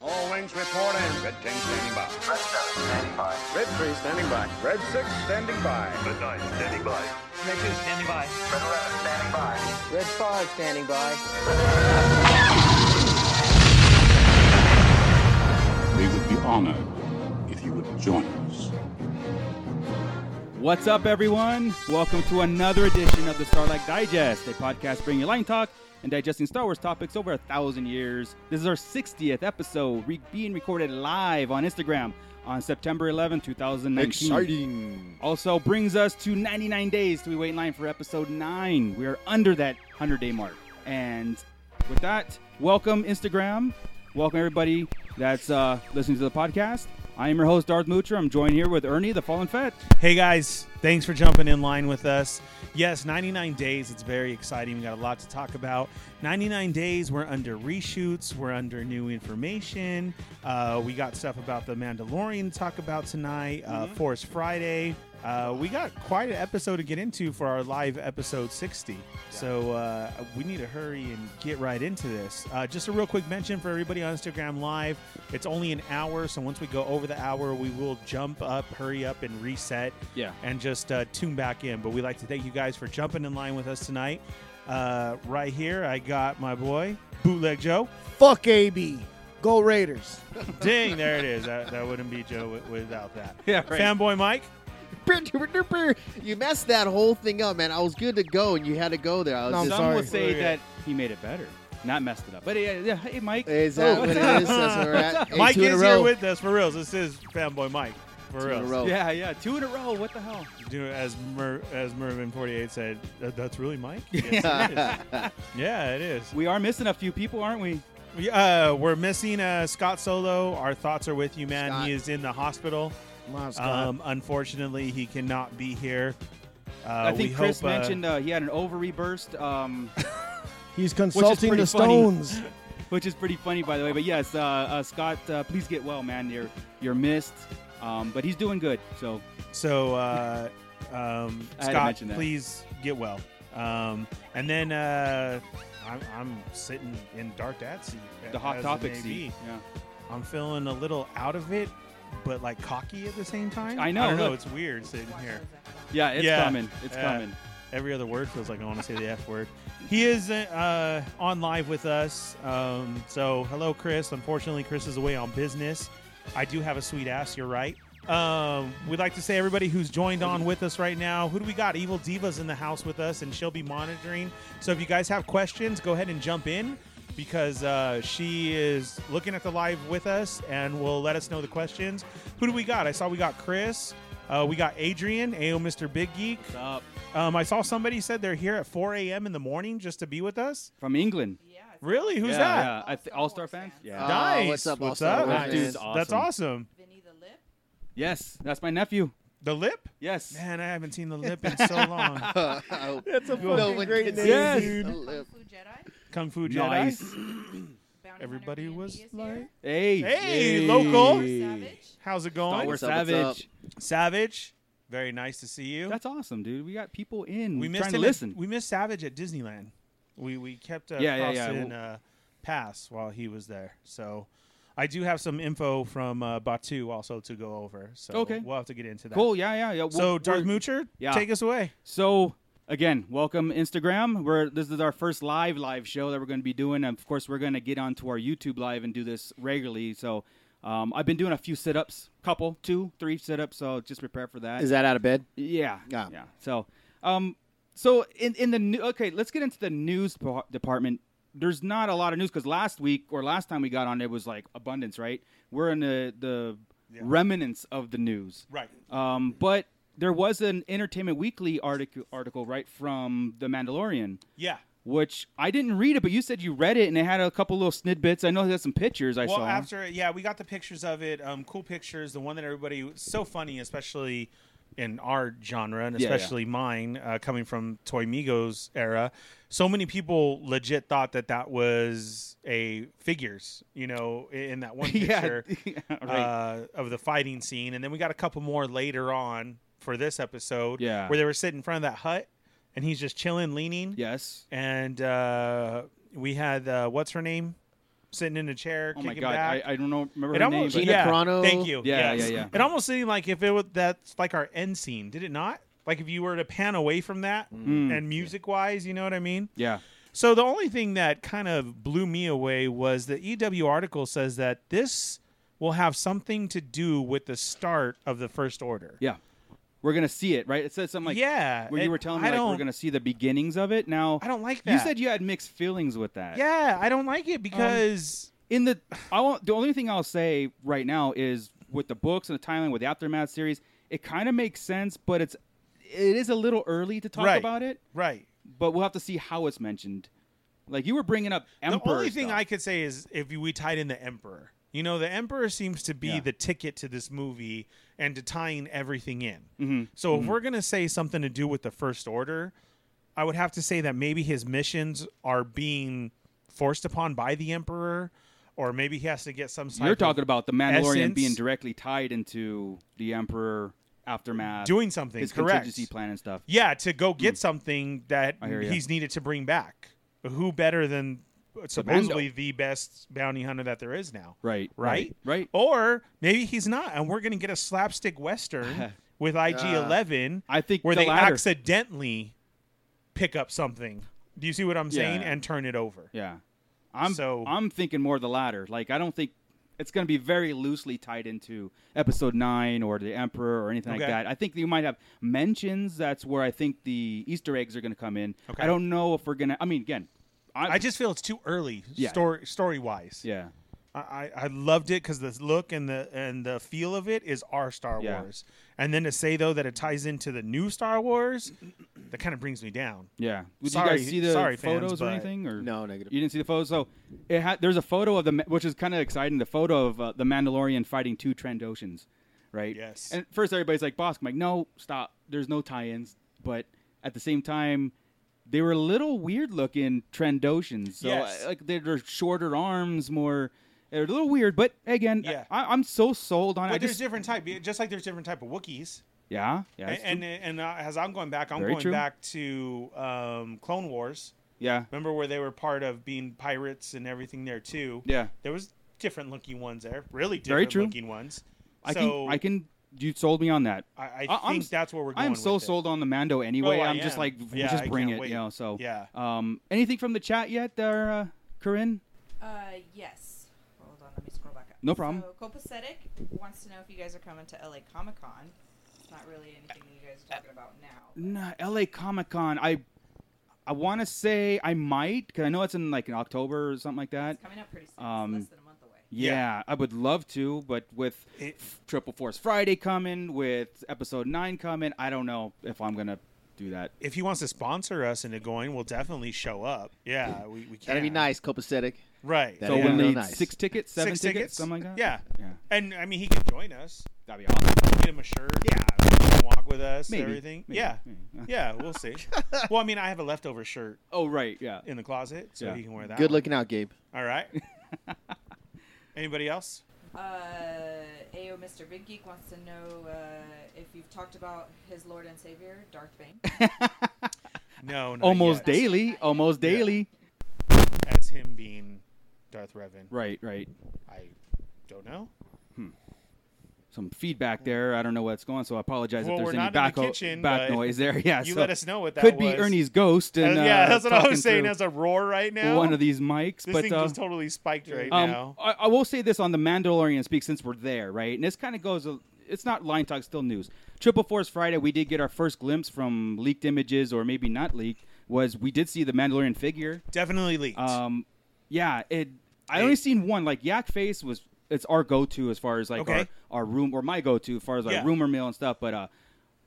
All wings reporting. Red 10 standing by. Red 7 standing by. Red 3 standing by. Red 6 standing by. Red 9 standing by. Red 2 standing by. Red 11 standing by. Red 5 standing by. We would be honored if you would join us. What's up, everyone? Welcome to another edition of the Starlight Digest, a podcast bringing you line talk and digesting Star Wars topics over a thousand years. This is our 60th episode, re- being recorded live on Instagram on September 11, 2019. Exciting. Also brings us to 99 days to be waiting in line for episode 9. We are under that 100 day mark. And with that, welcome Instagram. Welcome everybody that's uh, listening to the podcast. I am your host, Darth Moocher. I'm joined here with Ernie, the Fallen Fett. Hey guys, thanks for jumping in line with us. Yes, 99 days. It's very exciting. We got a lot to talk about. 99 days. We're under reshoots. We're under new information. Uh, we got stuff about the Mandalorian to talk about tonight. Uh, Force Friday. Uh, we got quite an episode to get into for our live episode 60. So uh, we need to hurry and get right into this. Uh, just a real quick mention for everybody on Instagram Live. It's only an hour, so once we go over the hour, we will jump up, hurry up, and reset Yeah. and just uh, tune back in. But we'd like to thank you guys for jumping in line with us tonight. Uh, right here, I got my boy, Bootleg Joe. Fuck AB. Go Raiders. Dang, there it is. That, that wouldn't be Joe wi- without that. Yeah, right. Fanboy Mike. You messed that whole thing up, man. I was good to go, and you had to go there. I was No, I'm just, Some sorry. would say Yeah. that he made it better, not messed it up. But yeah, yeah hey, Mike. is that Oh, what what's it up? is? That's where we're at. Hey, Mike two in a is row. here with us for reals. This is Fanboy Mike for Two in a reals. row. Yeah, yeah, two in a row. What the hell? Do- as Mer- as Mervin Forty Eight said, "That- that's really Mike. Yes, it is. yeah, it is. We are missing a few people, aren't we? We, uh, we're missing uh, Scott Solo. Our thoughts are with you, man. Scott. He is in the hospital. Wow, Scott. Um, unfortunately, he cannot be here. Uh, I we think Chris hope, uh, mentioned uh, he had an ovary burst. Um, He's consulting pretty the funny. Stones. which is pretty funny, by the way. But yes, uh, uh, Scott, uh, please get well, man. You're you're missed, um, but he's doing good. So So, uh, um, I had to Scott, mention that. please get well. Um, and then uh, I'm, I'm sitting in dark dad seat. the hot as an topic AB. seat. Yeah. I'm feeling a little out of it, but like cocky at the same time. I know, I don't know. look. It's weird sitting here. yeah, it's Yeah. coming. It's Yeah. coming. Every other word feels like I want to say the F word. He is uh, on live with us. Um, so, hello, Chris. Unfortunately, Chris is away on business. I do have a sweet ass. You're right. Um, we'd like to say everybody who's joined on with us right now. Who do we got? Evil Diva's in the house with us, and she'll be monitoring. So, if you guys have questions, go ahead and jump in because uh, she is looking at the live with us and will let us know the questions. Who do we got? I saw we got Chris. Uh, we got Adrian, AO Mr. Big Geek. It's up Um, I saw somebody said they're here at 4 a.m. in the morning just to be with us. from England. Really? Who's yeah, that? Yeah. I th- All Star fans. Yeah. Uh, Nice. what's up, What's All-Star up? Wars Dude's That's fans? That's awesome. Vinny the Lip. yes, that's my nephew. The lip? Yes. Man, I haven't seen the lip in so long. That's a no one great can name, see Yes. the Kung lip. Fu Jedi. Kung Fu Jedi. Nice. Bounty Everybody Hunter was D&D is like- here. Hey. Hey, local. Chris Savage. How's it Star going? What's Wars up, what's Savage. Savage. Very nice to see you. That's awesome, dude. We got people in. we We're missed trying to him at- listen. we missed Savage at Disneyland. We we kept uh, Yeah, yeah, yeah. Crossing, uh, pass while he was there. So I do have some info from uh, Batu also to go over. So Okay. we'll have to get into that. cool. Yeah, yeah, yeah. We'll- So Darth we're- Moocher, Yeah. take us away. So again, welcome Instagram. We're this is our first live live show that we're going to be doing. And of course, we're going to get onto our YouTube live and do this regularly. So um, I've been doing a few sit ups, couple, two, three sit ups. So just prepare for that. Is that out of bed? yeah, Yeah. yeah. So um, so in in the new, okay, let's get into the news par- department. There's not a lot of news because last week or last time we got on, it was like abundance, right? We're in the the remnants of the news, Right. um, but there was an Entertainment Weekly article, article right from The Mandalorian, Yeah. which I didn't read it, but you said you read it and it had a couple little snippets. I know it had some pictures I Well, saw. after yeah, we got the pictures of it. Um, cool pictures. The one that everybody so funny, especially in our genre and Yeah, yeah. especially mine, uh, coming from Toy Migos era. So many people legit thought that that was a figures. You know, i- in that one yeah, picture. right. uh, of the fighting scene, and then we got a couple more later on for this episode. Yeah. where they were sitting in front of that hut, and he's just chilling, leaning. yes, and uh, we had uh, what's her name, sitting in a chair, Oh my kicking god, back. I, I don't know remember it her name. almost, but- Gina yeah, Carano? Thank you. Yeah, yes. yeah, yeah. It almost seemed like if it was that's like our end scene, did it not? Like if you were to pan away from that, Mm. and music-wise, you know what I mean? yeah. So the only thing that kind of blew me away was the EW article says that this will have something to do with the start of the First Order. Yeah. We're gonna see it, right? It says something like Yeah, Where it- you were telling I me like we're don't- gonna see the beginnings of it. Now I don't like You that. said you had mixed feelings with that. Yeah, I don't like it because In the I won't, the only thing I'll say right now is with the books and the timeline with the aftermath series, it kind of makes sense, but it's it is a little early to talk Right. about it. right. But we'll have to see how it's mentioned. Like you were bringing up emperor. the only thing stuff. I could say is if we tied in the Emperor. You know, the Emperor seems to be Yeah. the ticket to this movie and to tying everything in. Mm-hmm. So if we're gonna say something to do with the First Order, I would have to say that maybe his missions are being forced upon by the Emperor, or maybe he has to get some. You're type of talking about the Mandalorian essence. being directly tied into the Emperor aftermath, doing something. his correct. contingency plan and stuff. Yeah, to go get something that hear ya. he's needed to bring back. Who better than supposedly the best bounty hunter that there is now? Right, Right? right, right. Or maybe he's not, and we're going to get a slapstick western with IG 11 I think where the they latter. accidentally pick up something. Do you see what I'm saying? Yeah. And turn it over. Yeah, I'm So- I'm thinking more the latter. Like I don't think it's going to be very loosely tied into Episode Nine or the Emperor or anything like Okay. that. I think you might have mentions. That's where I think the Easter eggs are going to come in. Okay. I don't know if we're gonna. I mean, again, I, I just feel it's too early Yeah. story story wise. yeah. I, I I loved it because the look and the and the feel of it is our Star Yeah. Wars. And then to say though that it ties into the new Star Wars, that kind of brings me down. Yeah. Did Sorry- you guys see the sorry, fans, photos or but- anything? Or No, negative. You didn't see the photos. So it ha- there's a photo of the ma- which is kind of exciting. The photo of uh, the Mandalorian fighting two Trandoshans, right? Yes. And at first everybody's like, "Bosk," I'm like, "No, stop. There's no tie-ins." But at the same time, they were little weird looking Trandoshans. So Yes. uh, like they're, they're shorter arms, more. They're a little weird, but again, Yeah. I, I'm so sold on. it. But I there's just different type, just like there's different type of Wookiees. yeah, yeah, that's And and, true. and uh, as I'm going back, I'm Very going true. back to um, Clone Wars. yeah, Remember where they were part of being pirates and everything there too. yeah. There was different looking ones there, really different Very true. looking ones. I so can, I can. You sold me on that. I, I I- I'm think s- that's where we're going. I am so with it. sold on the Mando anyway. Oh, I I'm just am. like, Yeah, just I bring can't it, wait. you know. So Yeah. Um, anything from the chat yet, there, uh, Corinne? Uh, yes. Hold on, let me scroll back up. No problem. So, Copacetic wants to know if you guys are coming to LA Comic Con. It's not really anything that you guys are Uh, talking about now. Nah, L.A. Comic Con. I, I want to say I might because I know it's in like in October or something like that. It's coming up pretty soon. Um, it's less than a month away. Yeah, I would love to, but with It- f- Triple Force Friday coming, with Episode Nine coming, I don't know if I'm gonna do that. if he wants to sponsor us into going, we'll definitely show up. Yeah, we, we can. That'd be nice, copacetic. Right. That'd So be we'll real need nice. six tickets, seven Six tickets, something like that. Yeah. yeah, And I mean, he can join us. that'd be awesome. Get him a shirt. Yeah. He can walk with us. Maybe. Everything. Maybe. Yeah. Maybe. Yeah. We'll see. well, I mean, I have a leftover shirt Oh right, yeah. in the closet, so Yeah. he can wear that. Good one. looking out, Gabe. All right. Anybody else? Uh, AO Mr. Big Geek wants to know uh, if you've talked about his Lord and Savior, Darth Bane. No. Not almost yet. daily, almost Yeah. daily. As him being Darth Revan. Right, right. I don't know. Some feedback there. I don't know what's going, so I apologize Well, if we're there's not in any the back, kitchen, back but noise there. Yeah, you so let us know what that could be was. Ernie's ghost. And Uh, yeah, uh, that's what I talking was saying through as a roar right now. one of these mics, this but thing uh, just totally spiked right um, now. I, I will say this on the Mandalorian speak since we're there, right? And this kind of goes. a- It's not line talk, still news. Triple Force Friday, we did get our first glimpse from leaked images, or maybe not leaked. Was we did see the Mandalorian figure? Definitely leaked. Um, yeah, it. I Hey. only seen one. Like Yak Face was. It's our go-to as far as like Okay. our, our room or my go-to as far as like Yeah. rumor mill and stuff. But uh,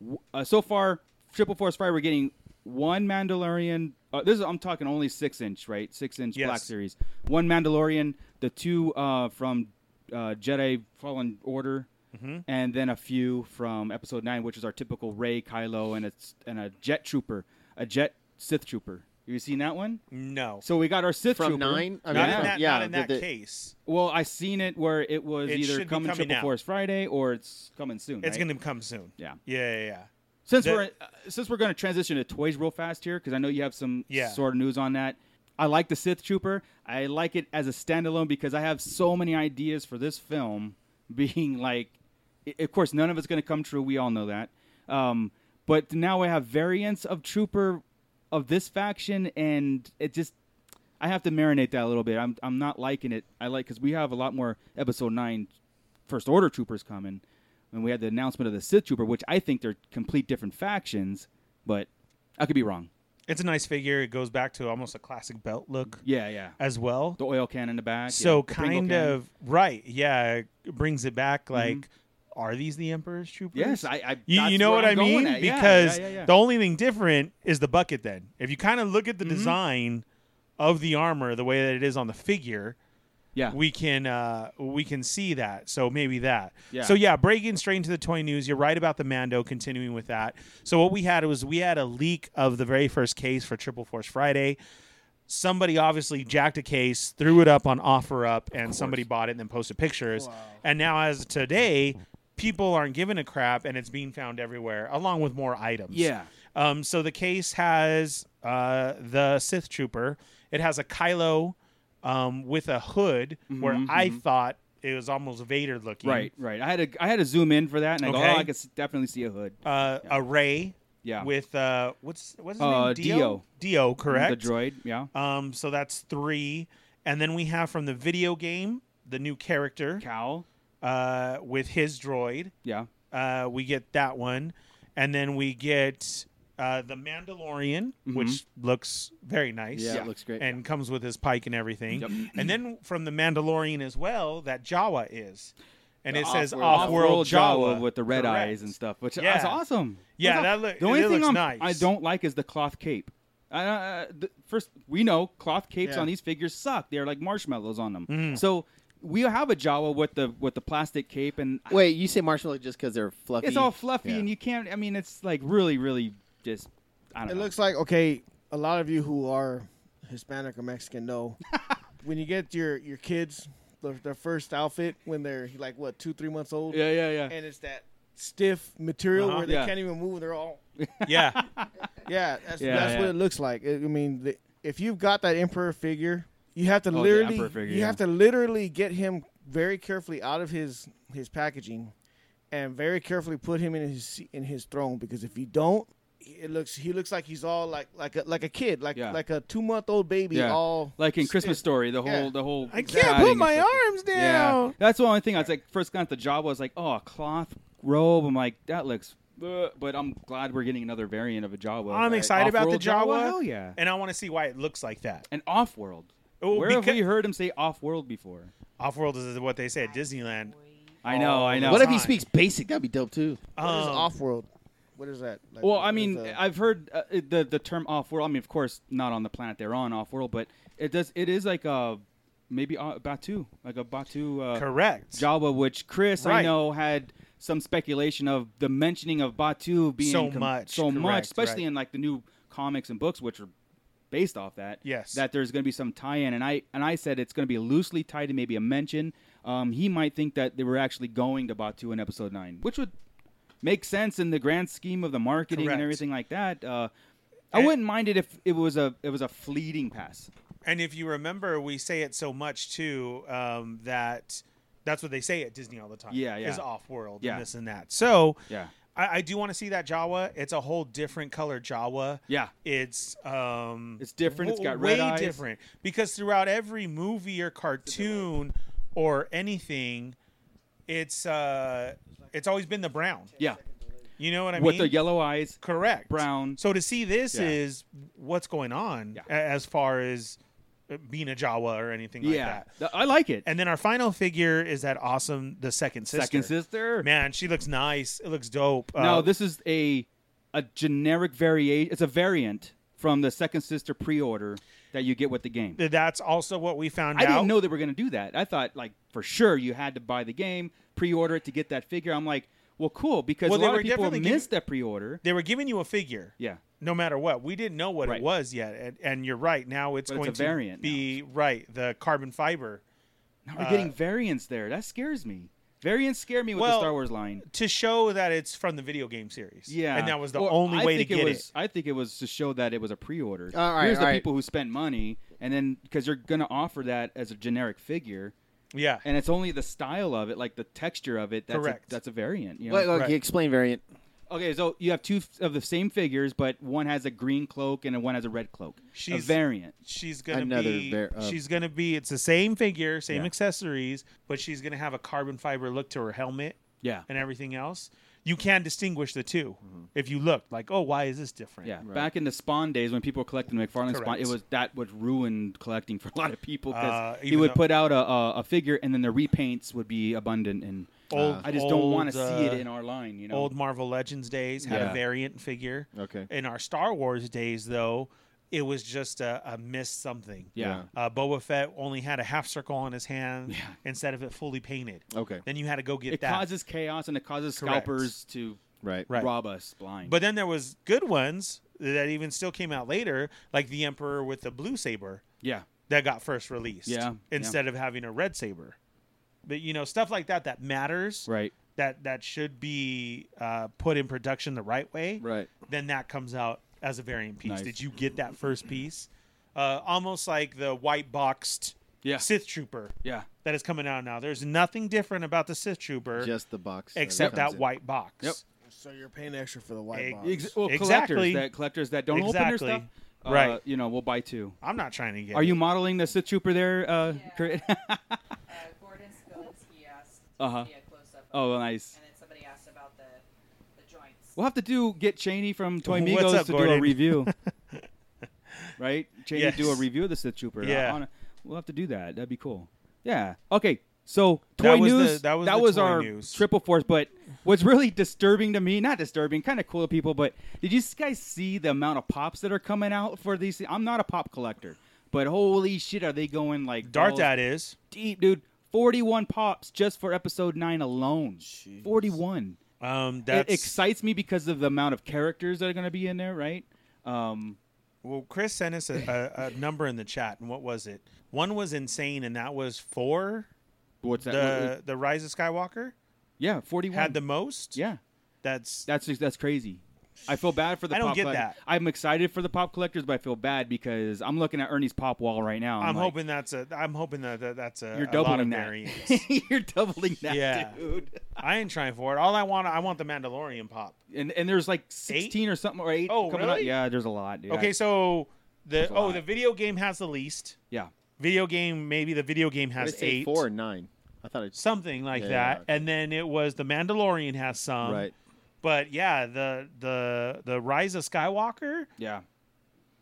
w- uh, so far, Triple Force Fire, we're getting one Mandalorian. Uh, this is I'm talking only six inch, right? Six inch Black Yes. Series. One Mandalorian, the two uh, from uh, Jedi Fallen Order, Mm-hmm. and then a few from Episode Nine, which is our typical Ray, Kylo, and it's and a Jet Trooper, a Jet Sith Trooper. You seen that one? no. So we got our Sith From Trooper. nine? I not mean, yeah. in that, yeah, not in the- that the- case. Well, I seen it where it was It either should be coming, coming Triple out. Force Friday or it's coming soon. It's right? going to come soon. Yeah. Yeah, yeah, yeah. Since that- we're uh, since we're going to transition to toys real fast here because I know you have some Yeah. sort of news on that. I like the Sith Trooper. I like it as a standalone because I have so many ideas for this film being like, i- of course, none of it's going to come true. We all know that. Um, but now I have variants of Trooper of this faction, and it just I have to marinate that a little bit. I'm I'm not liking it. I like because we have a lot more Episode Nine First Order troopers coming, and we had the announcement of the Sith Trooper, which I think they're complete different factions, but I could be wrong. It's a nice figure. It goes back to almost a classic belt look Yeah, yeah. as well. The oil can in the back. so yeah. The Pringle kind can. of right, yeah. It brings it back. Like, are these the Emperor's troopers? Mm-hmm. Yes, I. I You, that's you know where what I'm I going mean? at. Yeah, Because yeah, yeah, yeah. the only thing different is the bucket. Then, if you kind of look Mm-hmm. at the design of the armor, the way that it is on the figure, yeah. we can uh, we can see that. So maybe that. Yeah. So yeah, breaking straight into the toy news. You're right about the Mando. Continuing with that. So what we had was we had a leak of the very first case for Triple Force Friday. Somebody obviously jacked a case, threw it up on OfferUp, and somebody bought it and then posted pictures. And now as of today, people aren't giving a crap, and it's being found everywhere, along with more items. Yeah. Um, so the case has uh, the Sith Trooper. It has a Kylo um, with a hood, where I thought it was almost Vader looking. Mm-hmm, Right, right. I had to I had to zoom in for that, and I Okay. go, oh, I could s- definitely see a hood. Uh, A Ray. Yeah. With uh, what's what's his Uh, name? Dio. Dio, correct. The droid. Yeah. Um, so that's three, and then we have from the video game the new character Cow. uh, with his droid. Yeah. uh, we get that one, and then we get uh, the Mandalorian, which looks very nice. Yeah, it Yeah. looks great. and comes with his pike and everything. Yep. And then from the Mandalorian as well, that Jawa is, and it says off-world- off-world, Jawa, with the red Correct. eyes and stuff, which Yeah. that's awesome. Yeah, That's aw- that look- the only it thing looks nice. I'm- I don't like is the cloth cape. I- I- I- the, first, we know cloth capes Yeah. on these figures suck. They're like marshmallows on them. Mm. So we have a Jawa with the with the plastic cape, and Wait, you say marshmallow just because they're fluffy? it's all fluffy, Yeah. and you can't. I mean, it's like really, really just. I don't It know. looks like okay. A lot of you who are Hispanic or Mexican know when you get your your kids their, their first outfit when they're like what two three months old, Yeah, yeah, yeah. and it's that stiff material Uh-huh. where they Yeah. can't even move. They're all yeah, yeah. That's, Yeah, that's what yeah. it looks like. It- I mean, the, if you've got that emperor figure, you have to the literally emperor figure, you Oh, yeah. have to literally get him very carefully out of his his packaging, and very carefully put him in his se- in his throne because if you don't. It looks. He looks like he's all like like a, like a kid, like Yeah. like a two month old baby. yeah. All like in Christmas stiff. Story, the whole yeah. the whole. I can't siding put and my stuff. arms Yeah, down. that's the only thing. I was like, first glance, the job was like, oh, a cloth robe. I'm like, that looks. uh, But I'm glad we're getting another variant of a Jawa. I'm Uh, excited about the off-world Jawa, Hell yeah! and I want to see why it looks like that. And off-world. Oh, Where have because- we heard him say off-world before? Off-world is what they say at Disneyland. Oh, I know, I know. What if he Time. speaks basic? That'd be dope too. What is Um, off world? What is that? Like, Well, what I is mean, the- I've heard uh, it- the the term off-world. I mean, of course, not on the planet they're on off-world, but it does. It is like a maybe uh, Batu, like a Batu. Uh, Correct. Jawa, which Chris I Right. know had some speculation of the mentioning of Batu being So much, so much, correct, especially right. in like the new comics and books, which are based off that. Yes. that there's going to be some tie-in, and I and I said it's going to be loosely tied to maybe a mention. Um, he might think that they were actually going to Batu in episode nine, which would make sense in the grand scheme of the marketing Correct. and everything like that. Uh, I And- wouldn't mind it if it was a it was a fleeting pass. And if you remember, we say it so much too um, that that's what they say at Disney all the time. Yeah, yeah. Is off world Yeah. and this and that. So Yeah. I, I do want to see that Jawa. It's a whole different color Jawa. Yeah. It's um, It's different. It's w- got way red eyes. different because throughout every movie or cartoon or anything, it's uh, it's always been the brown. Yeah, You know what I with mean? the yellow eyes. Correct. brown. So to see this Yeah. is what's going on Yeah. a- as far as uh, being a Jawa or anything like Yeah, that. Th- I like it. And then our final figure is that awesome, the second sister. second sister. Man, she looks nice. It looks dope. Now Uh, this is a a generic variation. It's a variant from the second sister pre-order that you get with the game. th- That's also what we found I out. didn't know they were going to do that. I thought like for sure you had to buy the game, pre-order it to get that figure. I'm like, well, cool because Well, a they lot were of people definitely giving- missed that pre-order. They were giving you a figure. Yeah, No matter what, we didn't know what Right. it was yet, and, and you're right. Now it's But it's going a variant to be right the carbon fiber. Uh, now we're getting variants there. That scares me. Variants scare me with the Well, Star Wars line. to show that it's from the video game series. Yeah, and that was the Or only I way to think get it, it. was, uh, I think it was to show that it was a pre-order. All right, Here's all the right. people who spent money, and then because you're gonna offer that as a generic figure, Yeah, and it's only the style of it, like the texture of it. That's Correct. A, that's a variant. You know? Wait, wait, Right. explain variant. okay, so you have two f- of the same figures, but one has a green cloak and one has a red cloak. a She's- variant. she's gonna Another be. ver- uh, she's gonna be. It's the same figure, same Yeah. accessories, but she's gonna have a carbon fiber look to her helmet Yeah. Mm-hmm. and everything else. You can distinguish the 2 if you look. Like, oh, why is this different? Yeah, back in the Spawn days when people were collecting McFarlane Spawn, Correct. it was that would ruin collecting for a lot of people because Uh, he even would though- put out a, a, a figure and then the repaints would be abundant and Old- I just don't want to old, see it uh, in our line, you know. Old Marvel Legends days had Yeah. a variant figure. Okay. In our Star Wars days, though, it was just a, a miss something. yeah. Uh, Boba Fett only had a half circle on his hand instead of it fully painted. Okay. Then you had to go get It that. causes chaos and it causes Correct. scalpers to Right. Right. rob us blind. But then there was good ones that even still came out later, like the Emperor with the blue saber yeah, that got first released. Yeah, yeah. Instead of having a red saber. But you know, stuff like that that matters. right. That that should be uh, put in production the right way. Right. Then that comes out as a variant piece. Nice. Did you get that first piece? Uh, almost like the white boxed Yeah. Sith Trooper Yeah. that is coming out now. There's nothing different about the Sith Trooper Just the box. except comes that in. white box. Yep. So you're paying extra for the white Egg- box. Ex- well, Exactly. collectors that collectors that don't open Exactly. their stuff, uh, Right. You know, we'll buy two. I'm not trying to get. Are it. you modeling the Sith Trooper there? Uh, Yeah. Crit? Uh, Gordon Skalinsky asked Uh-huh. to be a close up. oh, nice. And then somebody asked about the, the joints. We'll have to do get Cheney from Toy What's Migos up, to do a Gordon? review. right? Cheney Yes. do a review of the Sith Trooper. I- I Yeah. wanna- we'll have to do that. That'd be cool. Yeah. Okay. So toy That was the- news. that was the toy our news. triple force. But what's really disturbing to me, not disturbing, kind of cool to people, but did you guys see the amount of pops that are coming out for these? I'm not a pop collector, but holy shit, are they going like Dart balls that is. deep, dude? 41 pops just for episode nine alone. 41 Um, it that's excites me because of the amount of characters that are going to be in there, right? Um, well. Chris sent us a, a, a number in the chat, and what was it? One was insane, and that was four. what's that? uh, The the Rise of Skywalker yeah, forty-one. had the most. yeah, that's that's just, that's crazy. I feel bad for the. I don't pop get collector- that. I'm excited for the pop collectors, but I feel bad because I'm looking at Ernie's pop wall right now. I'm like, hoping that's a. I'm hoping that, that that's a. you're a lot of doubling variants. that. you're doubling that, Yeah. dude. I ain't trying for it. All I want, I want the Mandalorian pop. And and there's like sixteen or something or eight. Oh, coming out. really? Yeah, there's a lot. Dude. Okay, I- so the That's a oh lot. the video game has the least. yeah, Video game maybe the video game Did I has say eight, four or nine. I thought it's something like Yeah, that, yeah. and then it was the Mandalorian has some. right. But yeah, the the the Rise of Skywalker, yeah.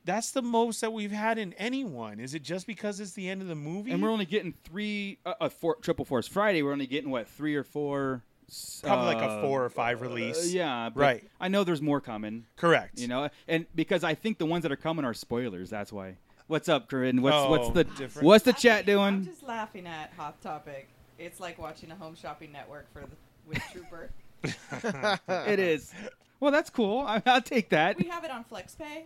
that's the most that we've had in anyone. Is it just because it's the end of the movie? And we're only getting three, uh, uh, four, triple force Friday. We're only getting what three or four. s- probably like a uh, four or five Uh, release. yeah, but Right. I know there's more coming. Correct. You know, and because I think the ones that are coming are spoilers. That's why. What's up, Corinne? What's what's Oh, the different- what's the I chat think- I'm doing? just laughing at Hot Topic. It's like watching a home shopping network for the with Trooper. it is. Well, that's cool. I, I'll take that. we have it on FlexPay.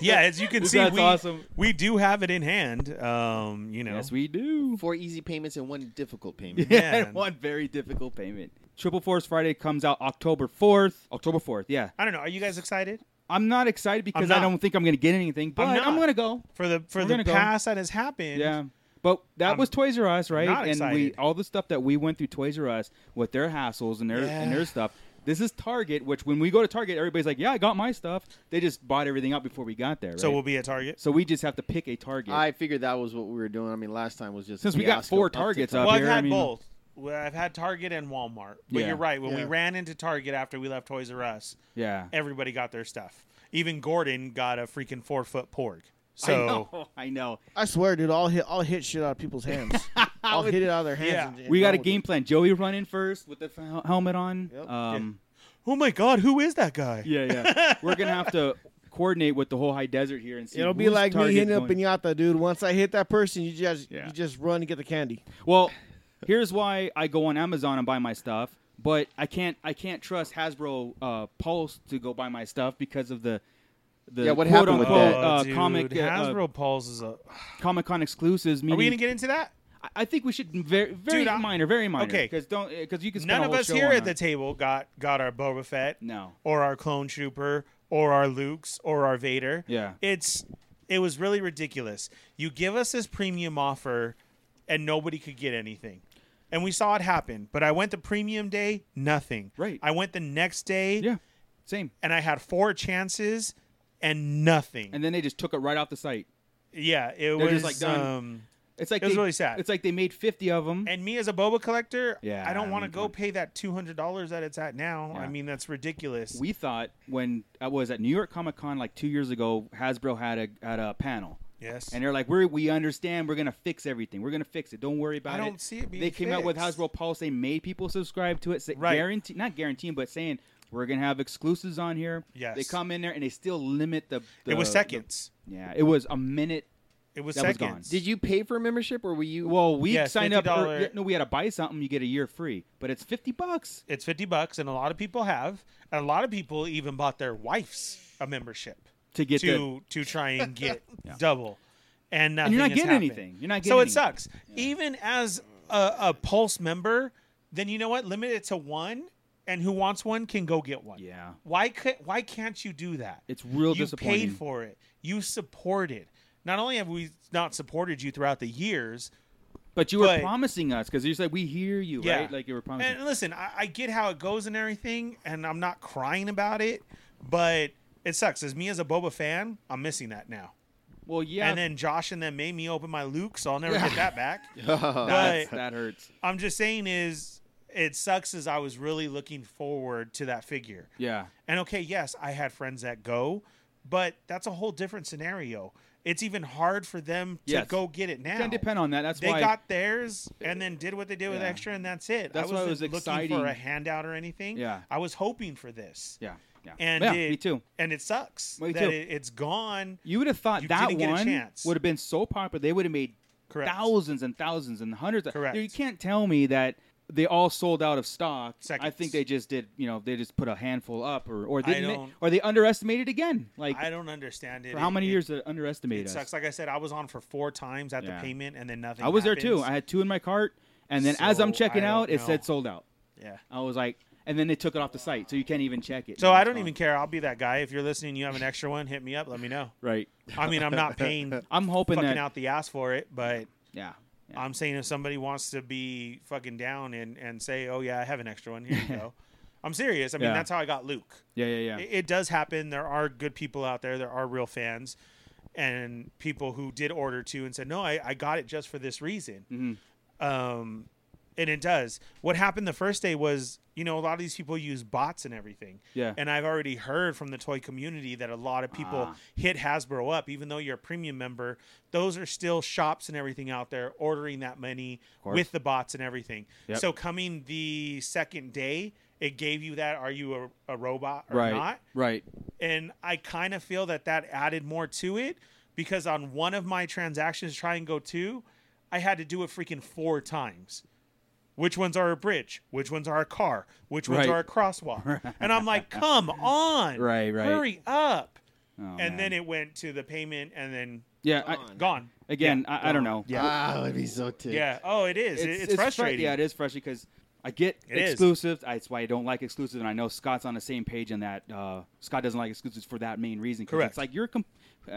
Yeah, as you can see, That's we, awesome. we do have it in hand. Um, you know. Yes, we do. Four easy payments and one difficult payment. Man. and one very difficult payment. Triple Force Friday comes out October fourth. October fourth. Yeah, I don't know. Are you guys excited I'm not excited because I not. don't think I'm going to get anything, but I'm, not. going to go. for the for We're the gonna go. past that has happened? Yeah. But that I'm was Toys R Us, right? not and we excited. all the stuff that we went through Toys R Us with their hassles and their and their Yeah. stuff. This is Target, which when we go to Target, everybody's like, "Yeah, I got my stuff." They just bought everything up before we got there. Right? So we'll be at Target. so we just have to pick a Target. I figured that was what we were doing. I mean, last time was just Since we got fiasco four up to targets uh, top. up Well, I've here, I had mean- both. Well, I've had Target and Walmart. But Yeah. you're right. When we Yeah. ran into Target after we left Toys R Us, yeah. everybody got their stuff. Even Gordon got a freaking four foot porg. So I know. I know. I swear, dude, I'll hit, I'll hit shit out of people's hands. I'll hit it out of their hands. Yeah. and- and We got a run with it. game plan. Joey running first with the f- helmet on. Yep. Um, Oh my God, who is that guy? yeah, yeah. We're gonna have to coordinate with the whole high desert here and see. It'll be whose like me Target's hitting a going- pinata, dude. Once I hit that person, you just Yeah. you just run and get the candy. Well, here's why I go on Amazon and buy my stuff, but I can't I can't trust Hasbro uh, Pulse to go buy my stuff because of the the Yeah, what quote happened with unquote, that? uh, Oh, dude, comic Hasbro Pulse is a. Comic Con exclusives. Are Meaning we gonna get into that? I- I think we should very, very Dude, I- minor, very minor. okay. because don't because you can spend None a of whole us show here on at the that. table got got our Boba Fett, No. or our clone trooper, or our Luke's, or our Vader. Yeah. it's it was really ridiculous. You give us this premium offer, and nobody could get anything. And we saw it happen. But I went the premium day, nothing. Right. I went the next day, yeah, same. and I had four chances, and nothing. And then they just took it right off the site. yeah, it They're was just, like, done. um. It's like It was they- really sad. It's like they made fifty of them. And me as a boba collector, Yeah, I don't I want to mean, go come on. pay that two hundred dollars that it's at now. I Yeah. mean, that's ridiculous. we thought when I was at New York Comic Con like two years ago, Hasbro had a had a panel. yes, And they're like, we we understand. We're gonna fix everything. We're gonna fix it. Don't worry about I it. don't see it being They came out with fixed. Hasbro Pulse. They made people subscribe to it. Say, Right. Guarantee, not guaranteeing, but saying we're gonna have exclusives on here. Yes. They come in there and they still limit the. the it was seconds. yeah, it was a minute. It was That was seconds. gone. Did you pay for a membership or were you? Well, we Yeah, signed up. $50 ear- no, we had to buy something. You get a year free, but it's fifty bucks. It's fifty bucks, and a lot of people have, and a lot of people even bought their wives a membership To get to to try and get double, and, you're nothing not has getting happened. anything. You're not so getting it sucks. Even as a, a Pulse member, then you know what? Limit it to one, and who wants one can go get one. Yeah. Why could why can't you do that? It's real you disappointing. paid for it. You supported. Not only have we not supported you throughout the years, But you were But- promising us because you said we hear you, yeah, right? Like you were promising. And listen, I, I get how it goes and everything, and I'm not crying about it, but it sucks. As me as a Boba fan, I'm missing that now. well, yeah. And then Josh and them made me open my Luke, so I'll never get that back. that's- but- that hurts. I'm just saying is it sucks as I was really looking forward to that figure. Yeah. And okay, yes, I had friends that go, but that's a whole different scenario. It's even hard for them to Yes. go get it now. Can't depend on that. That's they why got theirs and then did what they did with Yeah. extra, and that's it. That's I why it wasn't was looking for exciting. a handout or anything. Yeah. I was hoping for this. Yeah, yeah, And yeah, it, me too. And it sucks Me that too. It, it's gone. You would have thought You that didn't get a one chance. would have been so popular they would have made Correct. thousands and thousands and hundreds. Of, Correct. You can't tell me that they all sold out of stock. I Seconds. think they just did. You know, they just put a handful up, or or they didn't, don't- or they underestimated again. Like I don't understand it. for how It- many it- years they underestimated It us? sucks. Like I said, I was on for four times at Yeah. the payment, and then nothing. I was there too. I happens. had two in my cart, and then as I'm So, checking I out, don't it said know. sold out. yeah. I was like, and then they took it off the site, so you can't even check it. So now I it's don't gone. even care. I'll be that guy. If you're listening, you have an extra one, hit me up. Let me know. Right. I mean, I'm not paying I'm hoping fucking that. out the ass for it, but Yeah. yeah. I'm saying if somebody wants to be fucking down and, and say, oh yeah, I have an extra one, here you go. I'm serious. I mean, Yeah. that's how I got Luke. yeah. Yeah. Yeah. It, it does happen. There are good people out there. There are real fans and people who did order two and said, no, I, I got it just for this reason. Mm-hmm. Um, and it does. What happened the first day was, you know, a lot of these people use bots and everything. Yeah. And I've already heard from the toy community that a lot of people Ah. hit Hasbro up, even though you're a premium member. Those are still shops and everything out there ordering that money course. with the bots and everything. Yep. So coming the second day, it gave you that. Are you a, a robot or right. not? Right. and I kind of feel that that added more to it because on one of my transactions, try and go two, I had to do it freaking four times. Which ones are a bridge? Which ones are a car? Which ones Right. are a crosswalk? and I'm like, come on, Right, right. hurry up! Oh, and man. then it went to the payment, and then Yeah. I, gone again, Yeah, I, I don't know. Yeah. Ah, I'd be so ticked. Yeah. Oh, it is. It- It's, fru- frustrating. yeah, it is frustrating because I get It is. exclusives. I- That's why I don't like exclusives, and I know Scott's on the same page in that. Uh, Scott doesn't like exclusives for that main reason. 'cause Correct. It's like you're. Comp- uh,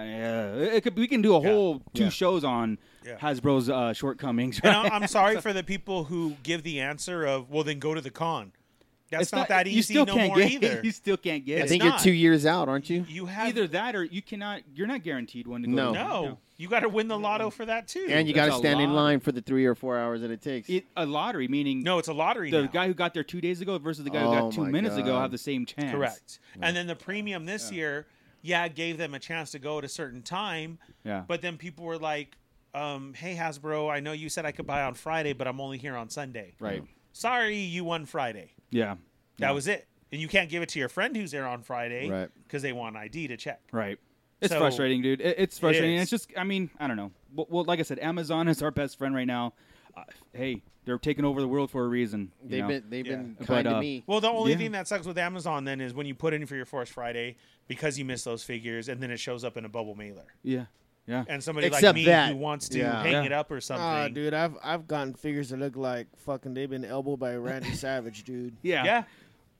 it could, we can do a Yeah. whole two Yeah. shows on Yeah. Hasbro's uh, shortcomings. And right? I'm, I'm sorry for the people who give the answer of, well, then go to the con. That's It's not, that easy You still no can't more get. either. You still can't get. I It's it. think you're not. two years out, aren't you? You have Either that, or you cannot. You're not guaranteed one to go. No. to- No, you got to win the lotto for that too. And you got That's to a stand in lot. line for the three or four hours that it takes. It, a lottery, meaning no, it's a lottery. the now. guy who got there two days ago versus the guy who Oh got two my minutes ago God. have the same chance. correct. And then the premium this year, yeah, it gave them a chance to go at a certain time. Yeah. But then people were like, um, "Hey Hasbro, I know you said I could buy on Friday, but I'm only here on Sunday. right. Sorry, you won Friday. Yeah. That was it. And you can't give it to your friend who's there on Friday Right. because they want ID to check. Right. It's So- frustrating, dude. It, it's frustrating. is. It's just, I mean, I don't know. Well, well, like I said, Amazon is our best friend right now. Uh, hey, they're taking over the world for a reason. you They've know? been they've Yeah. been But, kind to uh, me. Well, the only Yeah. thing that sucks with Amazon then is when you put in for your Force Friday because you missed those figures, and then it shows up in a bubble mailer. yeah. Yeah. and somebody like Except me that. who wants to Yeah. hang Yeah. it up or something. Ah, dude, I've I've gotten figures that look like fucking they've been elbowed by Randy Savage, dude. Yeah. Yeah.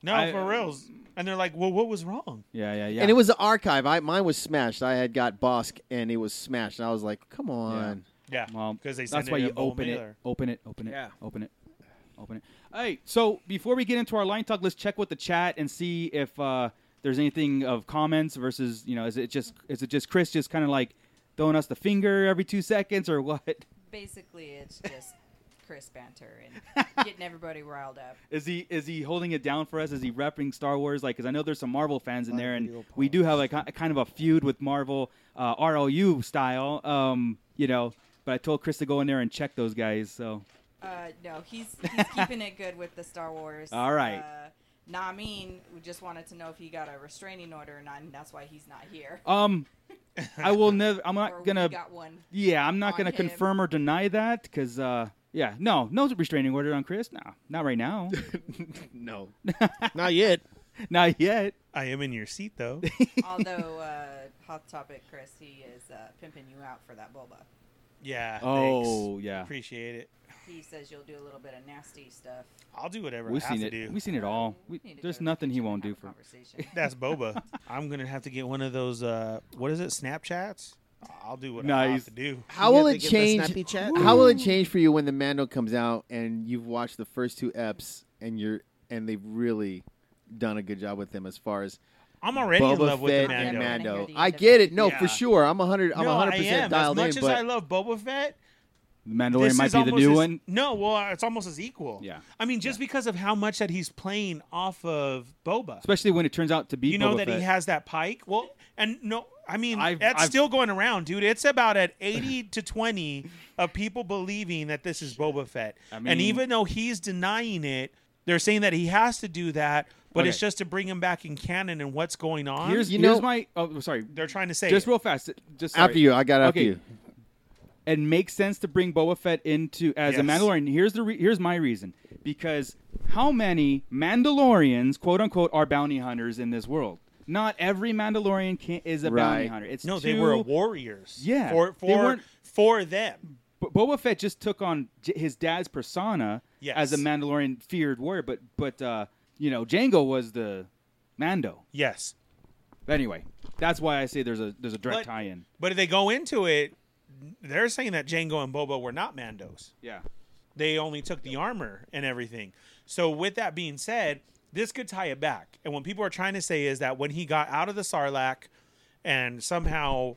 No, I- for reals. And they're like, well, what was wrong? Yeah. Yeah. Yeah. And it was an archive. I mine was smashed. I had got Bosk, and it was smashed. And I was like, "Come on, Yeah. Well, because they send that's why it in you a bowl open it, mailer. open it, open it, Yeah. open it, open it. All right. So before we get into our line talk, let's check with the chat and see if uh, there's anything of comments versus you know is it just is it just Chris just kind of like throwing us the finger every two seconds or what? Basically, it's just Chris banter and getting everybody riled up. Is he is he holding it down for us? Is he repping Star Wars? Like, because I know there's some Marvel fans in Live there, and video we do have like a kind of a feud with Marvel, uh, RLU style, um, you know. But I told Chris to go in there and check those guys. So Uh, no, he's, he's keeping it good with the Star Wars. All right. Uh, Nameen we just wanted to know if he got a restraining order or not, and that's why he's not here. um, I will never. I'm or not we gonna. got one. Yeah, I'm not on gonna him. confirm or deny that because uh, yeah, no, no restraining order on Chris. No, not right now, no." Not yet. not yet. I am in your seat, though. Although uh, hot topic, Chris, he is uh, pimping you out for that Bulba. yeah. Oh thanks. yeah, Appreciate it. He says you'll do a little bit of nasty stuff. I'll do whatever we've I have seen to it. do. We've seen it all. We Oh, We, need to go there's to the nothing he kitchen and won't have do a for. conversation. That's Boba. I'm gonna have to get one of those. Uh, what is it? Snapchats. I'll do what I have Nice. to do. How You will have it to give him a change? snappy chat? How will it change for you when the Mando comes out and you've watched the first two eps and you're and they've really done a good job with them as far as I'm already in Boba love with Fett the and Mando. Mando. Mando? Yeah. I get it. No, Yeah. for sure. I'm 100. I'm no, 100 I percent am. dialed as much as in. I But love Boba Fett, Mandalorian this might is be the almost new as- one. No, well, it's almost as equal. Yeah. I mean, just because of how much that he's playing off of Boba. especially when it turns out to be you know Boba that Fett. he has that pike. Well, and no, I mean I've- that's I've- still going around, dude. It's about at eighty to twenty of people believing that this is Boba Fett, I and mean- even though he's denying it, they're saying that he has to do that, but it's Okay. just to bring him back in canon and what's going on. Here's, Um, You here's know- my oh sorry, they're trying to say just it. real fast. Just sorry. after you, I got after Okay. you. it makes sense to bring Boba Fett into as a Yes. Mandalorian. Here's the re- here's my reason because how many Mandalorians, quote unquote, are bounty hunters in this world? Not every Mandalorian can, is a bounty Right. hunter. It's no, they too- were warriors. Yeah, for they for weren't- for them. Bo- Boba Fett just took on J- his dad's persona Yes. as a Mandalorian feared warrior, but but uh, you know Django was the Mando. Yes, Anyway, that's why I say there's a there's a direct But- tie-in. but if they go into it, they're saying that Django and Boba were not Mandos. Yeah. they only took the armor and everything. So with that being said, this could tie it back. And what people are trying to say is that when he got out of the Sarlacc and somehow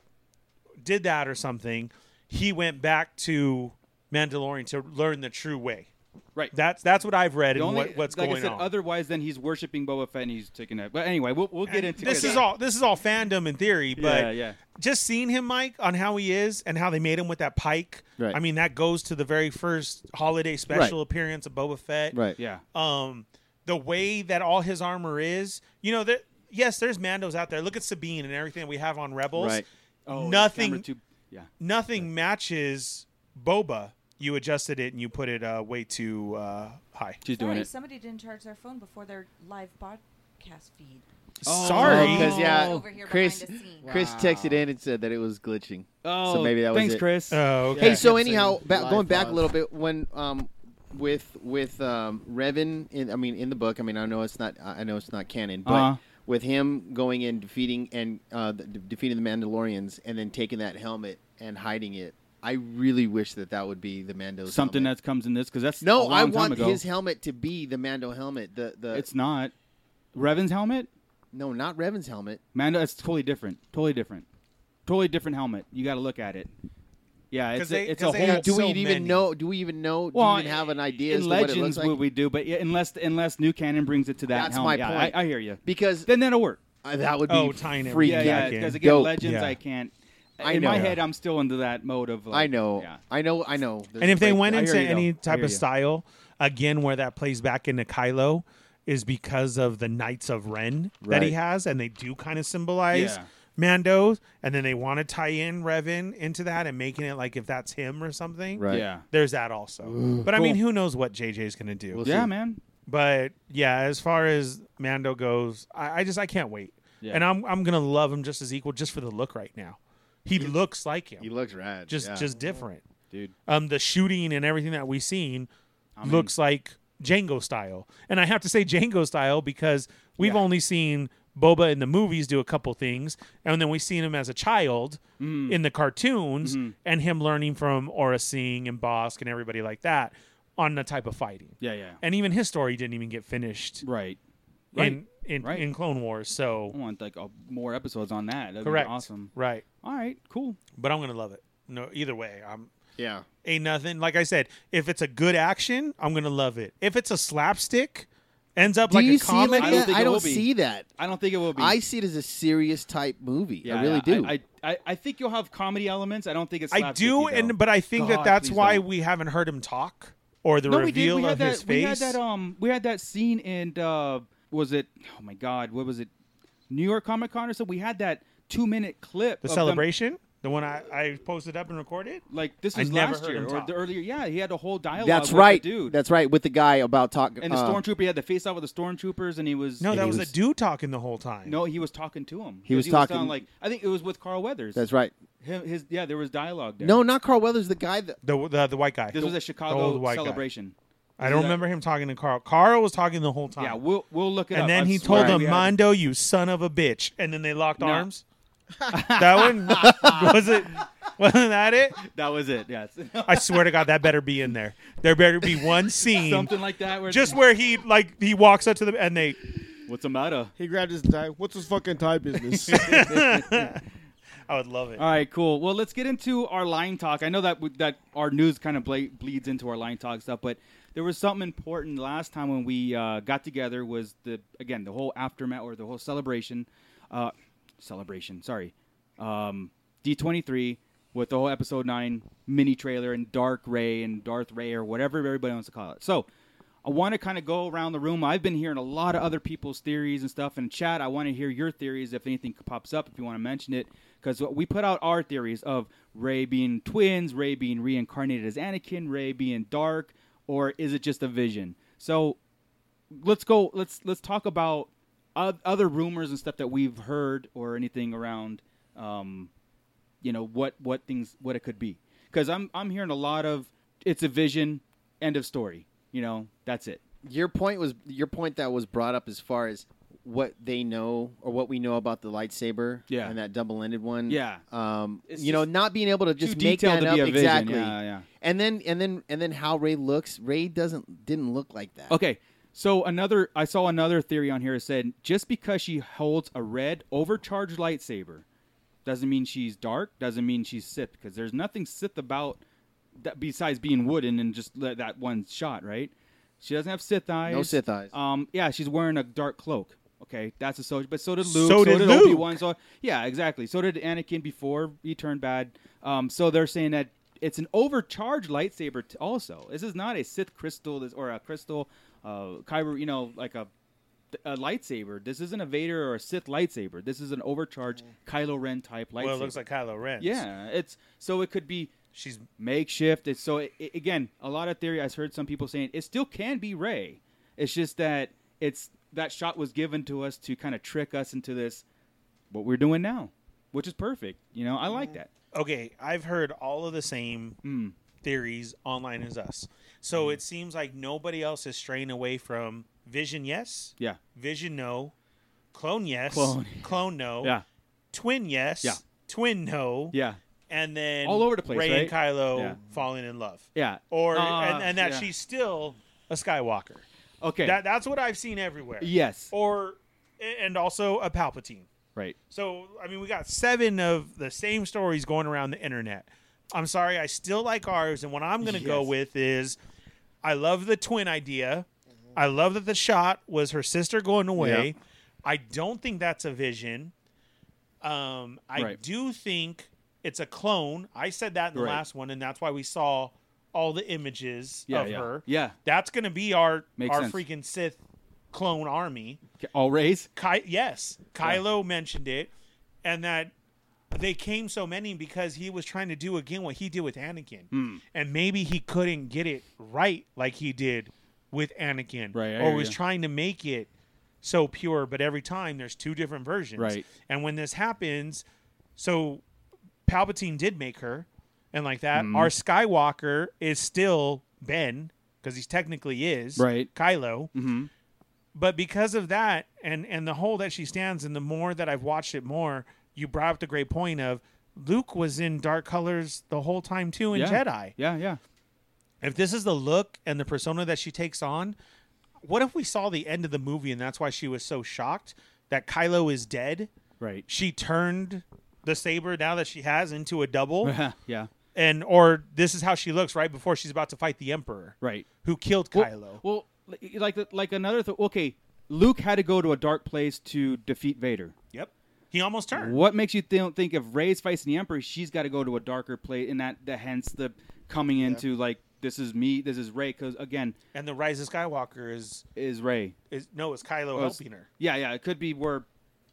did that or something, he went back to Mandalorian to learn the true way. Right. That's that's what I've read The and only, what, what's like going I said, on. Otherwise, then he's worshiping Boba Fett and he's taking that. But anyway, we'll, we'll get into this it. is all this is all fandom and theory, but Yeah, yeah. just seeing him, Mike, on how he is and how they made him with that pike. Right. I mean, that goes to the very first holiday special appearance of Boba Fett. Right. Yeah. um the way that all his armor is you know that yes there's mandos out there look at sabine and everything we have on rebels Right. Oh, the nothing- camera too- yeah. nothing matches boba you adjusted it and you put it uh, way too uh, high She's Sorry, doing it. somebody didn't charge their phone before their live podcast feed. Oh. sorry Oh, because yeah, Over here behind Chris, the scene. Chris Wow. texted in and said that it was glitching. Oh, so maybe that was thanks, it. Chris. Oh, okay. Hey, so That's a anyhow, ba- live going back a pause. little bit when um with with um Revan in I mean in the book, I mean I know it's not I I know it's not canon, but Uh-huh. with him going and defeating and uh, the, de- defeating the Mandalorians and then taking that helmet and hiding it, I really wish that that would be the Mando's Something helmet. that comes in this because that's a No, long I time want ago. his helmet to be the Mando helmet. The the It's not Revan's helmet. no, not Revan's helmet. Mando, it's totally different. Totally different. Totally different helmet. You got to look at it. Yeah, it's 'Cause they- a, it's a 'cause they whole. had Do we so even many. know? Do we even know? Do well, we even have an idea in as to what legends it looks like? what we do, but yeah, unless unless new canon brings it to that That's my helmet, yeah, point. I, I hear you. because Then that'll work. uh, that would be Oh, tying it freaking Yeah, yeah. back in. Because again, Dope. legends, Yeah. I can't. I in my know. head, I'm still into that mode of. Like, I know. Yeah. I know. I know. There's and if a they breakdown. went I hear into you, though. I any type hear of you. style again where that plays back into kylo is because of the knights of ren that he Right. has and they do kind of symbolize Yeah. mandos and then they want to tie in revan into that and making it like if that's him or something Right. Yeah. there's that also but i mean Cool. who knows what jj's gonna do We'll Yeah, see. man. but yeah as far as mando goes i, I just i can't wait Yeah. and i'm i'm gonna love him just as equal just for the look right now He looks like him. He looks rad. just yeah, just different. dude. Um, the shooting and everything that we've seen in. looks like Django style, and I have to say Django style because we've only seen Boba in the movies do a couple things, and then we've seen him as a child Mm-hmm. in the cartoons, and him learning from Aura Singh and Bosk and everybody like that on the type of fighting. Yeah, yeah. And even his story didn't even get finished right. Right. in in, Right. in Clone Wars. So I want like a, more episodes on that. That'd correct, Be awesome. right? All right. Cool. But I'm gonna love it. No, either way, I'm Yeah. ain't nothing. Like I said, if it's a good action, I'm gonna love it. If it's a slapstick, ends up Do like you a see it comedy. like I don't that? think I it don't will be. see that. I don't think it will be. I see it as a serious type movie. Yeah, I really yeah. do. I, I, I think you'll have comedy elements. I don't think it's. I do, slapsticky, though. and but I think that God, that's please why don't. we haven't heard him talk or the no, we did. reveal We of had that. his We face. had that. Um, we had that scene in. Uh, was it? Oh my God! What was it? New York Comic Con or so. We had that two-minute clip. the of them- celebration, the one I, I posted up and recorded. like this I was never last heard year him or talk. the earlier. Yeah, he had a whole dialogue. That's with the right, dude. That's uh, right. With the guy about talking and the stormtrooper. He had to face off with the stormtroopers, and he was No, And that he was, was- a dude talking the whole time. No, he was talking to him. He was 'Cause telling, talking- like I think it was with Carl Weathers. That's right. Him, his yeah, there was dialogue there. No, not Carl Weathers. The guy that the the, the white guy. this The- was the a old Chicago white guy. celebration. I don't remember him talking to Carl. Carl was talking the whole time. Yeah, we'll we'll look it up. and then I he swear told him, we had- "Mondo, you son of a bitch," and then they locked No. arms. that one was it. Wasn't that it? That was it. Yes, I swear to God, that better be in there. There better be one scene something like that. Where just where he like he walks up to them and they. what's the matter? He grabbed his tie. What's his fucking tie business? I would love it. All right, cool. Well, let's get into our line talk. I know that that our news kind of ble- bleeds into our line talk stuff, but there was something important last time when we uh, got together was the again the whole aftermath or the whole celebration, uh, celebration. Sorry, um, D twenty three with the whole episode nine mini trailer and Dark Ray and Darth Ray or whatever everybody wants to call it. So. I want to kind of go around the room. I've been hearing a lot of other people's theories and stuff. And chat, I want to hear your theories if anything pops up, if you want to mention it. Because we put out our theories of Ray being twins, Ray being reincarnated as Anakin, Ray being dark, or is it just a vision? So let's go. Let's let's talk about o- other rumors and stuff that we've heard or anything around. Um, you know what what things what it could be because I'm I'm hearing a lot of it's a vision, end of story. You know that's it. your point was your point that was brought up as far as what they know or what we know about the lightsaber Yeah. and that double-ended one Yeah. um It's you know just not being able to just make detailed that to up be a vision. exactly Yeah, yeah. and then and then and then how ray looks ray doesn't didn't look like that Okay, so another I saw another theory on here that said just because she holds a red overcharged lightsaber doesn't mean she's dark, doesn't mean she's Sith because there's nothing Sith about that besides being wooden and just let that one shot, right? She doesn't have Sith eyes. Sith eyes. Um, yeah, she's wearing a dark cloak. Okay, that's a soldier. But so did Luke. So did Luke. Obi Wan. So yeah, exactly. So did Anakin before he turned bad. Um, so they're saying that it's an overcharged lightsaber. T- also, this is not a Sith crystal this, or a crystal, uh, kyber. You know, like a a lightsaber. This isn't a Vader or a Sith lightsaber. This is an overcharged Kylo Ren type lightsaber. Well, it looks like Kylo Ren. yeah. It's so it could be she's makeshift. It's so it, it- again, a lot of theory. I've heard some people saying it still can be Ray. It's just that it's that shot was given to us to kind of trick us into this what we're doing now, which is perfect. You know, I like that. okay. I've heard all of the same Hmm. theories online as us, so it seems like nobody else is straying away from Vision. Yes, Yeah, Vision. No, Clone. Yes, Clone. Clone. No, yeah, Twin. Yes, Yeah. Twin. No, yeah, and then All over the place, Ray and right? Kylo Yeah. falling in love, yeah. or Uh, and, and that yeah. she's still a Skywalker. okay. That Oh. that's what I've seen everywhere. yes, or and also a Palpatine. right. So I mean, we got seven of the same stories going around the internet. I'm sorry, I still like ours, and what I'm going to go Yes. with is, I love the twin idea. I love that the shot was her sister going away. I don't think that's a vision. Um, I Right. do think it's a clone. I said that in the Right. last one, and that's why we saw all the images Yeah, of yeah. her. Yeah. that's going to be our Makes our sense. freaking Sith clone army. Okay, All Rays. Ky- yes, Kylo mentioned it, and that they came so many because he was trying to do again what he did with Anakin, Hmm. and maybe he couldn't get it right like he did with Anakin, Right, I or hear was ya. trying to make it so pure, but every time there's two different versions, Right. And when this happens, so Palpatine did make her, and like that. Hmm. Our Skywalker is still Ben because he's technically is Right. Kylo. Mm-hmm. But because of that, and and the hole that she stands, and the more that I've watched it more, you brought up the great point of Luke was in dark colors the whole time too in Yeah. Jedi. Yeah, yeah. If this is the look and the persona that she takes on, what if we saw the end of the movie and that's why she was so shocked that Kylo is dead? Right. She turned the saber now that she has into a double yeah. and or this is how she looks right before she's about to fight the emperor Right. who killed Kylo. Well, li- like the, like another th- okay, Luke had to go to a dark place to defeat Vader. yep. He almost turned. What makes you th- think if Ray's facing the Emperor, she's got to go to a darker place, and that the hence the coming into like this is me, this is Ray, because again, And the Rise of Skywalker is is Ray. is no, it's Kylo Oh, it's- helping her. Yeah, yeah, it could be where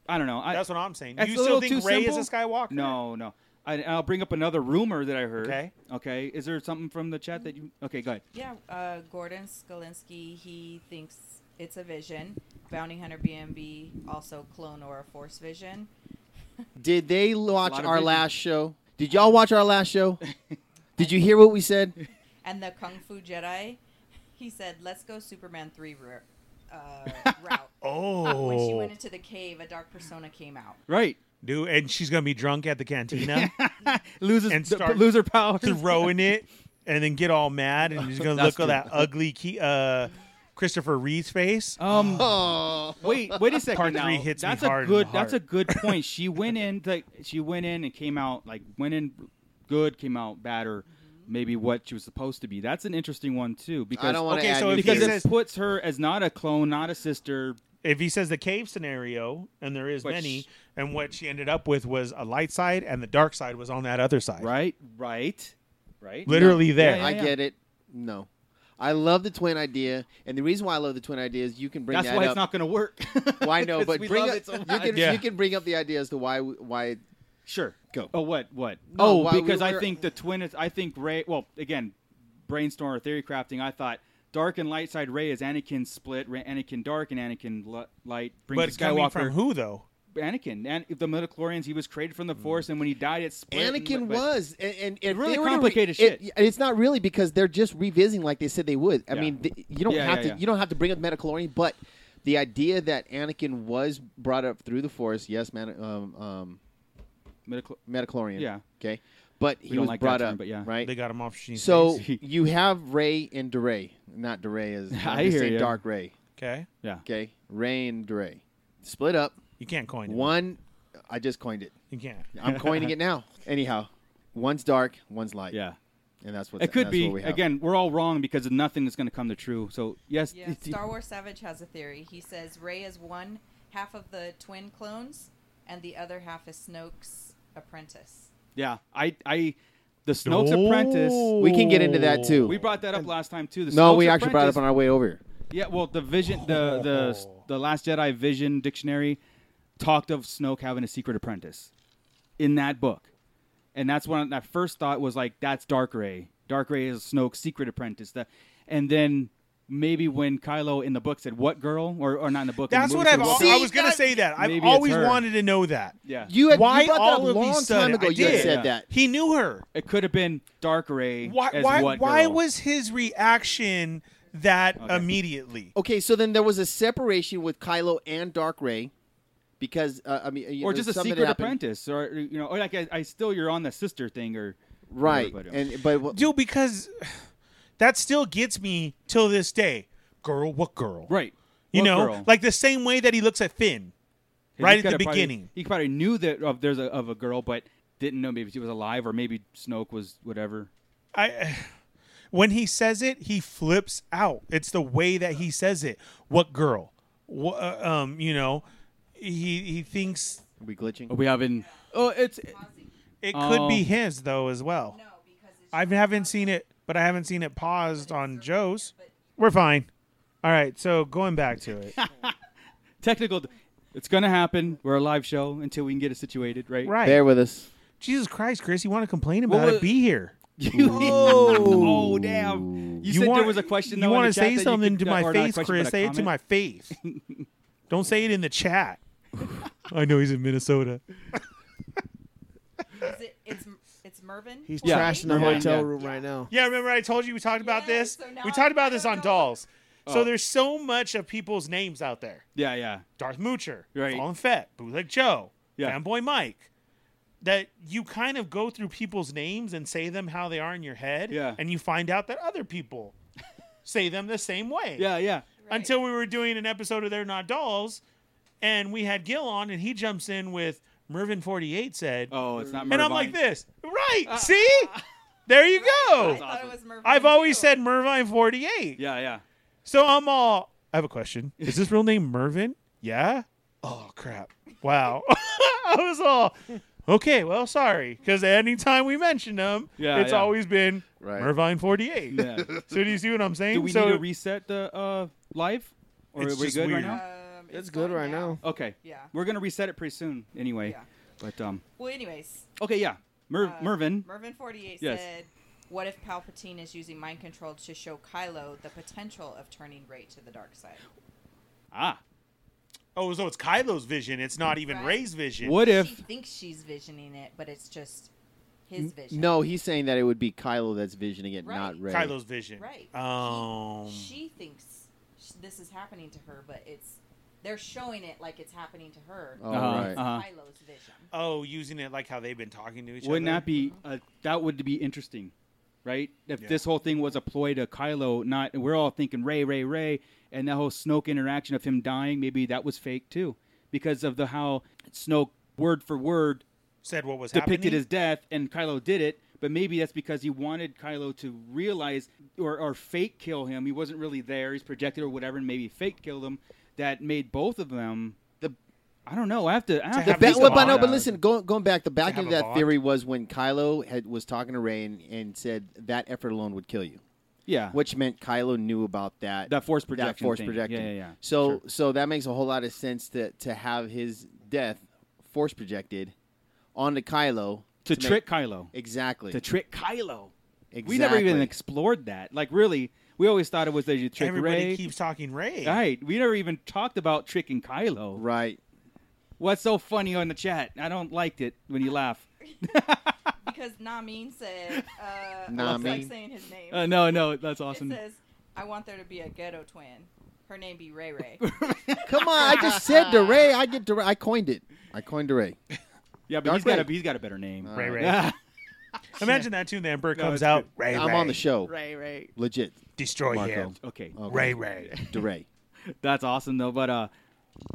I don't know. I, That's what I'm saying. That's you a still little think too Ray is a simple? Skywalker? No, no. I, I'll bring up another rumor that I heard. Okay. Okay. Is there something from the chat that you? Okay, go ahead. Yeah, uh, Gordon Skalinsky, he thinks it's a vision. Bounty Hunter BMB, also clone or a force vision. Did they watch Lot of our vision. last show? Did y'all watch our last show? Did you hear what we said? And the Kung Fu Jedi, he said, let's go Superman 3 ro- uh, route. Oh. Uh, When she went into the cave, a dark persona came out. Right. Dude, and she's gonna be drunk at the cantina, Loses And the- start- loser powers. throwing it, and then get all mad, and she's gonna That's look at that true. ugly key, uh, Christopher Reeve's face. Um. Oh, Wait. Wait a second. Part now. three hits me that's hard a in good. the That's a heart. good point. She went in. Like she went in and came out like went in good, came out bad, or maybe what she was supposed to be. That's an interesting one too. Because I don't want to Okay, add so new if he because theories. it says- puts her as not a clone, not a sister. if he says the cave scenario, and there is Which- many, and what she ended up with was a light side, and the dark side was on that other side. Right. Right. Right. Literally there. Yeah, I yeah. get it. No. I love the twin idea, and the reason why I love the twin idea is you can bring That's that why up. it's not going to work. well, I know, 'Cause but we bring love up, it so you much. can Yeah. you can bring up the idea as to why why Sure. Go. Oh, what? What? No, oh, why we because I were- think the twin is. I think Ray. Well, again, brainstorm or theory crafting. I thought dark and light side Ray is Anakin split. Ra- Anakin dark and Anakin li- light brings But the coming Skywalker. from who though? Anakin and the midichlorians. He was created from the Force, and when he died, it split. and- Hmm. Anakin but- was, and, and if really they were to complicated it- shit. it's not really because they're just revisiting like they said they would. I Yeah. mean, th you don't Yeah, have yeah, to yeah. you don't have to bring up Metachlorian, but the idea that Anakin was brought up through the Force, yes, man, um, um, midichlor- Metachlorian, Yeah. okay, but he don't was like that brought term, up, but yeah. right? They got him off. Sheen's so face. you have Ray and Duray, not Duray is I hear ya. Dark Ray, okay, yeah. okay, Ray and Duray, split up. you can't coin it. One, I just coined it. You can't. I'm coining it now. Anyhow, one's dark, one's light. Yeah. and that's what It could that's be what we have. again. We're all wrong because nothing is going to come to true. So yes, Yeah, Star Wars Savage has a theory. He says Ray is one half of the twin clones, and the other half is Snoke's apprentice. yeah. I, I, the Snoke's apprentice. We can get into that too. We brought that up last time too. The no, Snoke's we actually brought it apprentice- up on our way over. here. Yeah, well, the vision, the the Oh. the Last Jedi Vision Dictionary talked of Snoke having a secret apprentice in that book, and that's when that first thought was like, that's Dark Ray. Dark Ray is Snoke's secret apprentice. That, and then maybe when Kylo in the book said, "What girl?" or or not in the book. in the That's movie what I've. said, al- "What See, I girl?" was gonna that- say that. I've Maybe it's always her. wanted to know that. Yeah, You had Why you brought that all up of a long sudden- time ago. I You had did. said that. He knew her. it could have been Dark Ray. Why? as Why? what why girl. was his reaction that Okay. immediately? Okay, so then there was a separation with Kylo and Dark Ray, because uh, I mean, you or know, just a something that secret happened- apprentice, or you know, or like I, I still you're on the sister thing, or right? whatever, but- And but well, dude because that still gets me till this day girl what girl right, you What know girl? like the same way that he looks at finn And right he at the coulda probably- beginning he probably knew that of there's a, of a girl, but didn't know maybe she was alive or maybe Snoke was whatever. i when he says it he flips out it's the way that he says it what girl what, uh, um you know he he thinks are we glitching? Are we having? Oh, it's it could Oh. be his though as well No, because it's i haven't seen it but i haven't seen it paused on joe's we're fine all right so going back to it technical. It's gonna happen. We're a live show until we can get it situated, right? right Bear with us. jesus christ chris you want to complain Well, uh, about well- it be here oh, damn! You, said there was a question. You though in wanna the chat say that you something could- to my or not a face, question, but Chris? a Say it to my comment? face. Don't say it in the chat. I know he's in Minnesota. Is it, it's Mervin. He's Corey? Yeah, trashing the Mervin, hotel yeah. room Yeah. right now. Yeah, remember I told you we talked about Yeah, this? so now we I- talked I about don't this on know. dolls. So Oh. there's so much of people's names out there. Yeah, yeah. Darth Moocher, Right. Fallen Fett, Bootleg Joe, Yeah. Fanboy Mike. That you kind of go through people's names and say them how they are in your head, Yeah. and you find out that other people say them the same way. Yeah, yeah. Right. Until we were doing an episode of They're Not Dolls, and we had Gil on, and he jumps in with Mervin Forty Eight said, Oh, it's not. Ah. and I'm Mervine. like this, right? see, there you go. I thought it was Mervin Oh, I've always too. said Mervine 48. Yeah, yeah. So I'm all, I have a question. Is this real name Mervin? Yeah? Oh, crap. Wow. I was all, okay, well, sorry. Because anytime we mention them, Yeah, it's yeah. always been Right. Mervine 48. Yeah. So do you see what I'm saying? Do we so need to reset the uh, live? Or It's are we just good right weird. now? Um, It's good gone right now. Okay. Yeah. We're gonna reset it pretty soon anyway. Yeah. But um. Well, anyways, Okay. Yeah. Mer- uh, Mervin. Mervin forty eight Yes. said, "What if Palpatine is using mind control to show Kylo the potential of turning Rey to the dark side?" ah. oh, so it's Kylo's vision. It's not even Right. Ray's vision. What she if? thinks she's visioning it, but it's just his vision? No, he's saying that it would be Kylo that's visioning it, Right. not Ray. Kylo's vision. right. He- Um, she thinks sh- this is happening to her, but it's they're showing it like it's happening to her. Oh, Uh-huh, right. uh-huh. Kylo's vision. oh, using it like how they've been talking to each Wouldn't other. that be? Uh, that would be interesting, right? If Yeah. this whole thing was a ploy to Kylo, not we're all thinking Ray, Ray, Ray, and that whole Snoke interaction of him dying, maybe that was fake too, because of the how Snoke word for word Said what was depicted happening. his death, and Kylo did it. But maybe that's because he wanted Kylo to realize or, or fake kill him. He wasn't really there. He's projected or whatever, and maybe fake killed him. That made both of them. The- I don't know. I have to. I have have to The at ba- least a well, but no, bond. but listen, going, going back, the back have end of a that bond. theory was when Kylo had, was talking to Ray and, and said that effort alone would kill you, yeah. which meant Kylo knew about that That force projection. that force thing. projecting. Yeah, yeah, yeah. So Sure. so that makes a whole lot of sense to to have his death force projected onto Kylo to, make- trick Kylo. exactly To trick Kylo. exactly. We never even explored that. Like really, we always thought it was that you trick Everybody Ray. keeps talking Ray. Right. We never even talked about tricking Kylo. right. What's so funny on the chat? I don't liked it when you laugh. Because Nameen said, uh, I was Nameen. like saying his name. Uh, no, no, that's it awesome. says, "I want there to be a ghetto twin. Her name be Ray Ray." Come on, I just said to Ray. I get to. I coined it. I coined to Ray. Yeah, but Dark Uh, he's got a Ray. he's got a better name. Ray Ray. Yeah. Imagine that too. The Emperor it's comes good. out. Ray I'm Ray. on the show. Ray Ray. Legit. Destroy Marco. him. Okay. Okay. Ray Ray. To Ray. That's awesome though, but uh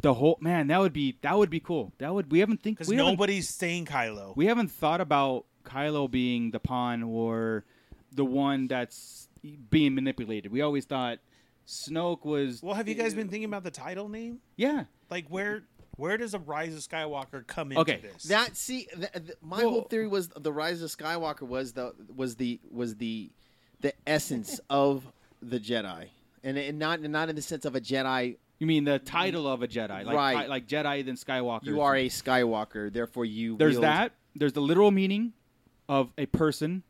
the whole man, that would be that would be cool. That would we haven't think Because we haven't- nobody's saying Kylo. We haven't thought about Kylo being the pawn or the one that's being manipulated. We always thought Snoke was. well, have you guys been thinking about the title name? Yeah. Like where where does the Rise of Skywalker come into Okay, this? That see, th- th- my Well- whole theory was the rise of Skywalker was the was the was the the essence of the Jedi, and, and not not in the sense of a Jedi. You mean the title of a Jedi, like Right. Ki- like Jedi then Skywalker. You are a Skywalker, therefore you. There's wield- that. There's the literal meaning of a person,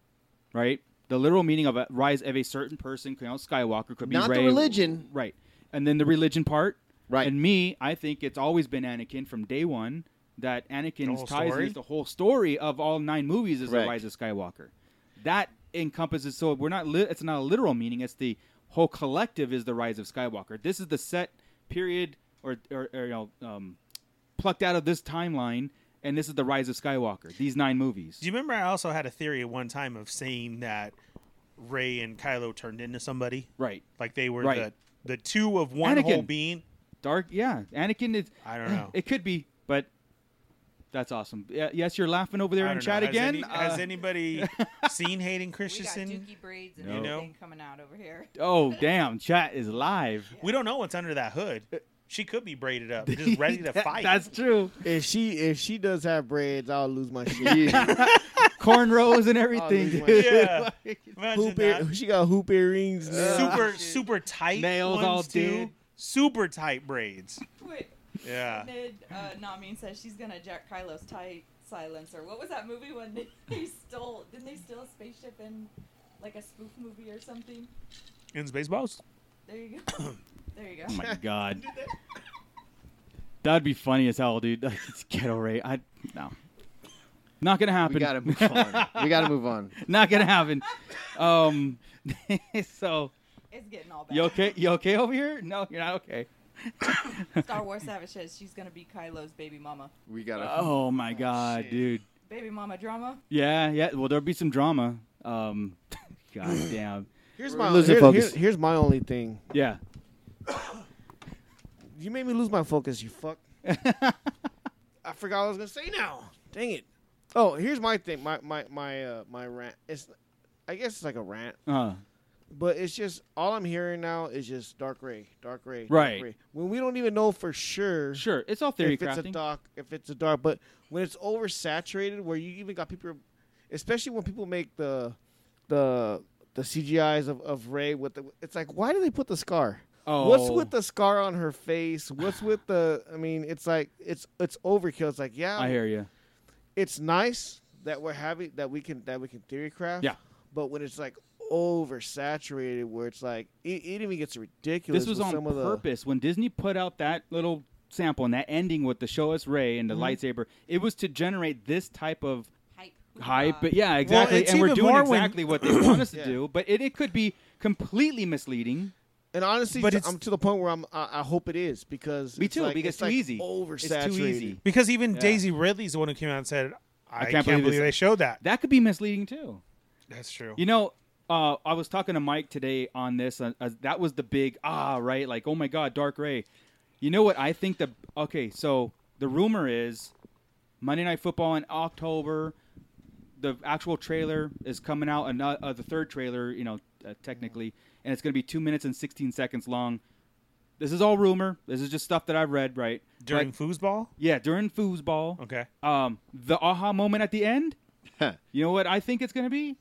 right? The literal meaning of a rise of a certain person, you know, Skywalker could be Not the Rey- religion. right? And then the religion part, Right. And me, I think it's always been Anakin from day one. That Anakin's whole ties story? is the whole story of all nine movies is the Correct. rise of Skywalker. That encompasses. So we're not. Li- it's not a literal meaning. It's the whole collective is the rise of Skywalker. This is the set period, or or, or you know, um, plucked out of this timeline, and this is the rise of Skywalker. These nine movies. Do you remember I also had a theory at one time of saying that Ray and Kylo turned into somebody? right. Like they were Right. the the two of one whole Anakin. being. Dark. Yeah. Anakin is. eh, I don't know. It could be, but. That's awesome. Yeah, Yes, you're laughing over there I in don't chat know. Has again. any- Uh, has anybody seen Hayden we got Christensen? dookie braids and No. You know? everything coming out over here. Oh damn! Chat is live. We don't know what's under that hood. She could be braided up, just ready to That- fight. That's true. If she if she does have braids, I'll lose my shit. Cornrows and Oh, everything, my dude. yeah. Hoop Imagine that. ear, she got hoop earrings. now. super super tight Nails ones all too. dead. Super tight braids. Wait, Yeah. Nid uh, Nameen says she's gonna jack Kylo's tie silencer. What was that movie when they, they stole? Didn't they steal a spaceship in like a spoof movie or something? In Spaceballs. There you go. there you Oh go. my god. That'd be funny as hell, dude. It's ghetto Ray. I no. Not gonna happen. We gotta move on. we gotta move on. Not gonna happen. Um, so It's getting all bad. you okay? You okay over here? No, you're not okay. Star Wars Savage says she's gonna be Kylo's baby mama. We gotta. Oh my god, dude. Baby mama drama. Yeah, yeah. Well, there'll be some drama. Um, god damn. Here's We're my losing here- focus. here- here's my only thing. Yeah. You made me lose my focus. You fuck. I forgot what I was gonna say now. Dang it. Oh, here's my thing. My my my uh, my rant. It's I guess it's like a rant, Uh, but it's just all I'm hearing now is just dark ray, dark ray, dark Right. Ray. When we don't even know for sure. sure. It's all theory if it's a crafting. dark if it's a dark but when it's oversaturated where you even got people especially when people make the the the CGIs of, of Ray with the it's like why do they put the scar? What's Oh. with the scar on her face? What's with the I mean it's like it's it's overkill. It's like yeah I hear you. it's nice that we're having that we can that we can theory craft. Yeah. But when it's like oversaturated where it's like it, it even gets ridiculous. This was with on some of the- purpose. When Disney put out that little sample and that ending with the show us Ray and the Mm-hmm. lightsaber, it was to generate this type of Hype. hype. Hoorah. But yeah, exactly. it's and we're even doing more when- exactly what they want us to Yeah. do. But it, it could be completely misleading. And honestly, But t- it's- I'm to the point where I'm. I, I hope it is because Me it's too, like- because it's too like easy. It's Oversaturated. too easy. Because even Yeah. Daisy Ridley's the one who came out and said, "I, can't, believe, this- they showed that." That could be misleading too. That's true. You know, uh, I was talking to Mike today on this. Uh, uh, that was the big ah, right? Like, oh my God, Dark Ray. You know what? I think the okay. So the rumor is Monday Night Football in October. The actual trailer is coming out. Another uh, the third trailer, you know, uh, technically, and it's going to be two minutes and sixteen seconds long. This is all rumor. This is just stuff that I've read. Right During But- foosball, yeah, during foosball. okay, Um, the aha moment at the end. Huh. You know what I think it's going to be?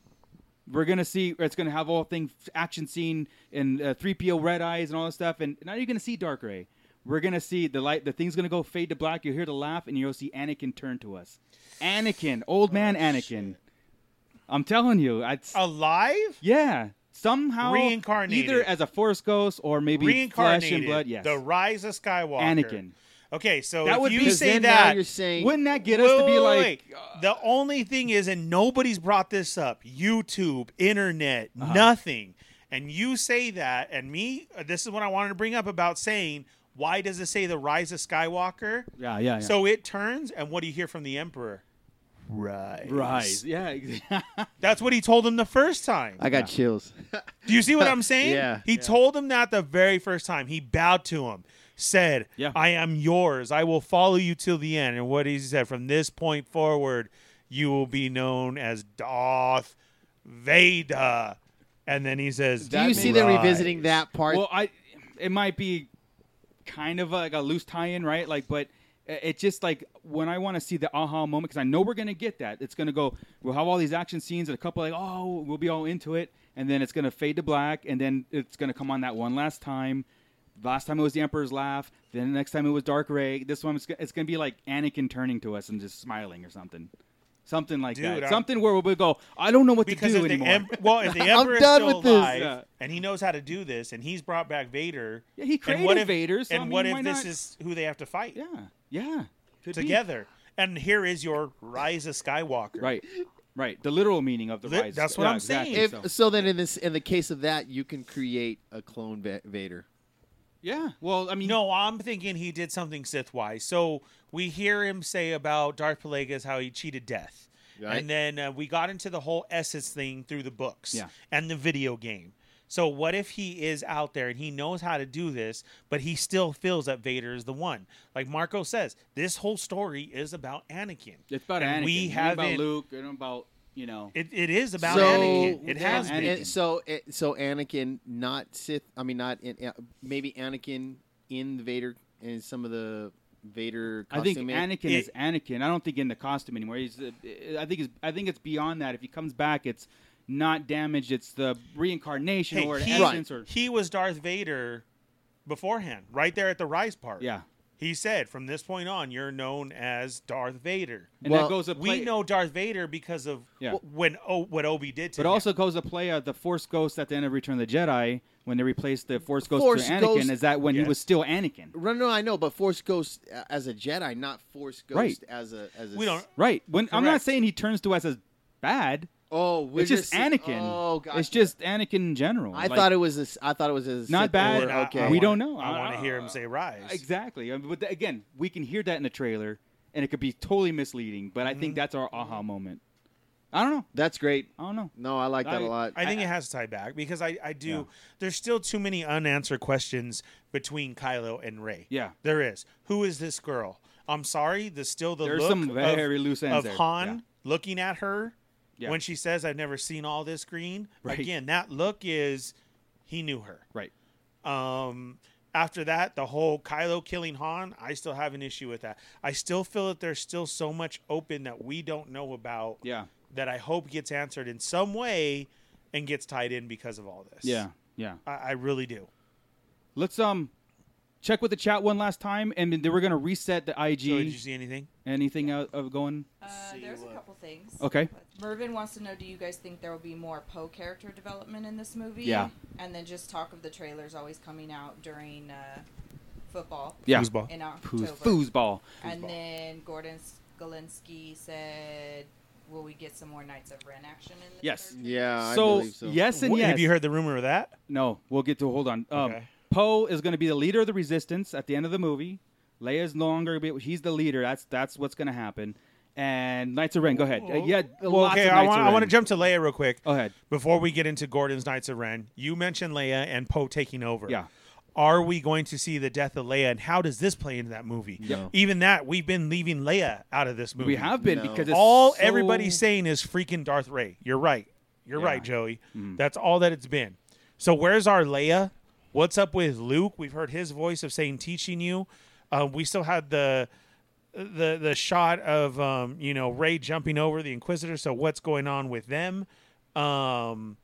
We're going to see. It's going to have all thing action scene and uh, 3PO red eyes and all that stuff. And now you're going to see Dark Ray. We're going to see the light. The thing's going to go fade to black. You'll hear the laugh and you'll see Anakin turn to us. Anakin, old man Oh, Anakin. I'm telling you. I, alive, yeah. Somehow. Oh. Reincarnated. Either as a force ghost or maybe flesh reincarnated, and blood. Yes. the rise of Skywalker, Anakin. Okay, so That if would you be- Because say then now that, you're saying Wouldn't that get us to be Wait, like. uh, wait, wait, wait. the only thing is, and nobody's brought this up. YouTube, internet, Uh-huh. nothing. And you say that, and me. uh, This is what I wanted to bring up about saying why does it say the rise of Skywalker? Yeah, yeah, yeah. So it turns, and what do you hear from the Emperor? Rise. Rise. Yeah, exactly. That's what he told him the first time. I got chills. Do you see what I'm saying? Yeah. He told him that the very first time. He bowed to him, said, Yeah. I am yours. I will follow you till the end. And what he said, from this point forward, you will be known as Darth Vader. And then he says, Do you see that them revisiting that part? Well, I it might be kind of like a loose tie-in, right? Like, but it it just like when I want to see the aha moment because I know we're gonna get that. It's gonna go. We'll have all these action scenes and a couple like oh we'll be all into it, and then it's gonna fade to black, and then it's gonna come on that one last time. Last time it was the Emperor's laugh. Then the next time it was Dark Ray. This one it's, go- it's gonna be like Anakin turning to us and just smiling or something, something like Dude, that. I'm- Something where we'll go. I don't know what Because to if do the, anymore. em- well, if the I'm Emperor is done still with this. alive Yeah. and he knows how to do this, and he's brought back Vader. Yeah, he and created what if, Vader, so, I and mean, what why if this not? is who they have to fight yeah, yeah, Could be. together? And here is your Rise of Skywalker. Right, right. The literal meaning of the Lit- rise. that's what Yeah, I'm exactly. saying. if, So- so then, in this, in the case of that, you can create a clone Va- Vader. yeah. Well, I mean, No, I'm thinking he did something Sith wise. So we hear him say about Darth Plagueis how he cheated death. Right. And then uh, we got into the whole essence thing through the books Yeah. and the video game. So what if he is out there and he knows how to do this, but he still feels that Vader is the one? Like Marco says, this whole story is about Anakin. it's about and Anakin. We It ain't have about Luke. It ain't about you know. It, it is about so, Anakin. It yeah, has and- been. and so, it, so Anakin, not Sith. I mean, not in, uh, maybe Anakin in Vader and some of the Vader. I think costuming. Anakin It- is Anakin. I don't think in the costume anymore. He's. Uh, I think. It's, I think it's beyond that. If he comes back, it's not damaged. It's the reincarnation Hey, or an he, essence or. he was Darth Vader beforehand, right there at the rise part. Yeah. He said, from this point on, you're known as Darth Vader. And Well, that goes to play. we know Darth Vader because of Yeah. wh- when o- what Obi did to But him. also goes to play uh, the Force Ghost at the end of Return of the Jedi, when they replaced the Force Ghost Force to Anakin, Ghost- is that when Yes. he was still Anakin? No, no, I know, but Force Ghost uh, as a Jedi, not Force Ghost Right. as a as a. We don't- Right. When I'm not Correct. saying he turns to us as bad. Oh, we're it's just saying- Anakin. Oh god, It's just Anakin in general. I thought it was. A, s- I thought it was a Not Sith bad. Lord. I- I Okay, We wanna- don't know. I I- want I- uh, to hear him say rise. exactly. I mean, but th- again, we can hear that in the trailer, and it could be totally misleading. But I Mm-hmm. think that's our aha moment. I don't know. that's great. I don't know. No, I like that I- a lot. I think it has to tie back because I, I do. There's still too many unanswered questions between Kylo and Ray. Yeah. there is. Who is this girl? I'm sorry. There's still the There's look some very of, loose ends of there. Han Yeah. looking at her Yeah. when she says, "I've never seen all this green." Right. Again, that look is he knew her. Right. Um, after that, the whole Kylo killing Han, I still have an issue with that. I still feel that there's still so much open that we don't know about. Yeah. That I hope gets answered in some way and gets tied in because of all this. Yeah. Yeah. I, I really do. Let's um check with the chat one last time, and then we're gonna reset the IG. So, did you see anything? Anything out of going? Uh, there's a couple things. Okay. Mervin wants to know: Do you guys think there will be more Poe character development in this movie? Yeah. And then just talk of the trailers always coming out during uh, football Yeah. Foosball. in October. Foos- Foosball. And then Gordon Skolinsky said, "Will we get some more Knights of Ren action in the Yes. third trailer?" yeah. I So, believe so yes and Wh- yes. Have you heard the rumor of that? No, we'll get to hold on. Um, Okay. Poe is going to be the leader of the resistance at the end of the movie. Leia's no longer be, he's the leader. That's that's what's going to happen. And Knights of Ren, go ahead. Uh, yeah, lots okay, of I Knights want of I want to Ren. jump to Leia real quick. Go ahead. Before we get into Gordon's Knights of Ren, you mentioned Leia and Poe taking over. Yeah. Are we going to see the death of Leia and how does this play into that movie? No. Even that, we've been leaving Leia out of this movie. We have been No. because it's all so- everybody's saying is freaking Darth Ray. You're right. You're Yeah. Mm-hmm. right, Joey. That's all that it's been. So where's our Leia? What's up with Luke? We've heard his voice of saying teaching you. Uh, we still had the the the shot of um, you know Ray jumping over the Inquisitor. So what's going on with them? Um,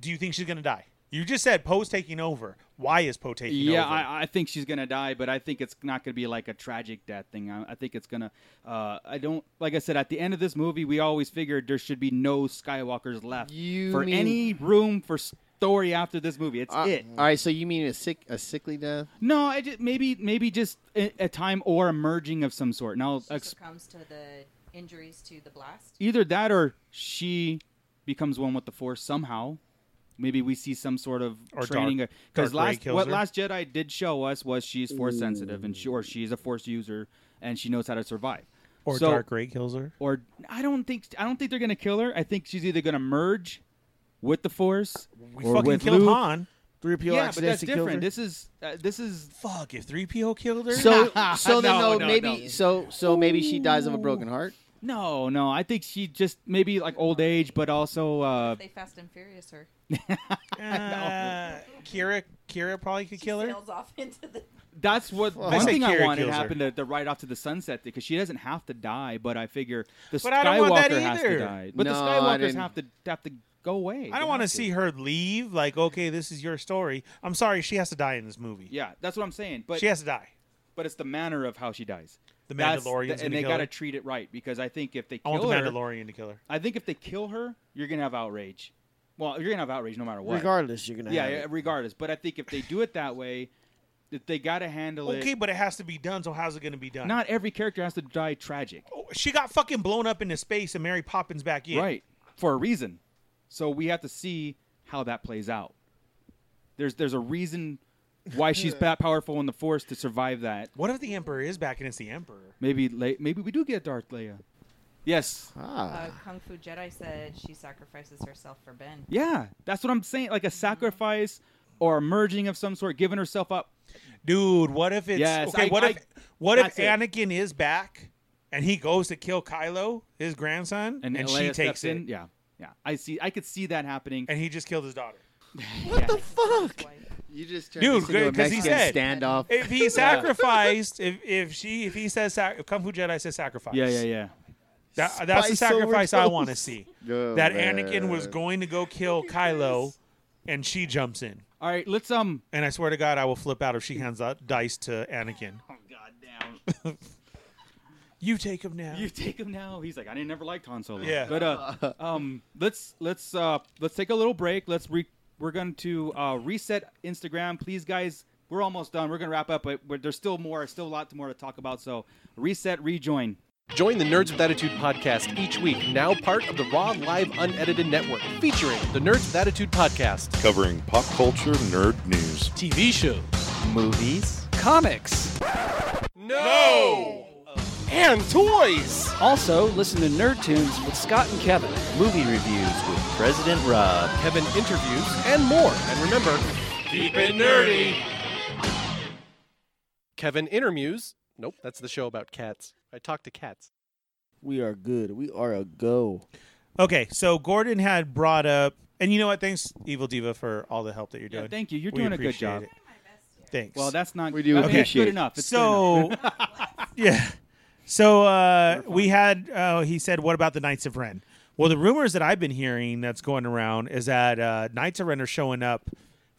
do you think she's gonna die? You just said Poe's taking over. Why is Poe taking Yeah, over? I, I think she's gonna die, but I think it's not gonna be like a tragic death thing. I, I think it's gonna. Uh, I don't like I said at the end of this movie, we always figured there should be no Skywalkers left You for mean- any room for story after this movie. It's Uh, it. All right. So you mean a sick a sickly death? No, I just, maybe maybe just a, a time or a merging of some sort. Now, She ex- succumbs to the injuries to the blast. either that or she becomes one with the Force somehow. Maybe we see some sort of Or training Dark- because Dark Ray last kills what her. Last Jedi did show us was she's Force sensitive and she, or she's a Force user and she knows how to survive. or So- Dark Ray kills her. or I don't think I don't think they're gonna kill her. I think she's either gonna merge with the Force We or fucking with killed Luke. Han. Three PO Yeah, but that's different. This is uh, this is Fuck! If three PO killed her, So so then No, no, no, maybe no. so so maybe she dies of a broken heart. No, no. I think she just maybe like old age, but also uh, They Fast and Furious her. Uh, Kira, Kira probably could kill her. Sails off into the. that's what I one say thing I Kira wanted kills her. happened to the right off to the sunset because she doesn't have to die. But I figure the But Skywalker I don't want that has to either. die. But the No, I Skywalkers didn't. have to have to go away. I don't want to see her leave. Like, okay, this is your story. I'm sorry, she has to die in this movie. Yeah, that's what I'm saying. But she has to die. but it's the manner of how she dies. The That's Mandalorian's and gonna they kill gotta her. treat it right because I think if they I kill want the her, Mandalorian to kill her. I think if they kill her, you're gonna have outrage. Well, you're gonna have outrage no matter what. regardless, you're gonna. yeah, have yeah, it. regardless. But I think if they do it that way, that they gotta handle it. Okay, but it has to be done. So how's it going to be done? Not every character has to die tragic, Oh, She got fucking blown up into space, and Mary Poppins back in. right? For a reason. So we have to see how that plays out. There's there's a reason why she's that powerful in the Force to survive that. What if the Emperor is back and it's the Emperor? Maybe Le- maybe we do get Darth Leia. Yes. Uh, Kung Fu Jedi said she sacrifices herself for Ben. Yeah, that's what I'm saying. Like a sacrifice or a merging of some sort, giving herself up. Dude, what if it's Yes, okay? I- what I- if what if that's it. Anakin is back and he goes to kill Kylo, his grandson, And, Leia she steps takes it, in. Yeah, yeah. I see. I could see that happening. and he just killed his daughter. What the Fuck. You just turned Dude, this into a good, 'cause he Mexican said- standoff. if he sacrificed, if if she if he says sac- if Kung Fu Jedi says sacrifice, Yeah, yeah, yeah. That, that's the Spice over sacrifice I toast. want to see. Oh, that man. Anakin was going to go kill Kylo, and she jumps in. All right, let's um. And I swear to God, I will flip out if she hands that dice to Anakin. Oh God damn. You take him now. you take him now. He's like, I didn't never liked Han Solo. Yeah. But uh, um, let's let's uh, let's take a little break. Let's re- We're going to uh, reset Instagram. Please, guys, we're almost done. We're going to wrap up, but but there's still more, still a lot more to talk about. So reset, rejoin. Join the Nerds with Attitude podcast each week, now part of the Raw Live Unedited Network, featuring the Nerds with Attitude podcast, Covering pop culture nerd news. TV shows, Movies. comics, no, and toys. Also, listen to Nerd Tunes with Scott and Kevin. Movie reviews with President Rob. Kevin interviews, and more. And remember, keep it nerdy. Kevin intermuse. Nope, that's the show about cats. I talk to cats. We are good. We are a go. Okay, so Gordon had brought up, and you know what? Thanks, Evil Diva, for all the help that you're Yeah, doing. thank you. You're We doing a good appreciate job. it. Thanks. Well, that's not We do I mean, it's appreciate good it. enough. It's good so yeah. So uh, we had uh, he said, "What about the Knights of Ren?" Well, the rumors that I've been hearing that's going around is that uh, Knights of Ren are showing up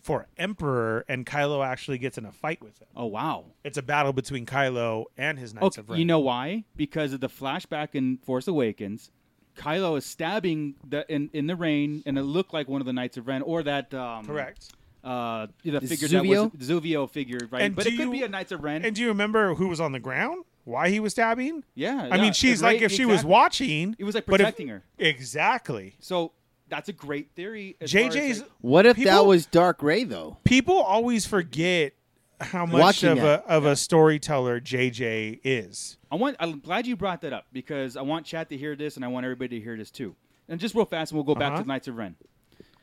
for Emperor, and Kylo actually gets in a fight with him. Oh wow. It's a battle between Kylo and his Knights Okay, of Ren. you know why? Because of the flashback in Force Awakens, Kylo is stabbing the in, in the rain, and it looked like one of the Knights of Ren or that um, correct. uh, the figure Zuvio? that was Zuvio figure, right? And but do it could you- be a Knights of Ren. And do you remember who was on the ground? Why he was stabbing? yeah, I yeah, mean, she's it's like, right- if she was exactly. watching, It was like but if- protecting her. Exactly. So that's a great theory. as far as, JJ's like- What if that People- was Dark Ray though? people always forget how much Watching of that. a of a storyteller JJ is. I want. I'm glad you brought that up because I want Chad to hear this, and I want everybody to hear this too. And just real fast, and we'll go back Uh-huh. to the Knights of Ren.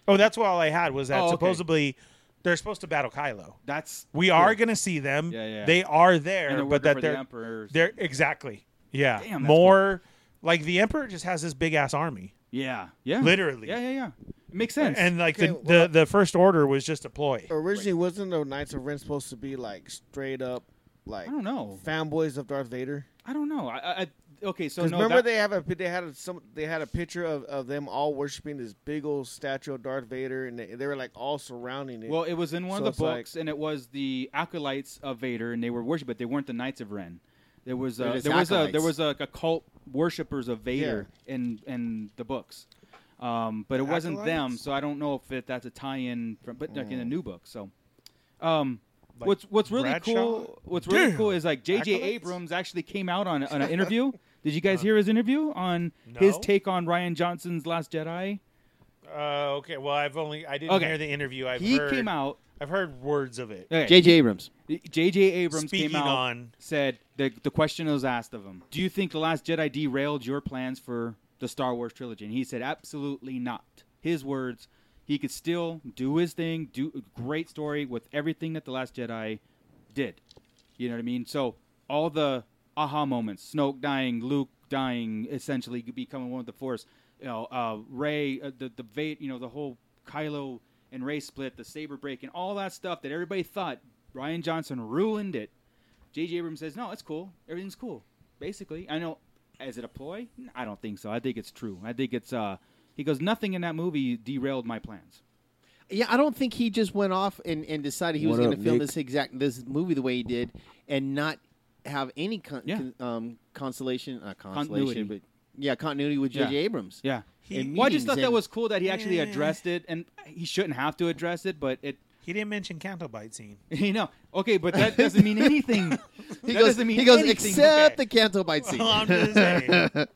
Oh, that's what all I had was that Oh, okay. supposedly they're supposed to battle Kylo. That's We are going to see them. Yeah, yeah. They are there, And they're but working that for the they're Emperor. they're exactly. Yeah. Damn, that's More like the emperor just has this big ass army. yeah, yeah, Literally. yeah, yeah, yeah. It makes sense. And like the, Okay, well- Oh. the the first order was just a ploy. Originally, wasn't the Knights of Ren supposed to be like straight up, like I don't know. fanboys of Darth Vader? I don't know. I, I, I okay. So Because Oh, no, remember that- they have a they had a, some they had a picture of, of them all worshiping this big old statue of Darth Vader, and they, they were like all surrounding it. Well, it was in one So of it's the like- books, and it was the acolytes of Vader, and they were worshipped, but they weren't the Knights of Ren. There was They're a, just there was a acolytes. there was a, a cult worshippers of Vader in in the books, um, but it wasn't them. acolytes? So I don't know if it, that's a tie-in from, but like in a new book. So, um, what's what's really Bradshaw? cool? What's really Damn. cool is like J.J. Acolytes? Abrams actually came out on, on an interview. Did you guys hear his interview on his No. take on Ryan Johnson's Last Jedi? Uh, okay, well I've only I didn't Okay. hear the interview. I've He heard, came out. I've heard words of it. Okay. JJ Abrams. J.J. Abrams Speaking came out, on- said the the question was asked of him: Do you think the Last Jedi derailed your plans for the Star Wars trilogy? And he said, absolutely not. His words, he could still do his thing, do a great story with everything that the Last Jedi did. You know what I mean? So all the aha moments, Snoke dying, Luke dying, essentially becoming one with the Force. You know, uh, Ray, uh, the the Vate, you know, the whole Kylo and Ray split, the saber break, and all that stuff that everybody thought Ryan Johnson ruined it. J.J. Abrams says, "No, it's cool. Everything's cool." Basically, I know. Is it a ploy? I don't think so. I think it's true. I think it's. uh He goes, "Nothing in that movie derailed my plans." Yeah, I don't think he just went off and, and decided he was What going to up, film Nick? this exact this movie the way he did, and not have any con- Yeah. con- um, consolation, not consolation, Continuity. but yeah, continuity with J.J. Yeah. Abrams. Yeah. In well, I meetings just thought that and- was cool that he actually addressed it, and he shouldn't have to address it, but it. He didn't mention Canto Bite scene. You know, okay, but that doesn't mean anything. He That goes, doesn't mean he goes, anything. except the Canto Bite scene. Well, I'm just saying.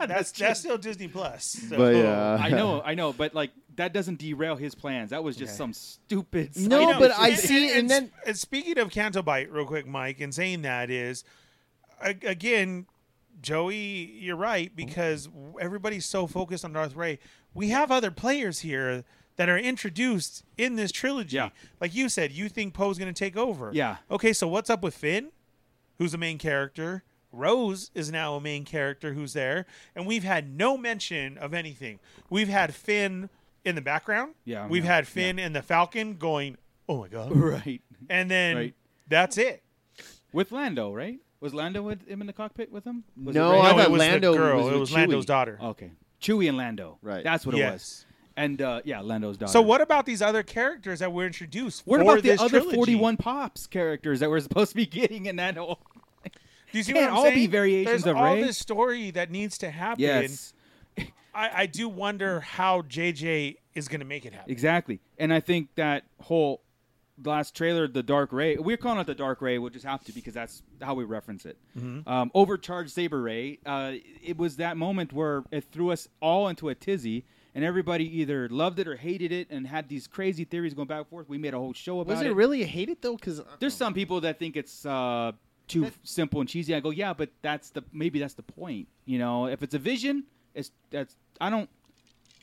that's that's still Disney Plus. So. But, uh, I know, I know, but like that doesn't derail his plans. That was just Okay. some stupid. No, side- You but I and- see- and then- sp- and speaking of Canto Bite, real quick, Mike, and saying that is, a- again, Joey, you're right Mm-hmm. because everybody's so focused on Darth Ray. We have other players here that are introduced in this trilogy. Yeah. Like you said, you think Poe's going to take over. Yeah. Okay, so what's up with Finn, who's the main character? Rose is now a main character who's there, and we've had no mention of anything. We've had Finn in the background. Yeah, We've yeah, had Finn and the Falcon going, oh my God. right And then Right. that's it. with Lando, right? Was Lando with him in the cockpit with him? Was it No, Ray? I no, thought it was Lando the girl. was it with was Lando's Chewie. daughter. okay, Chewie and Lando. Right. that's what it Yes. was. And uh, yeah, Lando's daughter. So what about these other characters that were introduced? What for about the this other trilogy? forty-one pops characters that we're supposed to be getting in that whole? Do you see Can't what I'm all be saying? variations There's of all Rey. this story that needs to happen. Yes. I, I do wonder how JJ is going to make it happen. Exactly. And I think that whole last trailer, the Dark Ray, we're calling it the Dark Ray. We'll just have to because that's how we reference it. Mhm. Um, overcharged Saber Ray. Uh, it was that moment where it threw us all into a tizzy. And everybody either loved it or hated it, and had these crazy theories going back and forth. We made a whole show about Was it really hated though? Because There's some people that think it's uh, too simple and cheesy. I go, yeah, but that's the maybe that's the point. You know, if it's a vision, it's that's I don't.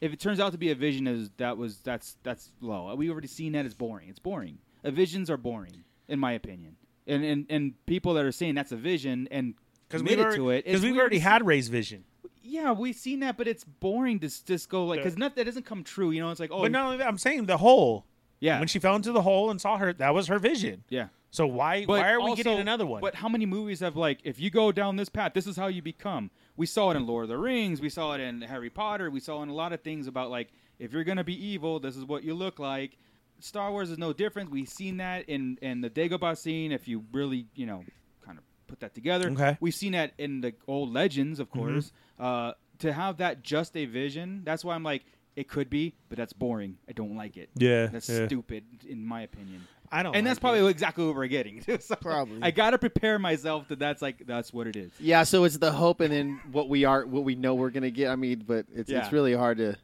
If it turns out to be a vision, is that was that's that's low. We already seen that it's boring. It's boring. Uh, Visions are boring, in my opinion. And and and people that are saying that's a vision and Because we've committed already, to Oh, it, it's- because we've we already seen- had Ray's vision. Yeah, we've seen that, but it's boring to s- just go like Yeah. because not that doesn't come true. You know, it's like oh but not only that, I'm saying the hole. Yeah. When she fell into the hole and saw her, that was her vision. yeah. So why But why are we also- getting another one? But how many movies have like, if you go down this path, this is how you become? We saw it in Lord of the Rings. We saw it in Harry Potter. We saw it in a lot of things about like, if you're gonna be evil, this is what you look like. Star Wars is no different. We've seen that in in the Dagobah scene. If you really, you know, kind of put that together, Okay. Mm-hmm. we've seen that in the old legends, of course. Uh, to have that just a vision, that's why I'm like, it could be, but that's boring. I don't like it. Yeah, that's yeah. stupid, in my opinion I don't. and like that's probably exactly what we're getting. too. So Probably. I gotta prepare myself that that's like that's what it is. Yeah, so it's the hope, and then what we are, what we know we're gonna get. I mean, but it's Yeah. it's really hard to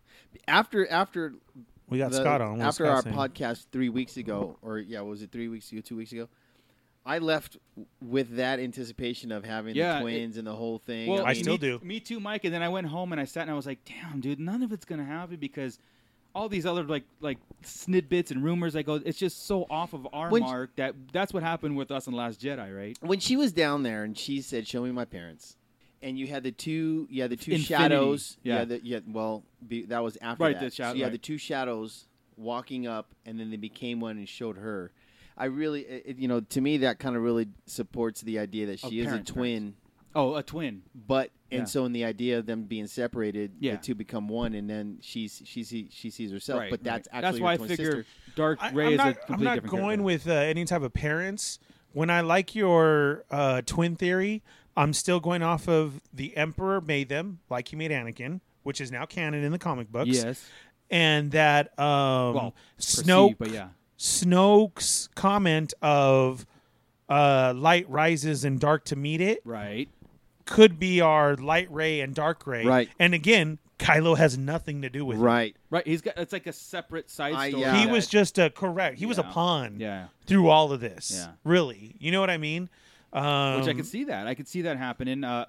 after after it. we got the- Scott on. What was after Scott our saying? podcast three weeks ago, or yeah, what was it three weeks ago, two weeks ago? I left with that anticipation of having Yeah, the it- twins and the whole thing. I me- still do. Me too, Mike. And then I went home and I sat and I was like, damn, dude, none of it's gonna happen because all these other like like snidbits and rumors. I go, it's just so off of our When- mark that that's what happened with us in Last Jedi, right? when she was down there and she said, "Show me my parents," and you had the two, yeah, the two Infinity, shadows, yeah. yeah, the, yeah well, be, that was after Right, that. the shadow- so you had right. the two shadows walking up, and then they became one and showed her. I really, it, it- you know, to me that kind of really supports the idea that Of she is parents, a twin, Oh, a twin. but and Yeah. so in the idea of them being separated, Yeah. the two become one, and then she's she see, she sees herself, right, but that's right. actually that's why her I twin figure sister. Dark I, Ray am is not, a completely I'm not different going character. with uh, any type of parents. When I like your uh, twin theory, I'm still going off of the Emperor made them, like he made Anakin, which is now canon in the comic books. yes. and that um, Well, Snoke, perceived, but yeah. Snoke's comment of uh, "light rises and dark to meet it" Right. could be our light ray and dark ray. Right. And again, Kylo has nothing to do with right. Right. He's got it's like a separate side I- uh, story. it. yeah. He that- was just a correct. He was a Yeah. pawn. Yeah. Through all of this. Yeah. Really. You know what I mean? Um, Which I could see that. I could see that happening. Uh,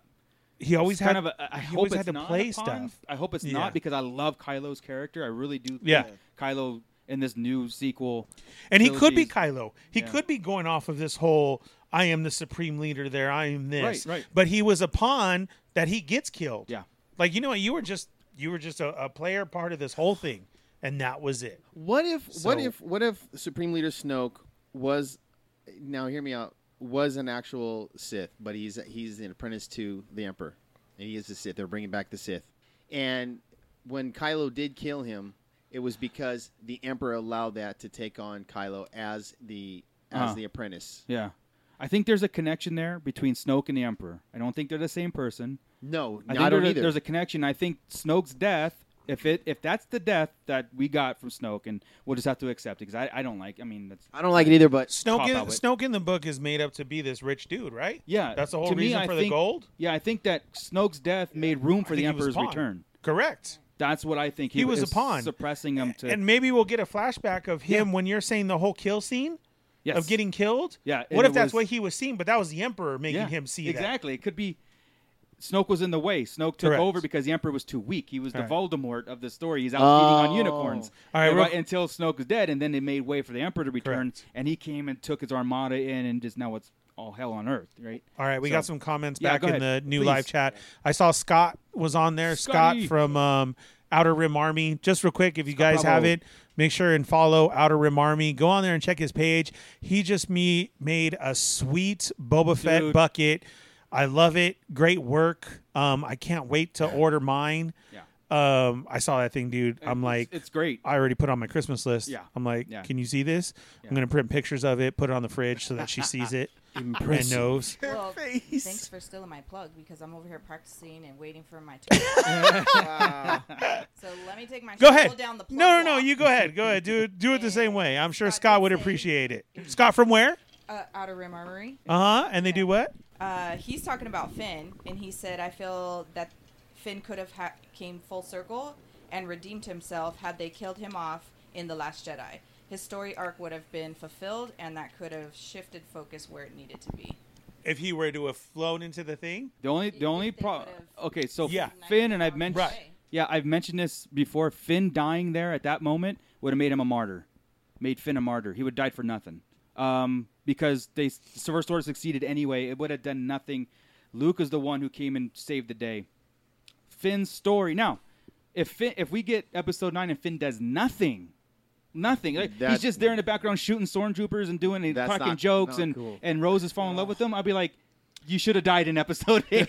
He always it's kind had of a, I he hope always it's had to not play a pawn. stuff. I hope it's Yeah. not because I love Kylo's character. I really do. think Yeah. Kylo in this new sequel. And he could be trilogies- Kylo. He Yeah. could be going off of this whole I am the supreme leader there, I am this. Right, right. But he was a pawn that he gets killed. Yeah. Like you know what, you were just you were just a, a player part of this whole thing. And that was it. What if what So- if what if Supreme Leader Snoke was now hear me out was an actual Sith, but he's he's an apprentice to the Emperor, and he is a Sith. They're bringing back the Sith, and when Kylo did kill him, it was because the Emperor allowed that to take on Kylo as the as Uh-huh. the apprentice. Yeah. I think there's a connection there between Snoke and the Emperor. I don't think they're the same person. No, I I, think don't there's, a, either. there's a connection. I think Snoke's death, if it if that's the death that we got from Snoke, and we'll just have to accept it because I, I don't like. I mean, that's I don't like it either, but Snoke Cop in, out with- Snoke in the book is made up to be this rich dude, right? yeah. That's the whole to me, reason I for the think- gold. Yeah, I think that Snoke's death made room for I the think he was Emperor's pawn. return. Correct. That's what I think. He, He was a is pawn. suppressing him to And maybe we'll get a flashback of him when you're saying the whole kill scene yes. of getting killed. Yeah, and What if it that's was- what he was seeing? But that was the Emperor making Yeah, him see exactly. It could be Snoke was in the way. Snoke took Correct. over because the Emperor was too weak. He was the All right. Voldemort of the story. He's out feeding on Oh. unicorns All right, And real- right until Snoke was dead, and then they made way for the Emperor to return, and he came and took his armada in, and just now it's all hell on earth, right? that. All right, we So- got some comments Yeah, back go in ahead. the new Please. live chat. I saw Scott was on there. Scotty. Scott from um, Outer Rim Army. Just real quick, if you guys Bravo. haven't, make sure and follow Outer Rim Army. Go on there and check his page. He just me made a sweet Boba Fett Dude. bucket. I love it. Great work. Um, I can't wait to order mine. Yeah. Um, I saw that thing, dude. I'm like, it's, great. I already put it on my Christmas list. Yeah. I'm like, Yeah. can you see this? I'm gonna print pictures of it, put it on the fridge so that she sees it. Impressive. And nose. Well, thanks for stealing my plug because I'm over here practicing and waiting for my turn. Wow. So let me take my Go shovel ahead. down the plug No, no, no. walk, You go ahead. Go ahead. Do it. Do it the same way. I'm sure Scott would appreciate it. Scott from where? uh, Outer Rim Armory. Uh huh. And they do what? Uh, he's talking about Finn, and he said, "I feel that Finn could have ha- came full circle and redeemed himself had they killed him off in the Last Jedi. His story arc would have been fulfilled, and that could have shifted focus where it needed to be." If he were to have flown into the thing. The only the only problem. Okay, so Yeah. Finn and I've mentioned. Right. Yeah, I've mentioned this before. Finn dying there at that moment would have made him a martyr, made Finn a martyr. He would have died for nothing. Um, because they the First Order succeeded anyway. It would have done nothing. Luke is the one who came and saved the day. Finn's story. Now, if Finn, if we get Episode Nine and Finn does nothing, nothing. Like, he's That- just there in the background shooting stormtroopers and doing and That's cracking not- jokes not and cool. and Rose is falling in love with him. I'd be like, you should have died in Episode Eight.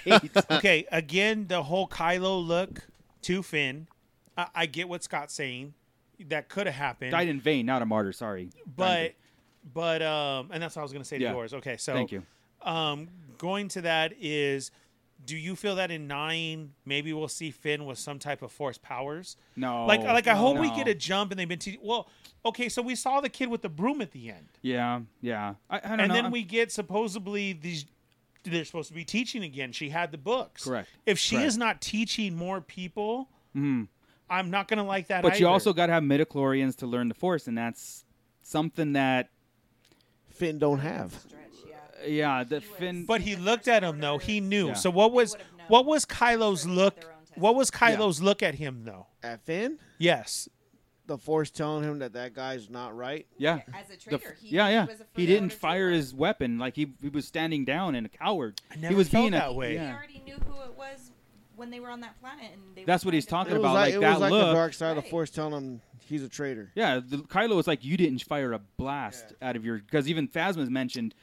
okay, again, the whole Kylo look to Finn. I, I get what Scott's saying. That could have happened. died in vain, not a martyr. Sorry, but but um and that's what I was gonna say to Yeah. yours. Okay, so Thank you. Um going to that is do you feel that in nine maybe we'll see Finn with some type of force powers? No, Like like I hope we no. get a jump and they've been te- well, okay, so we saw the kid with the broom at the end. yeah, yeah. I, I don't and know. then we get supposedly these they're supposed to be teaching again. She had the books. Correct. If she Correct. is not teaching more people, Mhm. I'm not gonna like that. But you either. also got to have midichlorians to learn the Force, and that's something that uh, Finn don't have. yeah, the Finn. But he looked at him though. He knew. Yeah. So what was what was Kylo's look? What was Kylo's look at him though? At Finn, Yes. the Force telling him that that guy's not right. yeah, As a The f- traitor, he, yeah, yeah. was a He First didn't Order fire his weapon. Like he, he was standing down and a coward. never he was felt being that a, way. trooper. Yeah. He already knew who it was when they were on that planet, and they That's were what he's trying talking to- It was about, like, like it that was like look. the dark side of the Right. Force telling him he's a traitor. Yeah, the, Kylo was like, you didn't fire a blast out of your because even Phasma's mentioned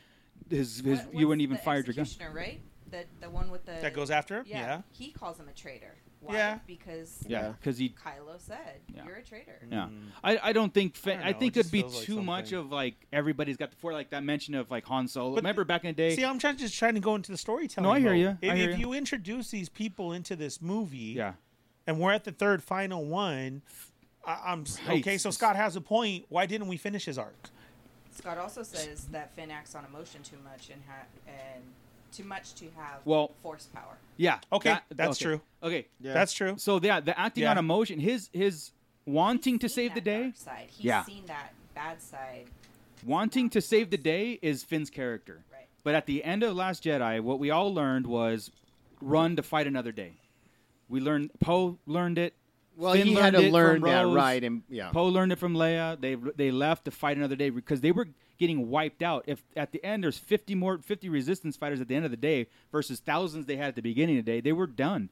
his his What you was wouldn't even the fired your gun. executioner, right? The the one with the That goes after him. Yeah, Yeah. He calls him a traitor. Why? Yeah. Because Yeah, because he Kylo said, Yeah. "You're a traitor." Yeah, I, I don't think Finn, Hmm. don't I, know, it think just it'd be feels like too much something. of like everybody's got the four like that mention of like Han Solo. But- Remember back in the day? See, I'm trying just trying to go into the storytelling. No, I hear mode. ya. I If, hear if ya. you introduce these people into this movie, yeah, and we're at the third final one. I, I'm s- Right. okay. So Scott has a point. Why didn't we finish his arc? Scott also says that Finn acts on emotion too much and ha- and too much to have Well- force power. yeah. Okay, that's okay. true. Okay, Yeah. That's true. so yeah, the acting Yeah. on emotion, his his wanting to He's seen save the that day, dark Side. He's Yeah. seen that bad side. wanting to save the day is Finn's character. Right. But at the end of Last Jedi, what we all learned was run to fight another day. We learned Poe learned it. Well, Finn he had learned to it learn from that, Rose. right? And yeah, Poe learned it from Leia. They they left to fight another day because they were getting wiped out. If at the end there's 50 more 50 resistance fighters at the end of the day versus thousands they had at the beginning of the day, they were done.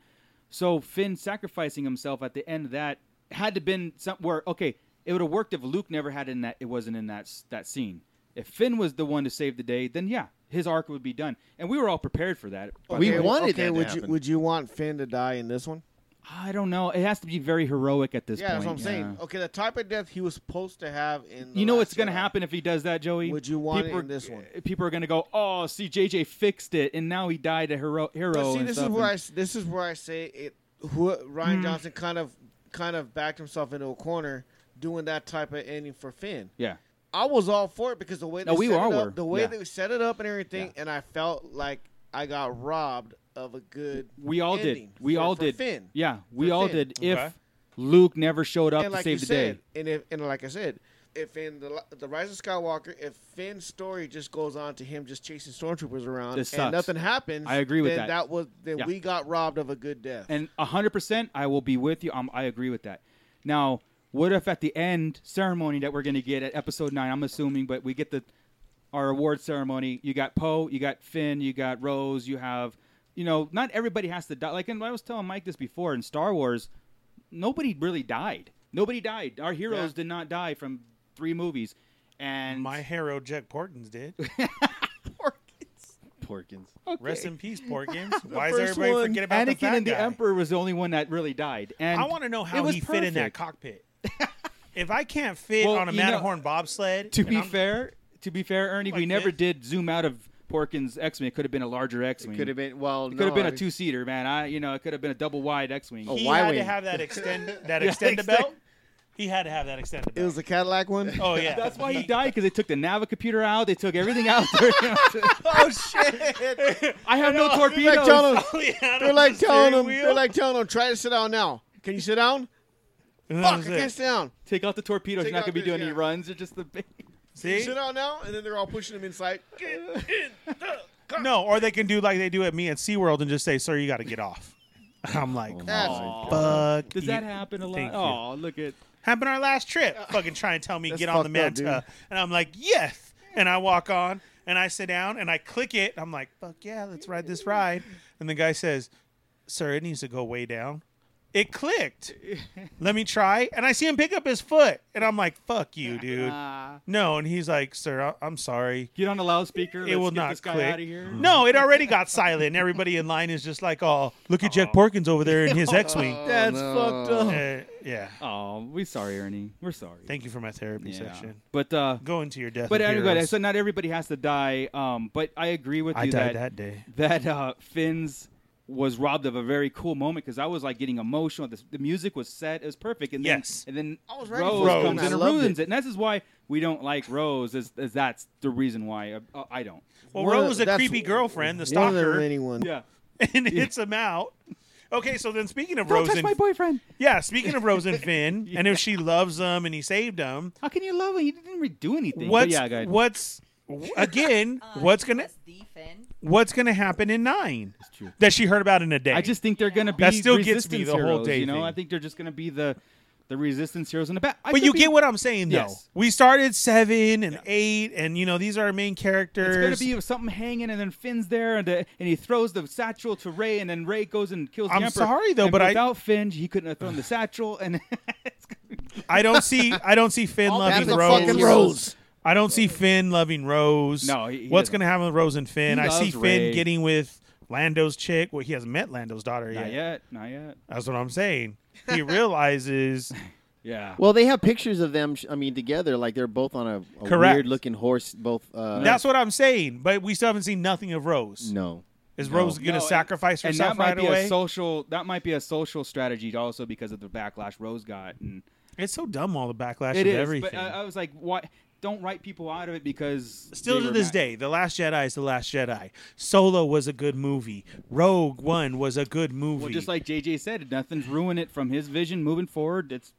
So Finn sacrificing himself at the end of that had to been somewhere. Okay, it would have worked if Luke never had it in that. It wasn't in that s- that scene. If Finn was the one to save the day, then yeah, his arc would be done, and we were all prepared for that. by the We way. wanted okay, that to would happen. you would you want Finn to die in this one? I don't know. It has to be very heroic at this yeah, point. that's what I'm saying. yeah. Okay, the type of death he was supposed to have in. The You know Last what's going to Jedi. happen if he does that, Joey? Would you want it people in are, this one? uh, People are going to go, "Oh, see, JJ fixed it, and now he died a hero." hero But see, and this is stuff," where I and- Hmm. s- this is where I say it. Who Ryan Johnson kind of kind of backed himself into a corner doing that type of ending for Finn. yeah, I was all for it because the way they No, we set all it were. up, the way Yeah. they set it up and everything, Yeah. and I felt like I got robbed of a good. we all ending did. We for- all for did. Finn. Yeah, we For all Finn. did. Okay. If Luke never showed up and to like save you the said, day, and if and like I said, if in the the Rise of Skywalker, if Finn's story just goes on to him just chasing stormtroopers around This sucks. and nothing happens, I agree with then that. was then Yeah. we got robbed of a good death. and hundred percent, I will be with you. Um, I agree with that. Now, what if at the end ceremony that we're going to get at Episode Nine? I'm assuming, but we get the our award ceremony. You got Poe, you got Finn, you got Rose, you have, you know, not everybody has to die. Like, and I was telling Mike this before in Star Wars, nobody really died. Nobody died. Our heroes did not die from three movies, and My hero Jack Porkins did. Porkins. Rest in peace, Porkins. Why is first everybody one, forget about Anakin the fat and the guy? Emperor was the only one that really died. And I want to know it how was he fit in that perfect. cockpit. if I can't fit Well, on a you know- Matterhorn bobsled, To and be I'm- fair, to be fair, Ernie, we Like never this. did zoom out of Porkins X Wing. It could have been a larger X Wing. could have been- well, It could have no, been I a mean- two seater, man. I you know it could have been a double wide X Wing. he had to have that extend that Yeah, extend extend- belt. He had to have that extended It belt. was the Cadillac one. Oh yeah, That's why he died because they took the Nava computer out. They took everything out. There. oh shit! I have no They're like torpedoes. telling him. They're like telling him. They're like telling him. Try to sit down now. Can you sit down? Fuck! I can't sit down. Take out the torpedoes. Take You're not out gonna be this, doing yeah. any runs. You're just the. ba- Can See? you sit down now. And then they're all pushing him inside. Get in the car. No, or they can do like they do at me at SeaWorld and just say, "Sir, you got to get off." I'm like, Oh That's- "Fuck." Does you." that happen a lot? Thank you. Oh, look at. Happened our last trip. Fucking try and tell me That's get on the fucked up, dude. manta, and I'm like, "Yes." And I walk on, and I sit down, and I click it. I'm like, "Fuck yeah, let's ride this ride." And the guy says, "Sir, it needs to go way down." It clicked. Let me try, and I see him pick up his foot, and I'm like, "Fuck you, dude." Ah. No, and he's like, "Sir, I- I'm sorry." Get on the loudspeaker. it Let's will get not this guy click. out of here. No, it already got silent. and Everybody in line is just like, "Oh, look at Jack Porkins over there in his X-wing." That's fucked up. Uh, yeah. Oh, we sorry, Ernie. We're sorry. Thank you for my therapy Yeah. session. But uh, Go into your death. but of anyway, heroes. so not everybody has to die. Um, but I agree with you I died that that day. that uh, Finn's was robbed of a very cool moment because I was like getting emotional. The, the music was set; it was perfect. And then, Yes. and then I was ready Rose for it. comes I in and loved ruins it. And this is why we don't like Rose. Is, is that's the reason why uh, uh, I don't. Well, One of the- Rose, a that's creepy girlfriend, the One of the stalker, many ones. Yeah, and hits him out. Okay, so then speaking of don't Rose touch and my boyfriend. yeah, speaking of Rose and Finn, and if she loves him and he saved him, How can you love him? He didn't really do anything. But what's yeah, go ahead. what's again? Uh, what's gonna that's the Finn. what's gonna happen in nine true. that she heard about in a day? I just think they're gonna be That still resistance gets me the whole heroes, day You know, thing. I think they're just gonna be the the resistance heroes in the back. I but could you be- get what I'm saying, though. Yes. We started seven and eight, and you know these are our main It's characters. gonna be something hanging, and then Finn's there, and, the, and he throws the satchel to Ray, and then Ray goes and kills. I'm the Emperor. sorry, though, And but I- without Finn, he couldn't have thrown the satchel. And it's gonna be- I don't see. I don't see Finn All loving kinds of Rose. fucking Rose. I don't see Finn loving Rose. No, he- he what's doesn't. gonna happen with Rose and Finn? He I see loves Finn Ray. getting with Lando's chick. Well, he hasn't met Lando's daughter not yet. yet, not yet. That's what I'm saying. He realizes. Yeah, Well, they have pictures of them. sh- I mean, together, like they're both on a, a Correct. weird-looking horse. Both. Uh, That's what I'm saying. But we still haven't seen nothing of Rose. no. Is No. Rose gonna No, sacrifice and herself that might right be away? a social. That might be a social strategy also because of the backlash Rose got, and it's so dumb. All the backlash it of is. everything. But uh, I, I was like, why? Don't write people out of it because Still they to were this not- day, The Last Jedi is The Last Jedi. Solo was a good movie. Rogue One was a good movie. Well, just like JJ said, nothing's ruined it from his vision moving forward. It's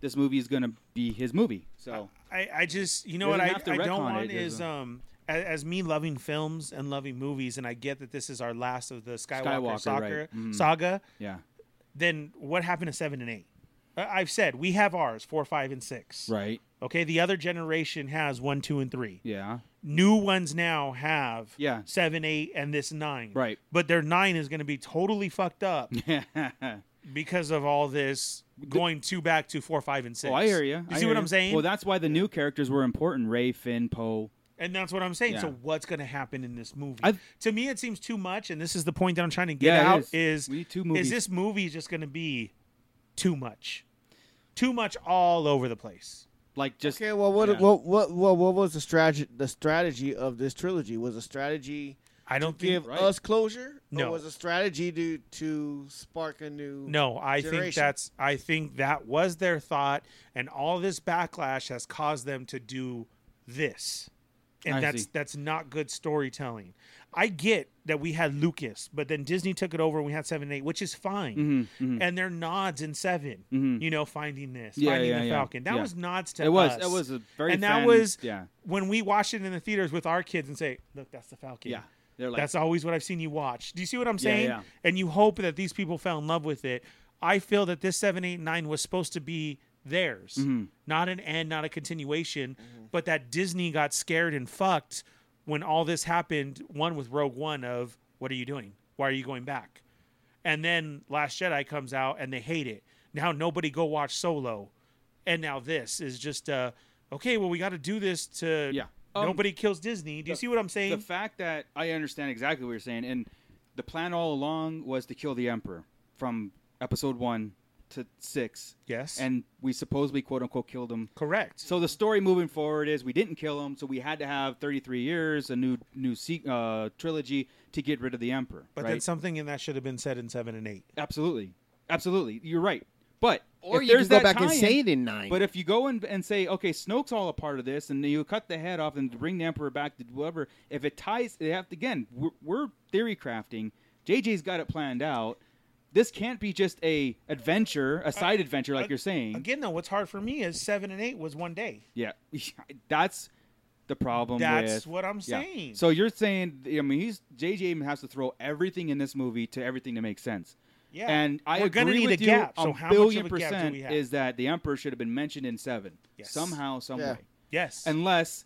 this movie is gonna be his movie. So I, I just you know They what didn't I, have to I don't retcon want it, is is a- um as, as me loving films and loving movies, and I get that this is our last of the Skywalker, Skywalker, soccer, right. Mm. saga. yeah, Then what happened to seven and eight? I- I've said we have ours four, five, and six. right, Okay, the other generation has one, two, and three. yeah, New ones now have Yeah. seven, eight, and this nine. Right. But their nine is going to be totally fucked up oh, because of all this going two back to four, five, and six. Oh, I hear you. You see what I'm saying? Well, that's why the new characters were important: Ray, Finn, Poe. And that's what I'm saying. So Yeah. what's going to happen in this movie? I've- to me, it seems too much, and this is the point that I'm trying to get Yeah, it out: is. is We need two is movies. this movie just going to be too much, too much all over the place? Like just Okay, well, what, Yeah. what, what, what, what was the strategy? The strategy of this trilogy was a strategy I don't think. give right. us closure. No. or was a strategy to to spark a new. No, I think generation. that's. I think that was their thought, and all this backlash has caused them to do this, and I that's see. that's not good storytelling. I get that we had Lucas, but then Disney took it over, and we had seven, and eight, which is fine. Mm-hmm, And their nods in 7 you know, finding this, Yeah, finding yeah, the yeah, Falcon. That yeah. was nods to It was- us. that was a very and that fan- was yeah. when we watched it in the theaters with our kids and say, "Look, that's the Falcon." yeah, they're like That's always what I've seen you watch. Do you see what I'm saying? yeah. And you hope that these people fell in love with it. I feel that this 789 was supposed to be theirs, Mm-hmm. not an end, not a continuation, but that Disney got scared and fucked when all this happened. One with Rogue One of what are you doing? Why are you going back? And then Last Jedi comes out and they hate it. Now nobody go watch Solo, and now this is just uh, okay. Well, we got to do this to Yeah. Um, nobody kills Disney. Do you see what I'm saying? the fact that I understand exactly what you're saying, and the plan all along was to kill the Emperor from Episode One to six. Yes. And we supposedly quote unquote killed him. Correct. So the story moving forward is we didn't kill him, so we had to have 33 years, a new new se- uh, trilogy to get rid of the emperor. But right? Mm-hmm. then something in that should have been said in seven and eight. Absolutely, absolutely, you're right. But Or if you there's could go that back and tie-in- say it in nine. But if you go and, and say, okay, Snoke's all a part of this, and you cut the head off and bring the Emperor back to whoever, if it ties, they have to, again, we're, we're theory crafting. JJ's got it planned out. This can't be just a adventure, a side adventure, like you're saying. Again, though, what's hard for me is seven and eight was one day. Yeah, that's the problem. That's with- what I'm yeah. saying. So you're saying, I mean, he's JJ even has to throw everything in this movie to everything to make sense. Yeah. and I We're agree gonna need with a you. gap, A so how much of billion a gap do percent we have? is that the emperor should have been mentioned in seven Yes. somehow, some Yeah. way. Yes. Unless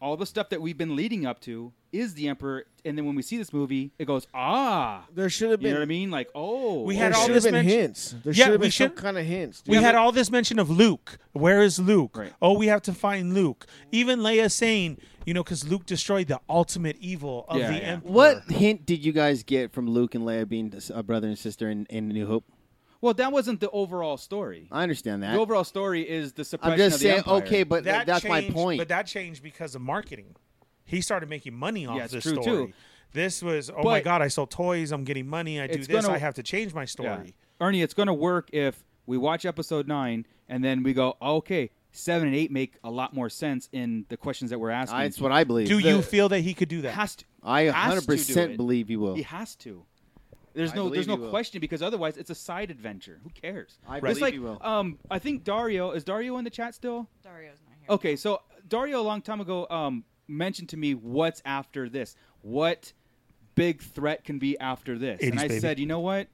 all the stuff that we've been leading up to is the emperor, and then when we see this movie, it goes ah. There should have You know what I been. mean? Like oh, We There had all should have this been mention- hints. There Yeah, should have we been some should- kind of hints. we dude. had all this mention of Luke. Where is Luke? Right. Oh, we have to find Luke. Even Leia saying, you know, because Luke destroyed the ultimate evil of Yeah, the yeah. Emperor. What hint did you guys get from Luke and Leia being a brother and sister in, in New Hope? Well, that wasn't the overall story. I understand the that. overall story is the suppression I'm just of the saying, empire. okay, but That th- that's my changed- point. But that changed because of marketing. He started making money off Yeah, it's this true, story. too. This was, oh my But- God, I sell toys. I'm getting money. I do It's this. gonna- I have to change my story. Yeah. Ernie, it's going to work if we watch episode nine and then we go, okay, seven and eight make a lot more sense in the questions that we're asking. I, that's what I believe. Do The- you feel that he could do that? has to, I has to do 100% it. believe you will. He has to. There's I no, believe there's no he will. question because otherwise it's a side adventure. Who cares? I It's believe like, he will. Um, I think Dario is Dario in the chat still? Dario's not here. Okay, so Dario a long time ago um, mentioned to me what's after this. What big threat can be after this? And 80s, I baby. said, you know what?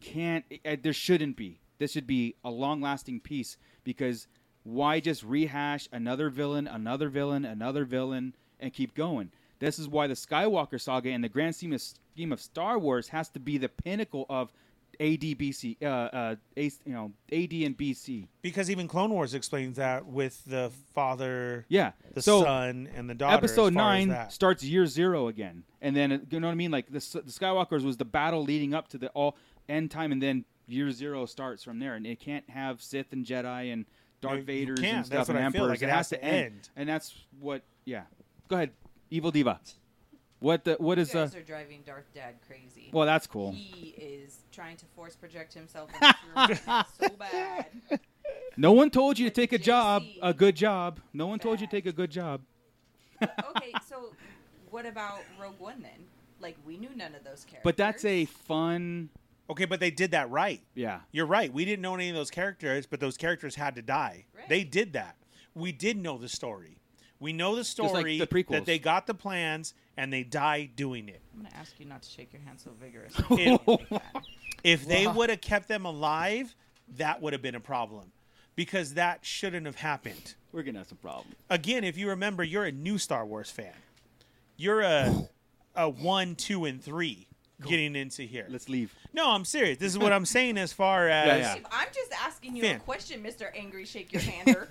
Can't uh, there shouldn't be. This should be a long-lasting piece because why just rehash another villain, another villain, another villain, and keep going? This is why the Skywalker saga and the grand scheme of, scheme of Star Wars has to be the pinnacle of ADBC, uh, uh, A, you know, AD and BC. Because even Clone Wars explains that with the father, Yeah. the so son, and the daughter. as episode far as nine that. starts year zero again, and then it- you know what I mean. Like the, S- the Skywalker's was the battle leading up to the all end time, and then year zero starts from there. And it can't have Sith and Jedi and Darth you Vader can't. and That's what stuff and I feel emperors. like. It has to end. and that's what. Yeah, go ahead, Evil Diva. What the what You is uh? guys are driving Darth Dad crazy. Well, that's cool. He is trying to force project himself in this room so bad. No one told you to take a JC. job, a good job. No one told you to Bad. take a good job. Okay, so what about Rogue One then? Like we knew none of those characters. But that's a fun. okay, but they did that right. Yeah. You're right. We didn't know any of those characters, but those characters had to die. Right. They did that. We did know the story. We know the like story the prequels. that they got the plans and they die doing it. I'm gonna ask you not to shake your hand so vigorously. It- Like that. If they would have kept them alive, that would have been a problem because that shouldn't have happened. We're gonna have some problems. Again, if you remember, you're a new Star Wars fan. You're a a one, two, and three getting into here. Let's leave. no, I'm serious. This is what I'm saying as far as yeah. I'm just asking you Finn. a question, Mr. Angry Shake Your Hander.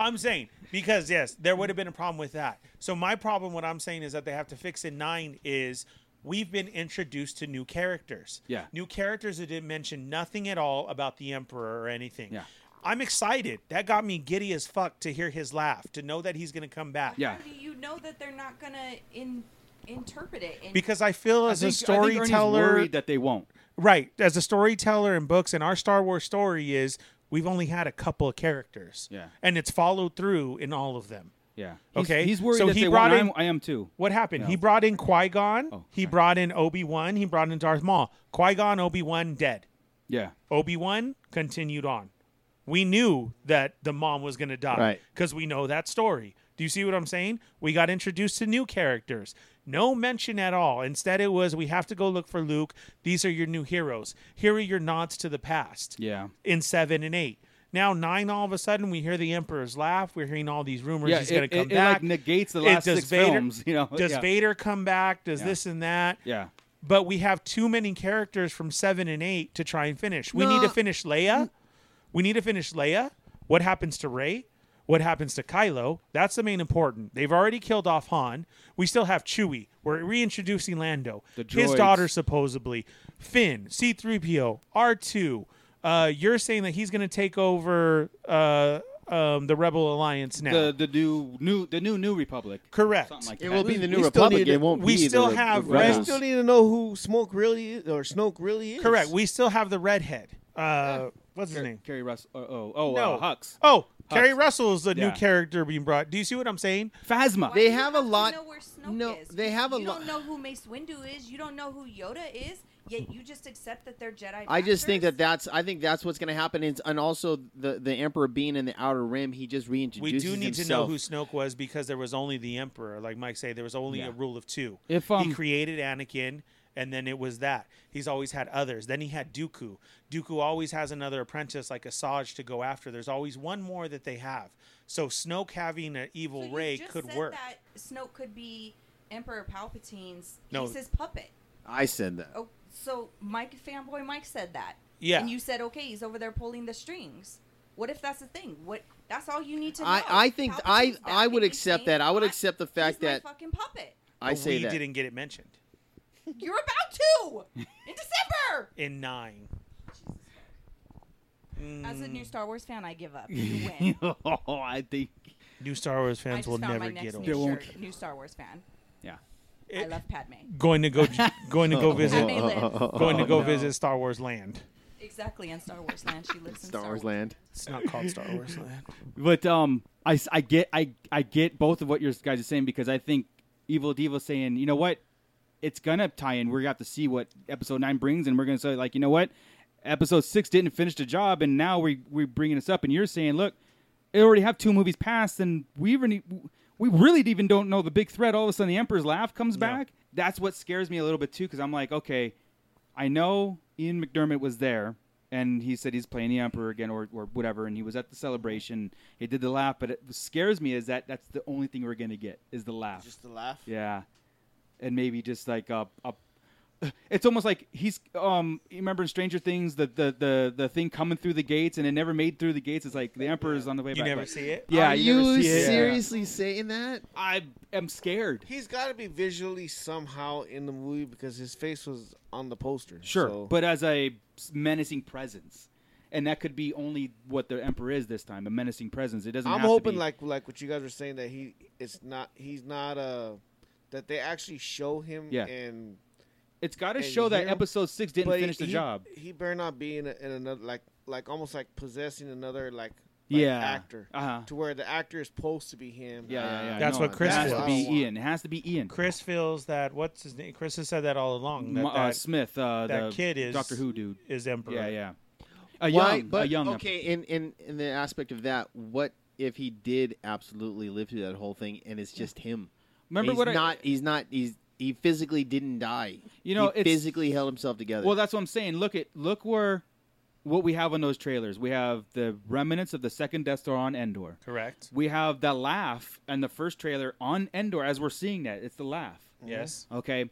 I'm saying because yes, there would have been a problem with that. So my problem, what I'm saying is that they have to fix in nine is we've been introduced to new characters. Yeah. new characters that didn't mention nothing at all about the emperor or anything. Yeah. I'm excited. That got me giddy as fuck to hear his laugh, to know that he's gonna come back. Yeah. How do you know that they're not gonna in- interpret it? In- Because I feel as I a think- I think Ernie's storyteller, worried that they won't. right? As a storyteller in books, and our Star Wars story is we've only had a couple of characters. Yeah. and it's followed through in all of them. Yeah. He's- Okay. He's worried So that he they brought won't. in- I'm- I am too. What happened? He brought in Qui Gon. Oh, he brought in Obi Wan. He brought in Darth Maul. Qui Gon, Obi Wan, dead. Yeah. Obi Wan continued on. We knew that the mom was going to die Right. because we know that story. Do you see what I'm saying? We got introduced to new characters. No mention at all. Instead, it was we have to go look for Luke. These are your new heroes. Here are your nods to the past Yeah. in seven and eight. Now nine, all of a sudden we hear the Emperor's laugh. We're hearing all these rumors Yeah, he's going it- to come it- it, like, back. negates the It- last does six films, you know? does Yeah. Vader come back? Does this and that? Yeah. But we have too many characters from seven and eight to try and finish. We need No. to finish Leia. We need to finish Leia. What happens to Rey? What happens to Kylo? That's the main important. They've already killed off Han. We still have Chewie. We're reintroducing Lando. The His droids. daughter supposedly. Finn, C3PO, R2, Uh, you're saying that he's going to take over uh, um, the Rebel Alliance now. The the new new the new new Republic. Correct. Something like It that. will be the new we still Republic. need to- It won't we be the still Re- have the I Rebels. still need to know who Smoke really is, or Snoke really is. Correct. We still have the redhead. Uh, what's his name? Carrie Russell. Oh, oh, No. uh, Hux. Oh, Carrie Russell is the new Yeah. character being brought. Do you see what I'm saying? Phasma. Why They do you have a to lot- Know where Snoke no, is? they have a You lot- don't know who Mace Windu is. You don't know who Yoda is. Yet you just accept that they're Jedi. I just think that masters? that's I think that's what's going to happen. Is, and also the the Emperor being in the Outer Rim, he just We reintroduces do need himself. to know who Snoke was because there was only the Emperor. Like Mike said, there was only a rule of two. If, um, he created Anakin, and then it was that. He's always had others. Then he had Dooku. Dooku always has another apprentice like Asajj to go after. There's always one more that they have. So Snoke having an evil So you ray just could said work. That Snoke could be Emperor Palpatine's. No. He's his puppet. I said that. Oh, so Mike, fanboy Mike said that. Yeah. And you said, okay, he's over there pulling the strings. What if that's the thing? What? That's all you need to know. I, I think I Palpatine's back I would in the accept game. that. I would What? accept the He's fact my that fucking puppet. I But say we that. didn't get it mentioned You're about to in December. in nine. As a new Star Wars fan, I give up. You win. oh, I think. New Star Wars I fans just will found never my get next old. They new won't. shirt. New Star Wars fan. Yeah. I love Padme. Going to go, going to go visit, Padme lives going to go visit Star Wars Land. exactly in Star Wars land. She lives in Star Wars Land. It's not called Star Wars Land. But um, I, s- I get I I get both of what you guys are saying because I think Evil Diva's saying, you know what, it's gonna tie in. We're gonna have to see what Episode Nine brings, and we're gonna say like, you know what, Episode Six didn't finish the job, and now we we're bringing this up, and you're saying, look, it already have two movies passed, and we even e, we really even don't know the big threat. All of a sudden, the Emperor's laugh comes back. That's what scares me a little bit too, because I'm like, okay, I know Ian McDermott was there, and he said he's playing the Emperor again, or, or whatever, and he was at the celebration. He did the laugh, but it what scares me is that that's the only thing we're gonna get is the laugh. Just to laugh. yeah, and maybe just like a, a it's almost like he's um you remember in Stranger Things the, the the the thing coming through the gates and it never made through the gates. It's like the Emperor's on the way You back. never Like, see it. Yeah, Are you, never you see it. seriously saying that? I am scared. He's got to be visually somehow in the movie because his face was on the poster. Sure, so- but as a menacing presence, and that could be only what the emperor is this time—a menacing presence. It doesn't. I'm have to hoping be- like like what you guys were saying that he it's not he's not uh that they actually show him Yeah. and it's got to and you show that hear him, episode six didn't but he- finish the he- job. He better not be in, a, in another like like almost like possessing another like, like Yeah. actor Uh-huh. to where the actor is supposed to be him. Yeah, yeah, yeah. That's no, what Chris It has was. to I be don't want- Ian. It has to be Ian. Chris feels that what's his name? Chris has said that all along. That, M- uh, that Smith, uh, that the kid is- Doctor Who dude. is emperor. Yeah, yeah. A Why? young, but a young. okay, in, in in the aspect of that, what if he did absolutely live through that whole thing and it's just him? Remember he's what I- not he's not he's he physically didn't die. You know, he it's- physically held himself together. Well, that's what I'm saying. Look at look where what we have on those trailers. We have the remnants of the second Death Star on Endor. Correct. We have the laugh and the first trailer on Endor as we're seeing that. It's the laugh. Mm-hmm. Yes. Okay.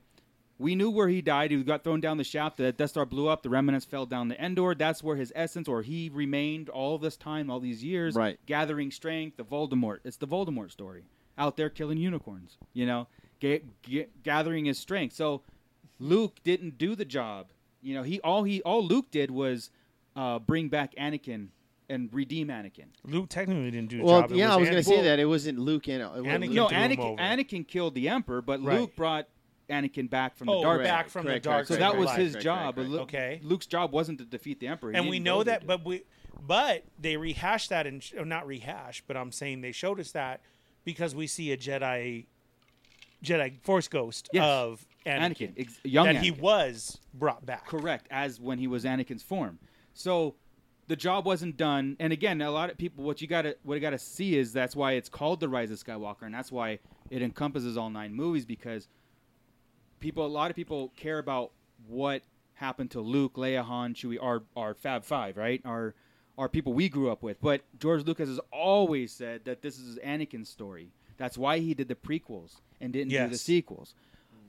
We knew where he died. He got thrown down the shaft. The Death Star blew up. The remnants fell down the Endor. That's where his essence, or he remained all this time, all these years, Right. gathering strength. The Voldemort. It's the Voldemort story. Out there killing unicorns, you know, ga- ga- gathering his strength. So Luke didn't do the job. You know, he all he all Luke did was uh, bring back Anakin and redeem Anakin. Luke technically didn't do the well, job. It yeah, I was going Anakin. to say that it wasn't Luke and it wasn't Anakin Luke. No, threw him Anakin over. Anakin killed the Emperor, but Right. Luke brought Anakin back from Oh, the dark right. side. back from Correct, the dark. correct, So Right, side. that was right, his right, right, job. but Lu- okay. Luke's job wasn't to defeat the Emperor. He and we didn't know go that, there. but we, but they rehashed that and oh, not rehash, but I'm saying they showed us that because we see a Jedi, Jedi Force ghost Yes. of Anakin, Anakin, ex- young that he Anakin. was brought back. correct as when he was Anakin's form. So the job wasn't done. And again, a lot of people, what you gotta, what you gotta see is that's why it's called the Rise of Skywalker, and that's why it encompasses all nine movies because people, a lot of people care about what happened to Luke, Leia, Han, Chewie, our our Fab Five, right? Our our people we grew up with. But George Lucas has always said that this is Anakin's story. That's why he did the prequels and didn't do the Yes. sequels.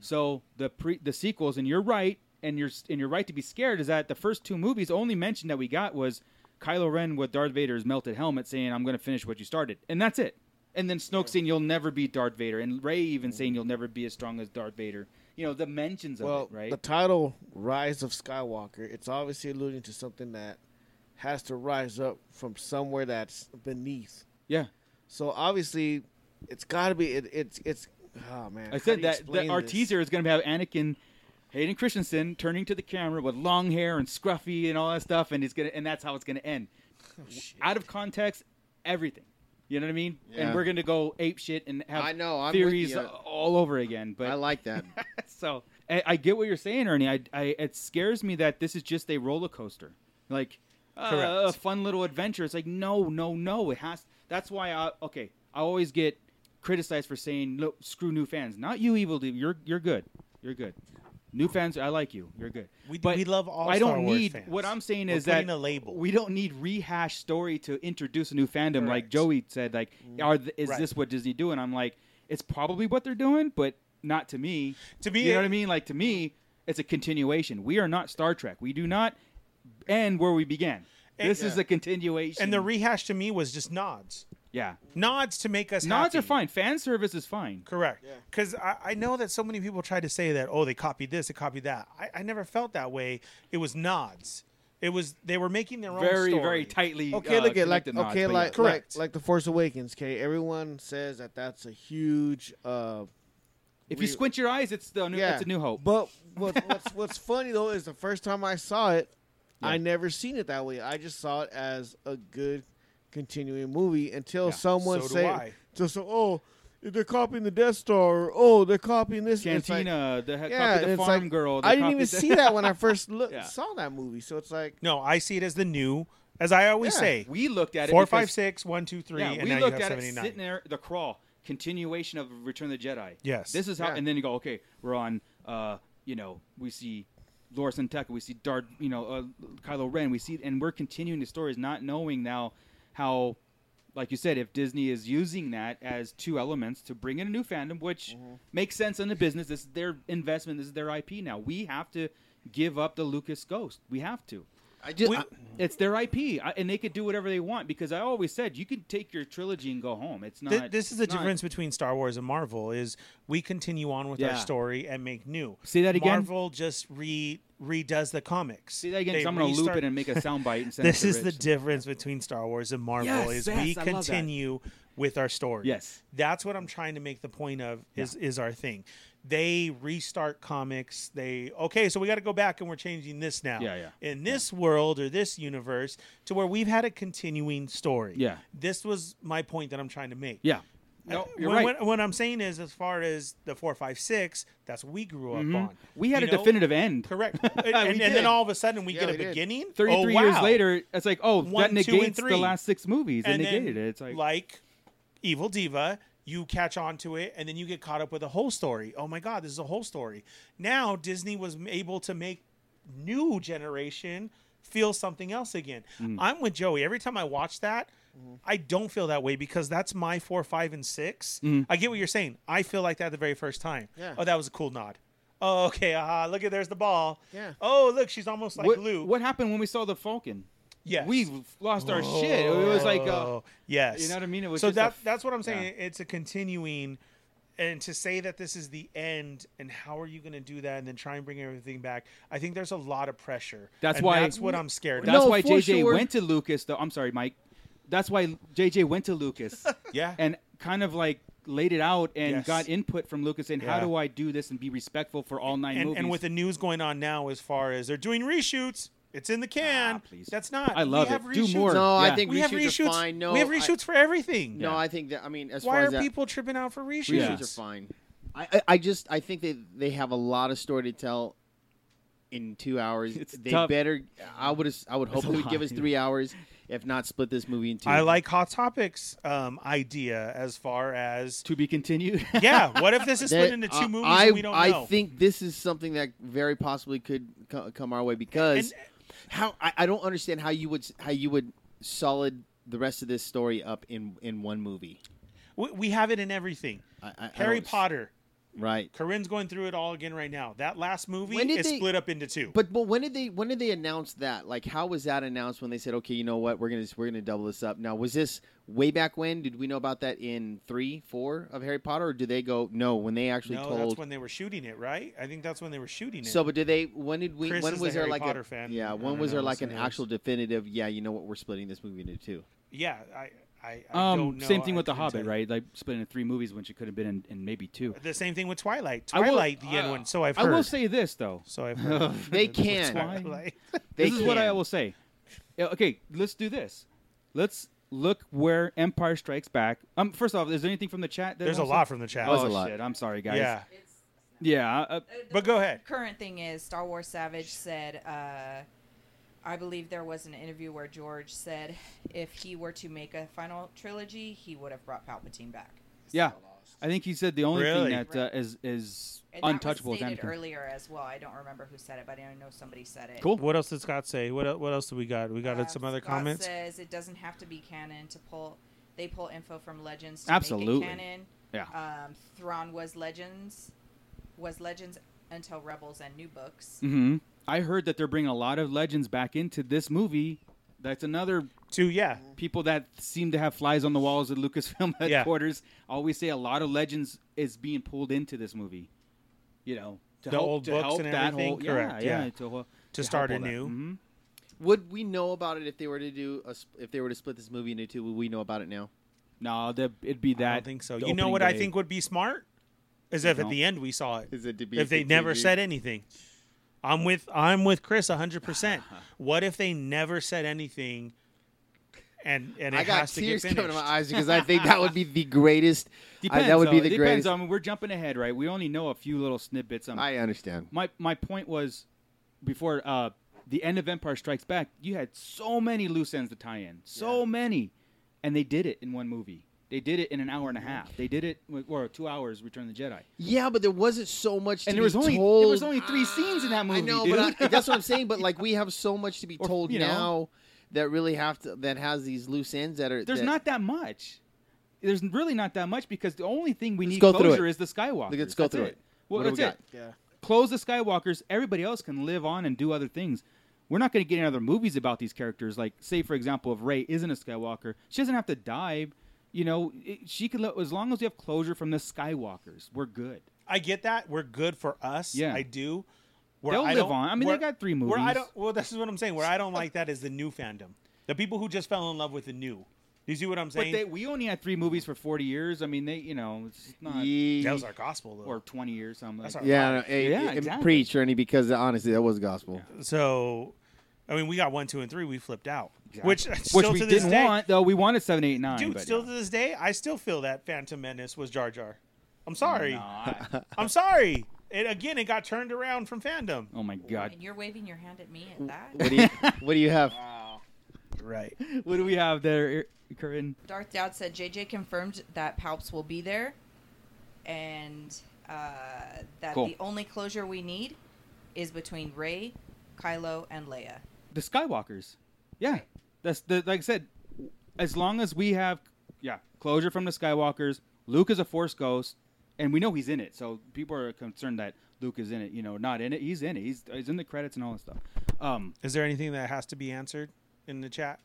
So the pre the sequels, and you're right, and you're and you're right to be scared is that the first two movies only mention that we got was Kylo Ren with Darth Vader's melted helmet saying, "I'm going to finish what you started," and that's it. And then Snoke saying, "You'll never be Darth Vader," and Ray even saying, "You'll never be as strong as Darth Vader." You know the mentions Well, of it, right? the title "Rise of Skywalker" it's obviously alluding to something that has to rise up from somewhere that's beneath. Yeah. So obviously, it's got to be. It, it's it's. Oh man. I how do said you that, that explain our this? teaser is going to have Anakin, Hayden Christensen, turning to the camera with long hair and scruffy and all that stuff, and he's gonna, and that's how it's going to end. Oh, Out of context, everything. You know what I mean? Yeah. And we're going to go ape shit and have I know, I'm with theories you. all over again. But I like that. so I, I get what you're saying, Ernie. I, I it scares me that this is just a roller coaster, like uh, a Correct. fun little adventure. It's like no, no, no. It has. That's why I okay. I always get criticized for saying look, screw new fans. Not you, evil dude. You're you're good. You're good. New fans, I like you. You're good. We- but we love all I Star don't Wars need fans. what I'm saying We're is that putting a label. we don't need rehash story to introduce a new fandom. Like Joey said, like are th- is Right. this what Disney do? And I'm like, it's probably what they're doing, but not to me. To me, you know it- what I mean. Like to me, it's a continuation. We are not Star Trek. We do not end where we began. And- this is a continuation. And the rehash to me was just nods. yeah, Nods to make us nods happy. are fine. Fan service is fine. Correct. Because I, I know that so many people try to say that, oh, they copied this, they copied that. I, I never felt that way. It was nods. It was they were making their own Very, story. very tightly. Okay, uh, look at like connected nods, okay, but yeah. like, like Correct. like the Force Awakens. Okay, everyone says that that's a huge. uh if you squint your eyes, it's the new, Yeah, it's a new hope. But what, what's what's funny though is the first time I saw it, I never seen it that way. I just saw it as a good continuing movie until someone so do said, I. "Just so oh, they're copying the Death Star. Or, oh, they're copying this." And it's like- Cantina, the he- yeah, copy and the it's farm like, girl. the I didn't copy even the- see that when I first looked Yeah. saw that movie. So it's like, No, I see it as the new, as I always Yeah. say. We looked at it. Four, because- five, six, one, two, three, Yeah, and we now looked you have at it 79. sitting there. The crawl continuation of Return of the Jedi. Yes. This is how, Yeah. and then you go, okay, we're on. Uh, you know, we see Loras and Tekka, we see Dart, you know, uh, Kylo Ren, we see, and we're continuing the stories, not knowing now how, like you said, if Disney is using that as two elements to bring in a new fandom, which makes sense in the business. This is their investment. This is their IP. Now we have to give up the Lucas ghost. We have to. I just We- I- It's their IP, I, and they could do whatever they want because I always said you could take your trilogy and go home. It's not. Th- this is the not- difference between Star Wars and Marvel is we continue on with our Yeah. story and make new. Say that again? Marvel just re redoes the comics. See that again? They 'cause I'm going to loop restart- it and make a soundbite and send This it to is the Rich. difference between Star Wars and Marvel Yes, is yes, we I love that. continue with our story. Yes. That's what I'm trying to make the point of is is our thing. They restart comics. They okay, so we got to go back and we're changing this now. Yeah, yeah. In this world or this universe to where we've had a continuing story. Yeah. This was my point that I'm trying to make. Yeah. No, Uh, you're what, right. What, what I'm saying is, as far as the four, five, six, that's what we grew up on. Mm-hmm. we had You a know? definitive end. Correct. and, and did. then all of a sudden, we Yeah, get a we did. beginning. Oh, 33 wow. years later, it's like, oh, One, that two, and negates the three. last six movies. They and then, negated it. It's like, Evil Diva. You catch on to it, and then you get caught up with a whole story. Oh my God, this is a whole story. Now Disney was m- able to make new generation feel something else again. Mm. I'm with Joey. Every time I watch that, Mm-hmm. I don't feel that way because that's my four, five, and six. Mm-hmm. I get what you're saying. I feel like that the very first time. Yeah. Oh, that was a cool nod. Oh, okay. Aha. Look at there's the ball. Yeah. Oh, look, she's almost like what, Luke. what happened when we saw the Falcon? Yes. We lost our shit. It was like, uh, Oh, yes. you know what I mean? It was so just that a f- that's what I'm saying. It's a continuing, and to say that this is the end, and how are you going to do that, and then try and bring everything back? I think there's a lot of pressure. That's and why- That's what I'm scared that's of. why for JJ sure. went to Lucas, though. I'm sorry, Mike. That's why JJ went to Lucas. Yeah. and kind of like laid it out and Yes. got input from Lucas and how Yeah. do I do this and be respectful for all nine and, movies. and with the news going on now, as far as they're doing reshoots, it's in the can. Ah, please. That's not. I love we have it. Do reshoots. more. no, Yeah. I think We have reshoots reshoots. are fine. No, we have I- reshoots for everything. no, Yeah. I think that I mean as Why far are as that, people tripping out for reshoots? reshoots are fine. I, I I just I think they they have a lot of story to tell in two hours. It's they tough. better. I would I would hope a they would lot, give us yeah. three hours, if not split this movie in two. I like Hot Topics um, idea as far as to be continued. yeah, what if this is split That- into two I- movies I, and we don't I know? think this is something that very possibly could co- come our way And- because uh, how I, I don't understand how you would s- how you would solid the rest of this story up in in one movie. we, we have it in everything. I- I- I Harry don't s- Potter, Right. Corinne's going through it all again right now. That last movie When did is they- split up into two. But but when did they when did they announce that? Like how was that announced when they said, okay, you know what, we're gonna we're gonna double this up. Now was this way back when? Did we know about that in three, four of Harry Potter, or do they go no when they actually no, told? that's when they were shooting it, right? I think that's when they were shooting it. so, but did they? When did we? Chris when is was a there Harry like Potter a fan. I yeah? When don't was there know, like so an it was- actual definitive? Yeah, you know what, we're splitting this movie into two. yeah, I, I, I Um, don't know. same thing I with The couldn't tell Hobbit, you. right? Like split into three movies when she could have been in, in maybe two. The same thing with Twilight. I will- Twilight, the end one. So I've I heard. will say this though. so I've heard. They can. Twilight. They this is what I can. will say. Yeah, Okay, let's do this. Let's look where Empire Strikes Back. Um, first off, is there anything from the chat? That There's a wants lot to- from the chat. Oh, There's a lot. shit! I'm sorry, guys. yeah, yeah. uh, but go ahead. current thing is Star Wars Savage said, uh, I believe there was an interview where George said if he were to make a final trilogy, he would have brought Palpatine back. yeah. I think he said the only Really? thing that uh, is is And untouchable that was is stated Anakin. earlier as well. I don't remember who said it, but I know somebody said it. Cool. What else did Scott say? What el- what else do we got? We got Uh, some other Scott comments. says it doesn't have to be canon to pull. They pull info from Legends. To Absolutely. Make it canon. Yeah. Um, Thrawn was Legends, was Legends until Rebels and New Books. hmm I heard that they're bringing a lot of legends back into this movie. That's another Two, yeah, people that seem to have flies on the walls at Lucasfilm Yeah. headquarters always say a lot of legends is being pulled into this movie. You know, to The help, old to books help and that everything? whole Correct, yeah, yeah. to, help- to help start all that. anew. Mhm. Would we know about it if they were to do a, sp- if they were to split this movie into two? Would we know about it now? No, that it'd be that. I don't think so. the You know opening what I day. think would be smart is if at No. the end we saw it. Is it to be If they never continued? said anything. I'm with I'm with Chris 100%. what if they never said anything and and it I got has to get tears finished? coming to my eyes because I think that would be the greatest. I, that would be though. the Depends, greatest. I mean, we're jumping ahead, right? We only know a few little snippets. Um, I understand. my my point was before uh, the end of Empire Strikes Back, you had so many loose ends to tie in, so many, and they did it in one movie. They did it in an hour and a half. They did it with- or two hours. Return of the Jedi, Yeah, but there wasn't so much. To and there be was only told. Ah, there was only three scenes in that movie. I know, dude. but I, that's what I'm saying. But like, we have so much to be Or, told you know. now that really have to that has these loose ends that are. there's that, not that much. There's really not that much because the only thing we Let's need go through closure it. is the Skywalkers. Let's go That's through it. Well, What do that's we it. got? Yeah. Close the Skywalkers. Everybody else can live on and do other things. We're not going to get any other movies about these characters. Like, say for example, if Rey isn't a Skywalker, she doesn't have to die. You know, it, she could let, as long as we have closure from the Skywalkers, we're good. I get that. We're good for us. Yeah. I do. Where They'll I live don't- on. I mean, they where- got three Where I movies. don't. Well, this is what I'm saying. Where I don't like that is the new fandom. The people who just fell in love with the new. You see what I'm But saying? they, we only had three movies for forty years. I mean, they, you know, it's not Ye- that was our gospel, though. or twenty years. Something like That's that. yeah, no, eh, Yeah, eh, eh, exactly. preach, Ernie, because honestly, that was gospel. so, I mean, we got one, two, and three. We flipped out, which which still we to this didn't day, want though. We wanted seven, eight, nine. dude. but, Still yeah. to this day, I still feel that Phantom Menace was Jar Jar. I'm sorry. Nah, I- I'm sorry. It again. It got turned around from fandom. oh my god. And you're waving your hand at me at that. What do you What do you Uh, have? Right. What do we have there, Er- Corinne? Darth Dowd said JJ confirmed that Palps will be there, and uh, that Cool. the only closure we need is between Rey, Kylo, and Leia. the Skywalkers. Yeah, that's the like I said. As long as we have yeah closure from the Skywalkers, Luke is a Force ghost, and we know he's in it. So people are concerned that Luke is in it. You know, not in it. He's in it. He's, he's in the credits and all that stuff. Um, Is there anything that has to be answered in the chat?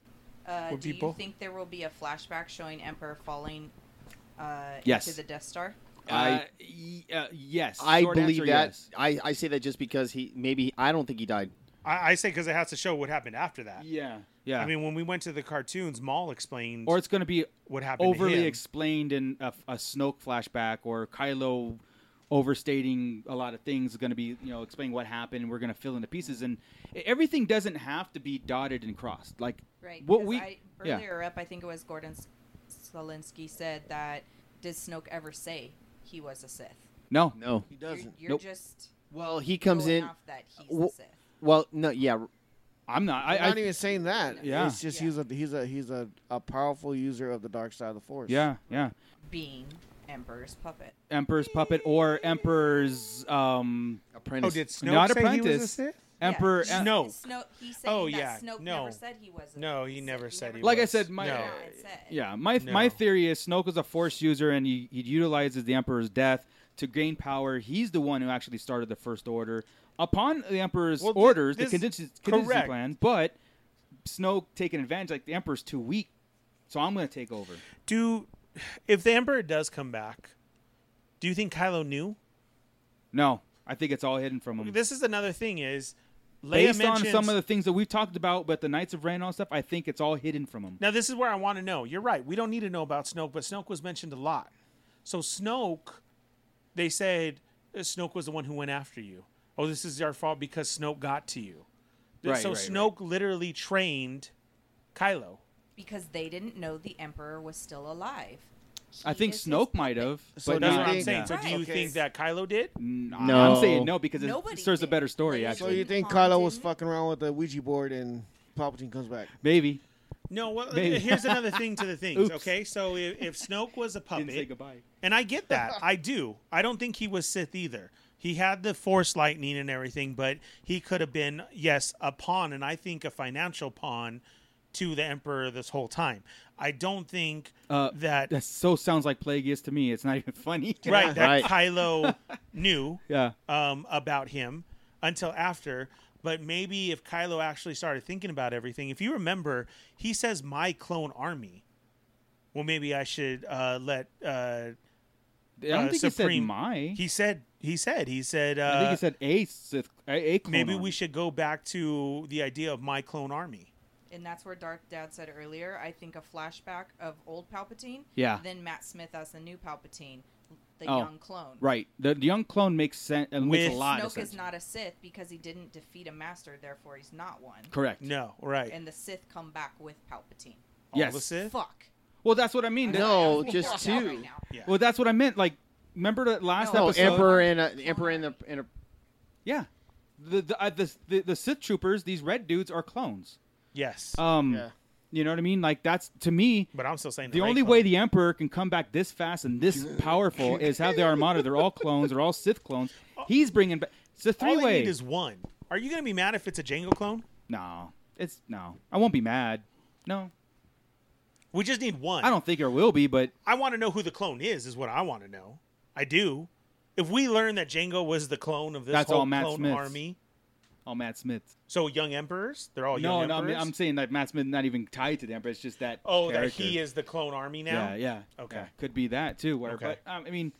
Uh, Would do people- you think there will be a flashback showing Emperor falling uh, Yes. into the Death Star? I- uh, y- uh, yes, I Short believe answer, that. yes. I, I say that just because he maybe I don't think he died. I, I say because it has to show what happened after that. Yeah, yeah. I mean, when we went to the cartoons, Maul explained or it's going to be what happened. to overly him. explained in a, a Snoke flashback or Kylo overstating a lot of things going to be you know explain what happened and we're going to fill in the pieces and e- everything doesn't have to be dotted and crossed like Right. what because we I, yeah earlier up, I think it was Gordon S- Solinsky said that did Snoke ever say he was a Sith? no No. He You're- doesn't. You're, Nope. just Well, he comes going in. off that he's Well, a Sith. Well, no, yeah, I'm not I, I, I am not even saying that. Yeah. It's just Yeah. he's a he's a he's a, a powerful user of the dark side of the force. yeah yeah Being Emperor's puppet. Emperor's puppet or Emperor's um apprentice. Oh, did Snow not say apprentice he was a Sith? Emperor yeah. Em- No. Snoke. He said Oh, that yeah. Snoke No. never said he was. A No, he Sith. never said he like I was. said my No. Yeah, it said. Yeah, my No. my theory is Snoke is a Force user and he, he utilizes the Emperor's death to gain power. He's the one who actually started the First Order. Upon the Emperor's Well, thi- orders, this- the contingency, contingency correct. plan, but Snoke taking advantage. Like the Emperor's too weak, so I'm going to take over. Do if the Emperor does come back, do you think Kylo knew? No, I think it's all hidden from him. This is another thing is Leia Based on mentions, some of the things that we've talked about, but the Knights of Ren and all stuff, I think it's all hidden from him. Now, this is where I want to know. You're right. We don't need to know about Snoke, but Snoke was mentioned a lot. So, Snoke, they said uh, Snoke was the one who went after you. Oh, this is our fault because Snoke got to you. Th- Right, so, right, right. Snoke literally trained Kylo. because they didn't know the emperor was still alive. I think Snoke might have. So, but that's not- what I'm saying. So, Right. do you Okay. think that Kylo did? Mm. I'm saying no because it Nobody serves a did. better story. Like, So Actually, you think Kylo was fucking around with the Ouija board and Palpatine comes back? maybe No, well, Maybe. here's another thing to the things, Oops. okay? So, if, if Snoke was a puppet. didn't say goodbye. And I get that. I do. I don't think he was Sith either. He had the Force lightning and everything, but he could have been, yes, a pawn, and I think a financial pawn to the Emperor this whole time. I don't think Uh, that That so sounds like Plagueis to me. It's not even funny. right that Right. Kylo knew Yeah. um, about him until after. But maybe if Kylo actually started thinking about everything, if you remember, he says, "My clone army." Well, maybe I should uh, let. Uh, I don't uh, think he Supreme. said my. He said. He said. He said. Uh, I think he said a Sith. A, a clone maybe army. we should go back to the idea of my clone army. And that's where Darth Dad said earlier. I think a flashback of old Palpatine. Yeah. Then Matt Smith as the new Palpatine, the Oh, young clone. Right. The, the young clone makes sense. and makes a With- lot of Snoke sense. is not a Sith because he didn't defeat a master, therefore he's not one. Correct. No, right. And the Sith come back with Palpatine. All Yes. the Sith? Fuck. Well, that's what I mean. I'm No, sorry, I'm just freaked out two. right now. Yeah. Well, that's what I meant. Like, remember the last No, Oh, episode? emperor and a, emperor and a, and a Yeah. The the, uh, the the the Sith troopers, these red dudes, are clones. yes. Um, Yeah. you know what I mean? Like that's to me. but I'm still saying The Rey only clone. way the Emperor can come back this fast and this powerful is have the Armada. They're all clones. They're all Sith clones. He's bringing back. It's a all three they way. need is one. Are you gonna be mad if it's a Django clone? No, it's no. I won't be mad. No, We just need one. I don't think there will be. But I want to know who the clone is. Is what I want to know. I do. If we learn that Django was the clone of this That's whole all Matt clone Smith's. army, oh, Matt Smith. so young emperors, they're all no, young no. I'm, emperors. I'm saying that Matt Smith not even tied to the Emperor. It's just that. oh, character. that he is the clone army now. Yeah, yeah. Okay. yeah. could be that too. Where, Okay. but um, I mean,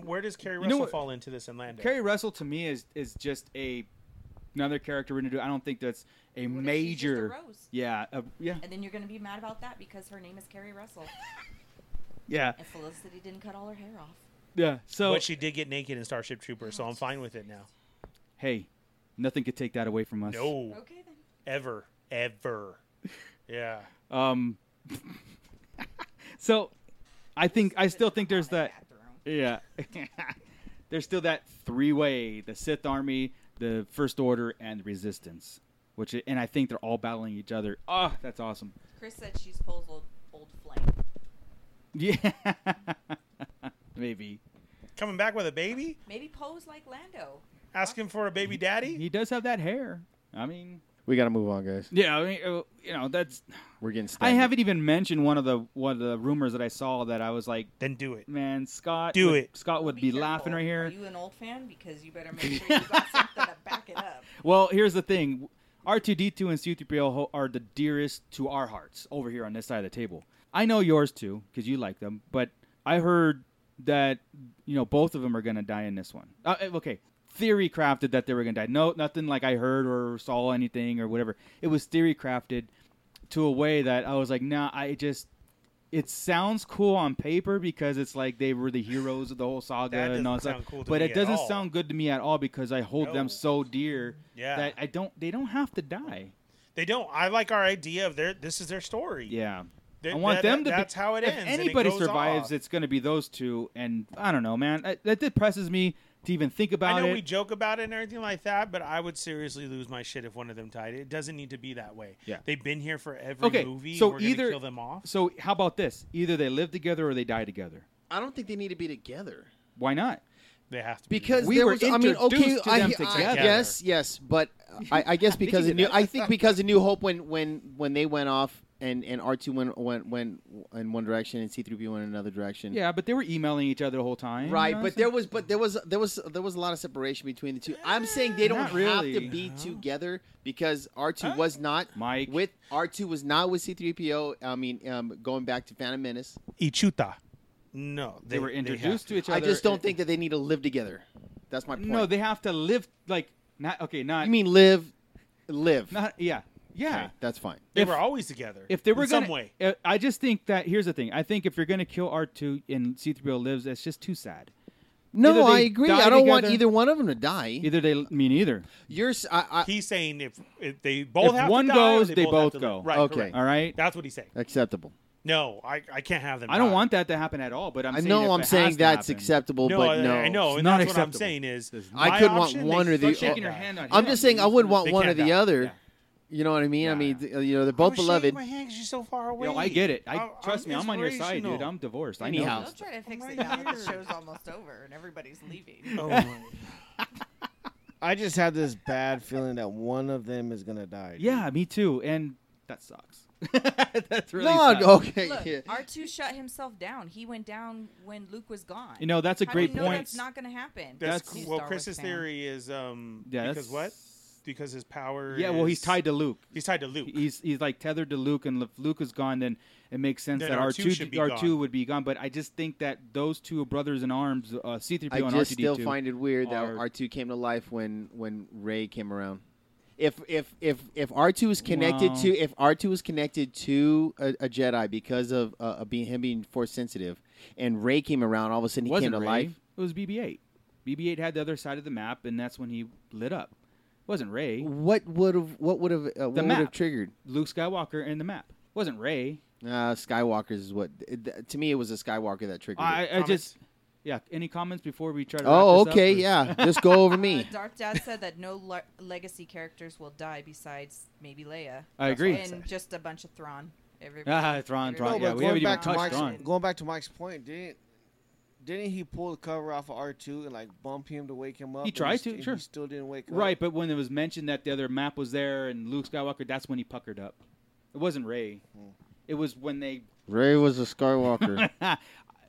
Where does Carrie know Russell what- fall into this in Lando? Carrie Russell to me is is just a another character we're gonna do. I don't think that's a What if she's just a major. rose? Yeah, uh, yeah, And then you're gonna be mad about that because her name is Carrie Russell, yeah, and Felicity didn't cut all her hair off. yeah. So but she did get naked in Starship Trooper, so I'm fine with it now. hey, nothing could take that away from us. No, Okay then. ever, ever. Yeah. Um. so, I think I still think there's that. Bathroom. Yeah. There's still that three way the Sith army, the First Order, and the Resistance. Which and I think they're all battling each other. Oh, that's awesome. Chris said she's Poe's old, old flame. Yeah. Maybe. Coming back with a baby? Maybe Poe's like Lando. Asking for a baby daddy? He does have that hair. I mean We got to move on, guys. Yeah, I mean, uh, you know, that's We're getting stuck. I haven't even mentioned one of the one of the rumors that I saw that I was like, Then do it. man, Scott Do would- it. Scott would be, careful. laughing right Are here. you an old fan? Because you better make sure you got something to back it up. Well, here's the thing. R2D2 and C3PO ho- are the dearest to our hearts over here on this side of the table. I know yours too cuz you like them, but I heard that you know both of them are going to die in this one. Uh, eh, okay. Theory crafted that they were going to die. No, nothing like I heard or saw anything or whatever. It was theory crafted to a way that I was like, "Nah, I just it sounds cool on paper because it's like they were the heroes of the whole saga That and all doesn't that sound cool to but me it at doesn't all. sound good to me at all because I hold No. them so dear Yeah. that I don't they don't have to die. They don't. I like our idea of their. This is their story. Yeah. Th- I that- want them to that's be, how it if ends, and it anybody goes survives, off. it's going to be those two and I don't know, man. I, that depresses me to even think about I know it. we joke about it and everything like that, but I would seriously lose my shit if one of them died. It doesn't need to be that way. Yeah. They've been here for every okay. movie. so we're gonna either kill them off. So how about this? Either they live together or they die together. I don't think they need to be together Why not? They have to be because We there were was. I mean, okay, introduced to I, them I- together. yes, yes, but I, I guess because of new, I think because of New Hope when when when they went off and and R two went went went in one direction and C three P went in another direction. Yeah, but they were emailing each other the whole time. Right, but there was but there was there was there was a lot of separation between the two. I'm saying they don't not have really. to be together because R2 was not Mike with R2 was not with C3PO. I mean, um, going back to Phantom Menace, Ichuta. No, They were introduced to each I just other- don't think that they need to live together. That's my point. no, they have to live like not okay, not you mean live, live? not yeah, yeah. Okay, that's fine. They If- were always together. If they were in gonna, some way, uh, I just think that here's the thing. I think if you're gonna kill R two and C three PO lives, that's just too sad. Either No, they I agree. die I don't want together- either one of them to die. Either they me neither. You're s- I, I- he's saying if, if they both If have one to die, or goes, they, they both, have both to live. go. Right. Okay. correct. All right. That's what he's saying. acceptable. No, I, I can't have them. I don't die. want that to happen at all. But I'm I saying know if I'm it has saying to that's happen- acceptable, No, but I- no, I know, It's and not that's what I'm acceptable. saying is I my couldn't want option, one they or the- fucking oh, shaking her die. hand. Like, I'm yeah, just saying I he's wouldn't not- want They one or can't the die. other. Yeah. Oh, You know what I mean? I Yeah. mean, th- you know, they're I both was shaking beloved. My hand 'cause you're so far away. Yo, I get it. I I'm- trust me. I'm on your side, dude. inspirational. I'm divorced. I Anyhow. know. Don't try to fix I'm it right now that here. the show's almost over and everybody's leaving. Oh my. I just have this bad feeling that one of them is gonna die. dude. Yeah, me too. And that sucks. that's really no, sucks. okay. Look, yeah. R2 shut himself down. He went down when Luke was gone. You know that's a How great do you know point. that's not going to happen. That's, That's- cool. well, Star Wars Chris's fan. theory is um Yeah, because what? that's- Because his power. yeah, well, he's is- tied to Luke. He's tied to Luke. He's he's like tethered to Luke, and if Luke is gone, then it makes sense Then that R R2 two should be R two gone. would be gone. But I just think that those two brothers in arms, uh, C three I PO and R just two D still two, find it weird that are- R two came to life when when Ray came around. If if if if R two is connected Wow. to if R two is connected to a, a Jedi because of uh, of being him being force sensitive, and Ray came around, all of a sudden he wasn't came to Rey. life. It was BB eight. BB eight had the other side of the map, and that's when he lit up. It wasn't Ray? What would have what would have uh, what would have map. triggered Luke Skywalker and the map. It wasn't Ray? uh, Skywalker's is what it, th- to me it was a Skywalker that triggered. I, it. I just yeah. Any comments before we try to? Oh, wrap this okay, up, Or- yeah. Just go over Uh, me. Darth Dad said that no le- legacy characters will die besides maybe Leia. I agree. And just a bunch of Thrawn. Everybody, Ah, Thrawn, everybody- Thrawn. yeah, but we haven't going even back to touched Mike's, on. Going back to Mike's point, didn't didn't he pull the cover off of R two and like bump him to wake him up? and tried to, st- and sure. He still didn't wake up. Right, but when it was mentioned that the other map was there and Luke Skywalker, that's when he puckered up. It wasn't Ray. Hmm. It was when they. Ray was a Skywalker.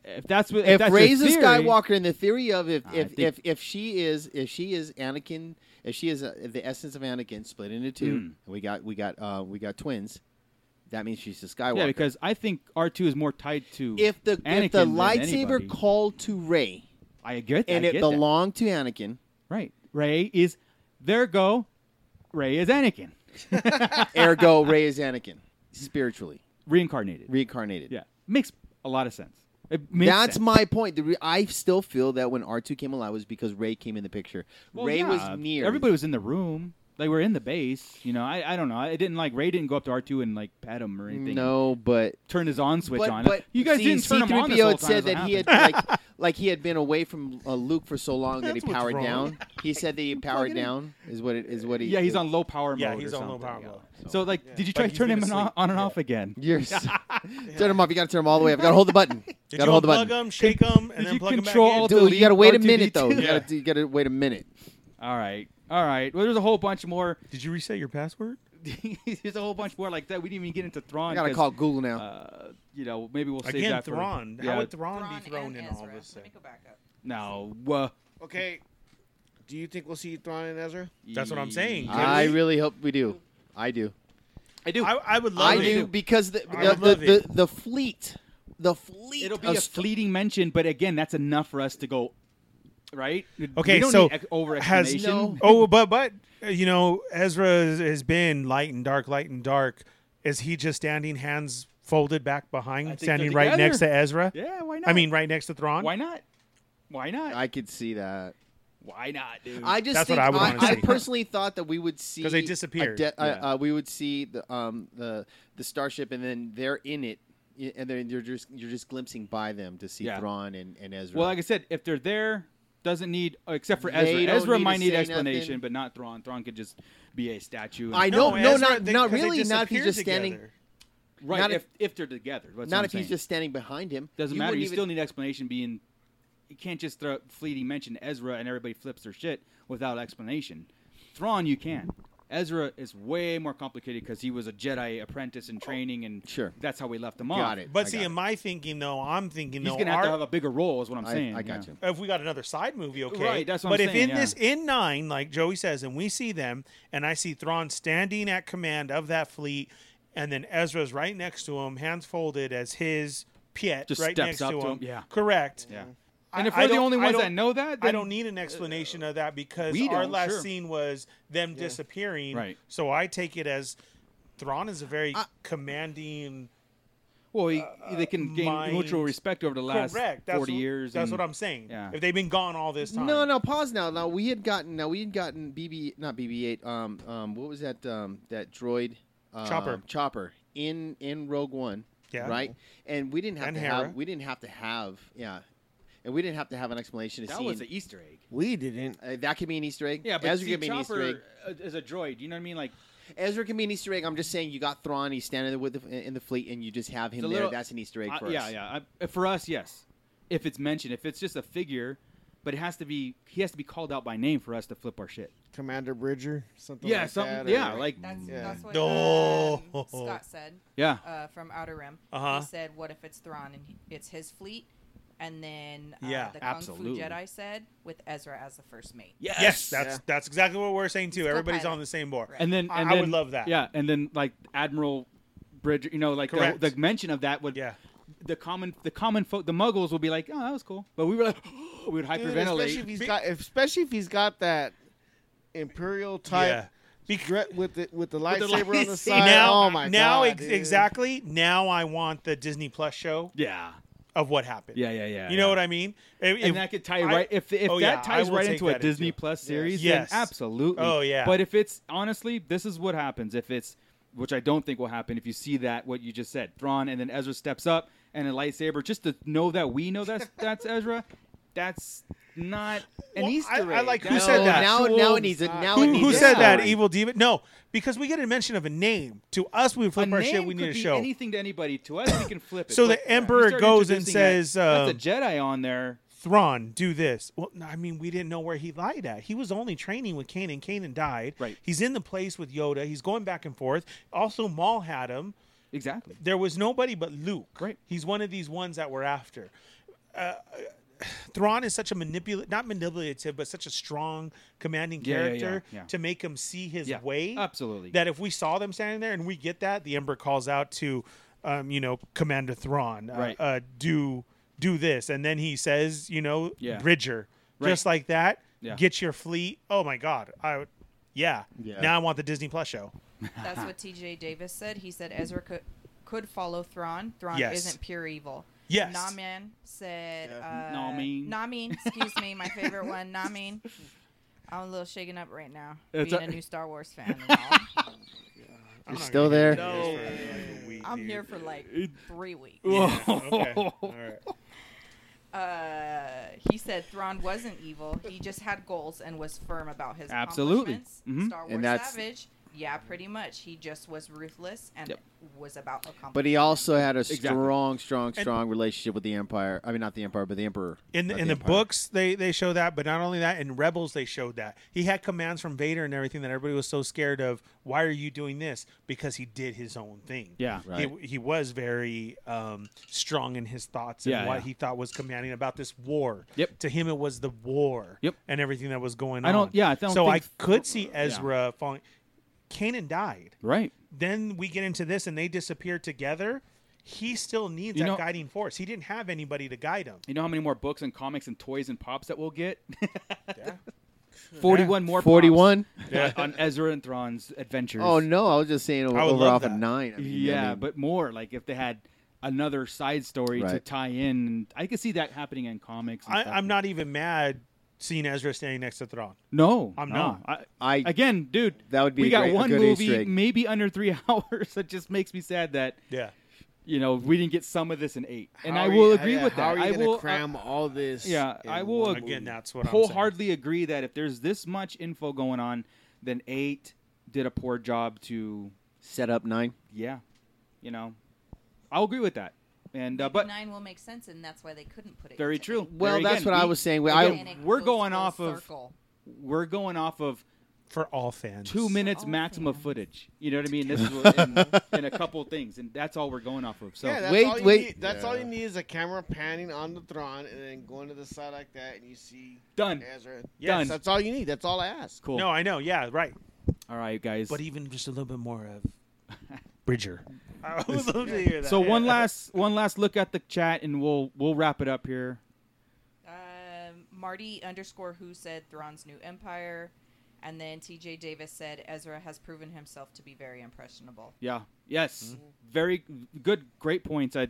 if that's what. If, if that's Ray's your a theory, Skywalker, and the theory of if I if, think- if if she is if she is Anakin, if she is uh, the essence of Anakin split into two, Mm. and we got we got uh, we got twins, that means she's a Skywalker. Yeah, because I think R two is more tied to. if the if Anakin the than lightsaber anybody. called to Ray I get that. and I it get that. belonged to Anakin, Right, Ray is. There go. Ray is Anakin ergo Ray is Anakin spiritually reincarnated. reincarnated. yeah, makes a lot of sense. It makes That's sense. my point. The re- I still feel that when R two came alive was because Ray came in the picture. Well, Ray yeah, was near. Everybody was in the room. They were in the base. You know, I, I don't know. I didn't like Ray didn't go up to R two and like pat him or anything. no, but turn his on switch but, on. But you guys see, didn't turn him on. This C-3PO whole had time said is that what he had happened. like, like he had been away from uh, Luke for so long that he That's what's powered wrong. down. He said that he powered down is what it is what he. yeah, he's on low power Yeah, mode. or he's on low something, power yeah. mode. So, like, did you But try to he's turn been him on, asleep. on and Yeah. off again? You're so- turn him off. You got to turn him all the way up. You got to hold the button. Did got you to hold the unplug button. them, shake them, Did and then you plug them back control in? the- Dude, you got to wait a R2D2. minute though. You Yeah. got to you got to wait a minute. All right, all right. Well, there's a whole bunch more. Did you reset your password? there's a whole bunch more like that. We didn't even get into Thrawn. I got to 'cause, call Google now. Uh, you know, maybe we'll save Again, that for- Thrawn. Yeah, How would Thrawn, Thrawn be thrown and in Ezra. all this? Let me go back up. no. Uh, Okay. Do you think we'll see Thrawn and Ezra? That's what I'm saying. can I we- really hope we do. I do. I do. I, I would love I it. do because the I would the, love the, it. the, the fleet, the fleet. It'll be of a st- fleeting mention, but again, that's enough for us to go. Right? Okay, We don't so need ex- over has explanation. No. oh, but but uh, you know, Ezra has- has been light and dark, light and dark. Is he just standing, hands folded back behind, think standing they're right together. next to Ezra? Yeah, why not? I mean, right next to Thrawn. why not? Why not? I could see that. why not, dude? I just That's what think I would I, wanna I see. personally thought that we would see 'Cause they a disappeared. de- uh, Yeah. uh, we would see the um the the starship, and then they're in it, y- and then you're just you're just glimpsing by them to see Yeah. Thrawn and, and Ezra. Well, like I said, if they're there, doesn't need uh, except for They Ezra. don't Ezra need to might need say explanation, nothing. but not Thrawn. Thrawn could just be a statue. and- I know, no, Ezra, not they- not 'cause they really, not if he's disappeared just standing, together. right? not if, if- if they're together, that's what not I'm if he's saying. just standing behind him. doesn't matter. wouldn't You even- still need explanation. Being you can't just throw fleeting mention Ezra and everybody flips their shit without explanation. Thrawn, you can. Ezra is way more complicated because he was a Jedi apprentice in training, and Sure. that's how we left him Got off. it. But I see, got in it. my thinking though, I'm thinking He's though, gonna have our- to have a bigger role, is what I'm I- saying. I got yeah. you. if we got another side movie, okay. Right, that's what but I'm if in saying, yeah. this in nine, like Joey says, and we see them, and I see Thrawn standing at command of that fleet, and then Ezra's right next to him, hands folded as his Piet Just right steps next up to to him. him, yeah. Correct. Yeah. I- And if I we're the don't- only I ones don't- that know that, I then- uh, don't need an explanation of that because we our don't, last sure. scene was them disappearing. Right. So I take it as Thrawn is a very commanding. Well, he, they can gain mind- mutual respect over the last correct. That's forty what- years. That's and- what I'm saying. yeah. If they've been gone all this time. No, no, pause now. Now we had gotten now we had gotten BB not BB8 um um what was that um that droid um, Chopper. Chopper in in Rogue One. Yeah. Right? And we didn't have And to Hera. have we didn't have to have yeah. And we didn't have to have an explanation to That see was an Easter egg. We didn't. uh, that could be an Easter egg. Yeah, but Ezra see, could be an Easter egg. Chopper uh, is a droid. You know what I mean? Like Ezra can be an Easter egg. I'm just saying, you got Thrawn. He's standing there with the, in the fleet, and you just have him It's a there. little- That's an Easter egg I- for us. Yeah, yeah. I, for us, yes. If it's mentioned, if it's just a figure, but it has to be he has to be called out by name for us to flip our shit. Commander Bridger, something yeah, like something. that. or- yeah, like That's, Yeah. that's what No. um, Scott said yeah. uh, from Outer Rim. Uh-huh. He said, "What if it's Thrawn and he- it's his fleet?" And then uh, Yeah. the Kung Absolutely. Fu Jedi said, "With Ezra as the first mate." Yes. Yes, that's Yeah. that's exactly what we're saying too. It's Everybody's co-pilot. on the same board. Right. And then I- and I then, would love that. Yeah, and then like Admiral Bridger, you know, like the, Correct. the mention of that would Yeah. the common the common folk the muggles will be like, "Oh, that was cool." But we were like, we would Dude, especially if hyperventilate. he's got, especially if he's got that imperial type dre- with the with the lightsaber on the lightsaber. side. now, oh my now god! ex- dude. exactly. Now I want the Disney Plus show Yeah. of what happened. Yeah, yeah, yeah. You know yeah. what I mean? If- if- and that could tie I- right if if oh, that yeah, I ties will right take into a that Disney it. Plus series, Yes. then absolutely. Oh, yeah. But if it's honestly, this is what happens if it's which I don't think will happen if you see that what you just said, Thrawn and then Ezra steps up and a lightsaber just to know that we know that's that's Ezra. That's not an Well, Easter I- egg. I like who No, That's said that? Now, now actual- it needs a now it Who, needs who a said that? story. Evil demon? No, because we get a mention of a name. To us, we flip a our name shit. We need could a be show. Anything to anybody, to us, we can flip it. So the But you Emperor start goes and introducing that, says, um, "That's a Jedi on there." Thrawn, do this. Well, no, I mean, we didn't know where he lied at. He was only training with Kanan. Kanan died. Right. He's in the place with Yoda. He's going back and forth. Also, Maul had him. Exactly. There was nobody but Luke. Right. He's one of these ones that we're after. Uh, Thrawn is such a manipulative, not manipulative, but such a strong, commanding Yeah, yeah, yeah, character yeah. to make him see his Yeah, way. absolutely. That if we saw them standing there and we get that, the Emperor calls out to, um, you know, Commander Thrawn, uh, Right. uh, do do this, and then he says, you know, Yeah. Bridger, just like that, Yeah. get your fleet. Oh my God, I, would- yeah. Yeah. Now I want the Disney Plus show. That's Uh-huh. what T.J. Davis said. He said Ezra could could follow Thrawn. Thrawn Yes. isn't pure evil. Yes. Namin said. Uh, Namin. Namin, excuse me, my favorite one. Namin. I'm a little shaken up right now, It's being a- a, new Star Wars fan. and all. I'm not still gonna do there? this for, like, a week, I'm dude. here for like three weeks. Okay. All right. Uh, he said Thrawn wasn't evil. He just had goals and was firm about his Absolutely. accomplishments. Mhm. Star Wars And that's- Savage. Yeah, pretty much. He just was ruthless and Yep. was about accomplishments. But he also had a Exactly. strong, strong, strong relationship with the Empire. I mean, not the Empire, but the Emperor. In the, Not in the Empire. books, they they show that, but not only that, in Rebels they showed that he had commands from Vader and everything that everybody was so scared of. Why are you doing this? Because he did his own thing. Yeah. Right. He, he was very um, strong in his thoughts and Yeah, what yeah. he thought was commanding about this war. Yep. To him, it was the war. Yep. And everything that was going on. I don't- yeah, I don't so I think- could see Ezra falling. Kanan died. Right. Then we get into this, and they disappear together. He still needs You that know- guiding force. He didn't have anybody to guide him. You know how many more books and comics and toys and pops that we'll get? Forty-one more. pops 41? on, on Ezra and Thrawn's adventures. Oh no, I was just saying I would over love off of that. nine. I mean, I Yeah, mean, but more like if they had another side story to Right. tie in. I could see that happening in comics. and I, stuff. I'm not even mad seeing Ezra standing next to Thrawn. No, I'm no. not. I, I again, dude. That would be we a got great- a one good Easter movie, egg. maybe under three hours. It just makes me sad that Yeah. you know we didn't get some of this in eight. And How I are will you- agree uh, yeah, with How that. are you I gonna will. uh, cram all this? yeah, I in will one ag- movie? Again, that's what wholeheartedly agree that if there's this much info going on, then eight did a poor job to set up nine. yeah, you know, I'll agree with that. And uh, but nine will make sense, and that's why they couldn't put it. very into true. eight. Well, There that's again, what I we- was saying. We- Yeah, I- and it we're goes going full off of circle. we're going off of for all fans. two minutes maximum of footage. You know what I mean? This is what- in, in a couple things, and that's all we're going off of. So yeah, that's wait, all you wait, Need. That's all you need is a camera panning on the throne and then going to the side like that, and you see Done. Ezra. Yes. Done. That's all you need. That's all I ask. cool. No, I know. Yeah, right. all right, guys. But even just a little bit more of Bridger. I would love to hear that. so one Yeah. last one last look at the chat, and we'll we'll wrap it up here. Um, Marty underscore who said Thrawn's new empire, and then T.J. Davis said Ezra has proven himself to be very impressionable. Yeah. Yes. Hmm. Very good. Great points. I,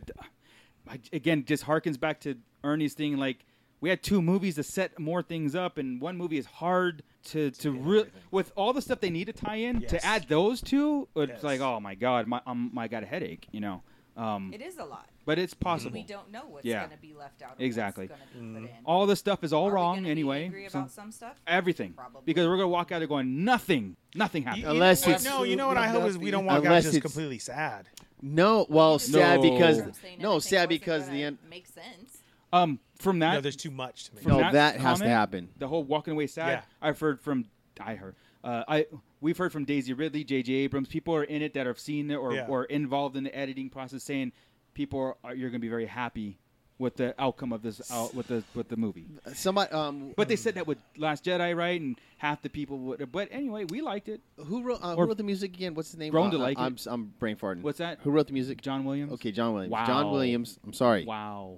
I again just harkens back to Ernie's thing. Like we had two movies to set more things up, and one movie is hard to to really with all the stuff they need to tie in Yes. to add those two. It's Yes. like oh my god, my um, I got a headache. You know. Um, It is a lot. but it's We possible. don't know what's Yeah. going to be left out. or what's Exactly. gonna be put Mm. in. All this stuff is all Are we wrong gonna be anyway. Angry so- about some stuff. everything Probably. because we're gonna walk out of going nothing. Nothing happened. You- Unless you know what- it's- no, you know what I hope is we don't walk out Unless just it's- completely sad. No, well, Oh, sad No. because I'm no, sad because the end. Mm. makes sense. Um, from that, No, there's too much to me. from No, that has to comment, happen. The whole walking away sad. Yeah. I've heard from I heard uh, I we've heard from Daisy Ridley, J.J. Abrams. People are in it that have seen it or Yeah. or involved in the editing process, saying people are you're going to be very happy with the outcome of this out with the with the movie. Somebody, um, But they said that with Last Jedi, right? And half the people would. But anyway, we liked it. who wrote uh, or- who wrote the music again? What's the name? Grown Uh, to like I'm, it. I'm brain farting. What's that? Who wrote the music? John Williams. Okay, John Williams. Wow. John Williams. I'm sorry. Wow.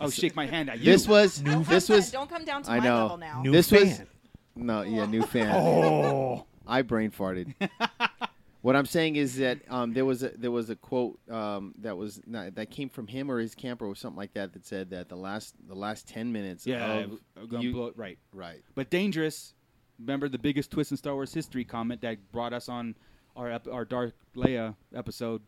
Oh, shake my hand at you. This was Don't this come was down, don't come down to I my know. level now. New this was fan. no yeah new fan. Oh. I brain farted. what I'm saying is that um, there was a there was a quote um, that was not, that came from him or his camper or something like that that said that the last the last ten minutes Yeah. of I'm gonna you- blow it right. right But dangerous. Remember the biggest twist in Star Wars history comment that brought us on our ep- our Dark Leia episode,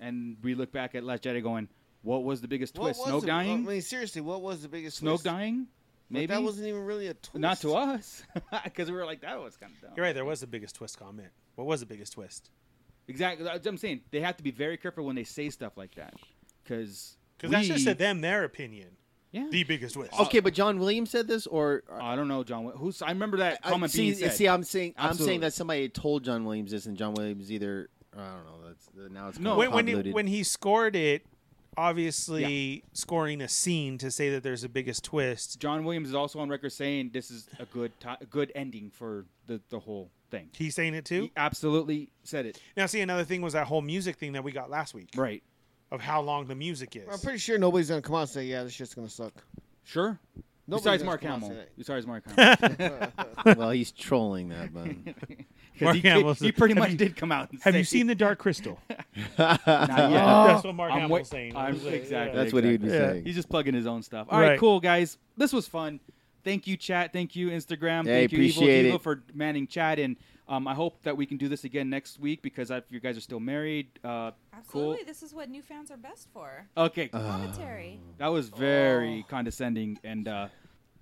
and we look back at Last Jedi going, "What was the biggest What twist? was Snoke the- dying? I mean, seriously, what was the biggest Snoke twist? dying? But Maybe that wasn't even really a twist. not to us, because we were like, that was kind of dumb. You're right. There was the biggest twist comment. What was the biggest twist? Exactly. That's what I'm saying they have to be very careful when they say stuff like that, because Because that's just to them their opinion. Yeah. The biggest twist. Uh, okay but John Williams said this or I don't know, John. Wa- Who's I remember that I- comment see being said. see I'm saying I'm Absolutely. saying that somebody had told John Williams this and John Williams either I don't know that's now it's No. kinda when when he, convoluted. when he scored it, obviously scoring a scene to say that there's a biggest twist. John Williams is also on record saying this is a good ti a good ending for the the whole thing. He's saying it too. He absolutely said it. Now, see, another thing was that whole music thing that we got last week Right. of how long the music is. I'm pretty sure nobody's gonna come out and say, "Yeah, this shit's gonna suck." Sure. Nobody's Besides gonna Mark come out and Hamill. say that. Besides Mark Hamill. well he's trolling that but 'Cause Mark he, Hamill did, said- he pretty Have much you- did come out. And Have say, you seen the Dark Crystal? Not yet. That's what Mark Oh. I'm Hamill's wait- saying. I'm- He's like, exactly. that's what he would be exactly. saying. He's just plugging his own stuff. All right, Right. cool guys. This was fun. Thank you, chat. Thank you, Instagram. Hey, Thank you, Evil appreciate Diva, it. for manning chat. And um, I hope that we can do this again next week because I, you guys are still married. Uh, Absolutely, this is what new fans are best for. Cool. Okay. Uh. Commentary. that was Oh. very condescending and uh,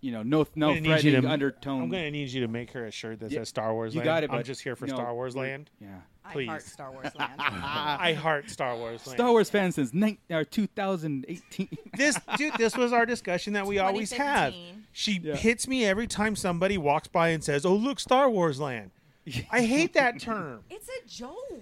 you know no no I'm gonna need you threatening to- undertone. I'm gonna need you to make her a shirt that Yeah, says Star Wars. you Land. got it, I'm bud. just here for No, Star Wars we- Land. yeah. I heart Please. Star Wars land. I heart Star Wars Land. Star Wars fans since uh, 19, or 2018. this dude this was our discussion that we always have 2015. she Yeah. hits me every time somebody walks by and says oh look star wars land i hate that term it's a joke. no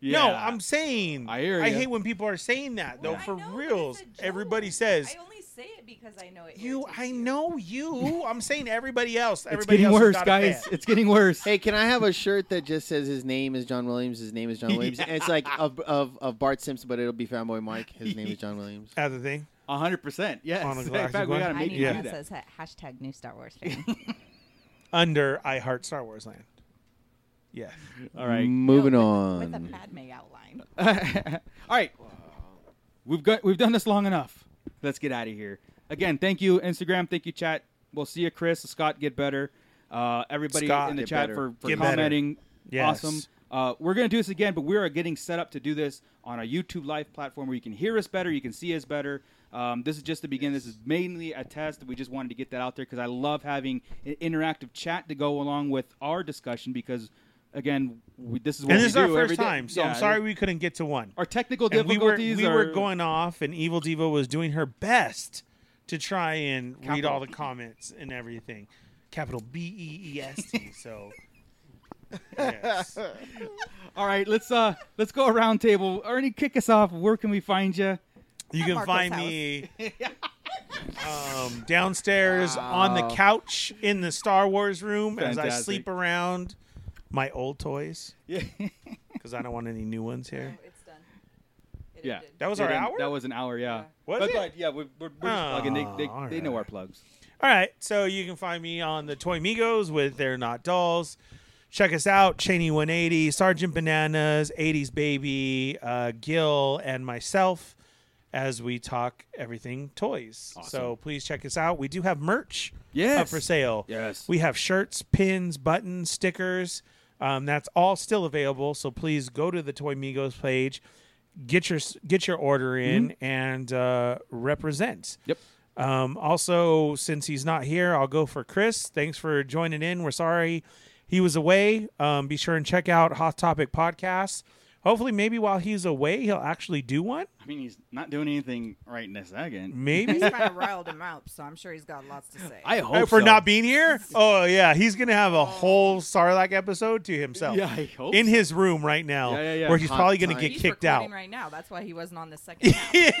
Yeah. i'm saying I hear ya. hate when people are saying that though Well, I for know, but it's reals a joke. everybody says I only say it because I know it. you irritates i you. know you i'm saying everybody else It's everybody getting else has worse, got a guys. fan. It's getting worse. Hey, can I have a shirt that just says his name is John Williams? His name is John Williams. And it's like of, of of Bart Simpson, but it'll be Fanboy Mike. His name is John Williams. other thing hundred percent. Yes. On a In galactic fact, we one. gotta I make need you one do that that. says hashtag new Star Wars fan. under i heart star wars land yeah All right. Moving With a on. Padme outline. All right. We've got we've done this long enough. Let's get out of here. Again, thank you, Instagram. Thank you, chat. We'll see you, Chris. Scott, get better. Uh, everybody Scott, in the get chat better. for, for Get better. commenting. Yes. Awesome. Uh, we're gonna do this again, but we are getting set up to do this on a YouTube live platform where you can hear us better, you can see us better. Um, this is just the beginning. This is mainly a test. We just wanted to get that out there because I love having an interactive chat to go along with our discussion because, again, we, this is what and we this is our do every first day. time so Yeah. i'm sorry we couldn't get to one Our technical and we were difficulties. we were are- going off, and Evil Diva was doing her best to try and read all the comments and everything. Capital B E E S T. So Yes. All right, let's uh let's go around table. Ernie, kick us off. Where can we find you? You can Marco's find house. me um, downstairs on the couch in the Star Wars room as I Fantastic. sleep around my old toys. Yeah. Because I don't want any new ones here. It's done. Yeah, That was They our didn't- hour? That was an hour, yeah. Was but, it? but, yeah, we're, we're, we're just plugging. They, they, Ah, they know alright. our plugs. All right, so you can find me on the Toy Migos with They're Not Dolls. Check us out, Cheney 180, Sergeant Bananas, 80s Baby, uh, Gil, and myself as we talk everything toys. So please check us out. We do have merch up Yes. for sale. Yes. We have shirts, pins, buttons, stickers. Um, that's all still available. So please go to the Toy Migos page, get your get your order in, and uh, represent. Mm-hmm. Yep. Um, also, since he's not here, I'll go for Chris. Thanks for joining in. We're sorry he was away. Um, be sure and check out Hot Topic Podcast. Hopefully, maybe while he's away, he'll actually do one. I mean, he's not doing anything right in this second. Maybe. Just kind of riled him up, so I'm sure he's got lots to say. I hope Uh, for so. not being here? Oh, yeah. He's going to have a whole Sarlacc episode to himself. Yeah, I hope. In his room right now, Yeah, yeah, yeah. where he's Hot probably going to time. get he's kicked recording out. right now. That's why he wasn't on the second. half.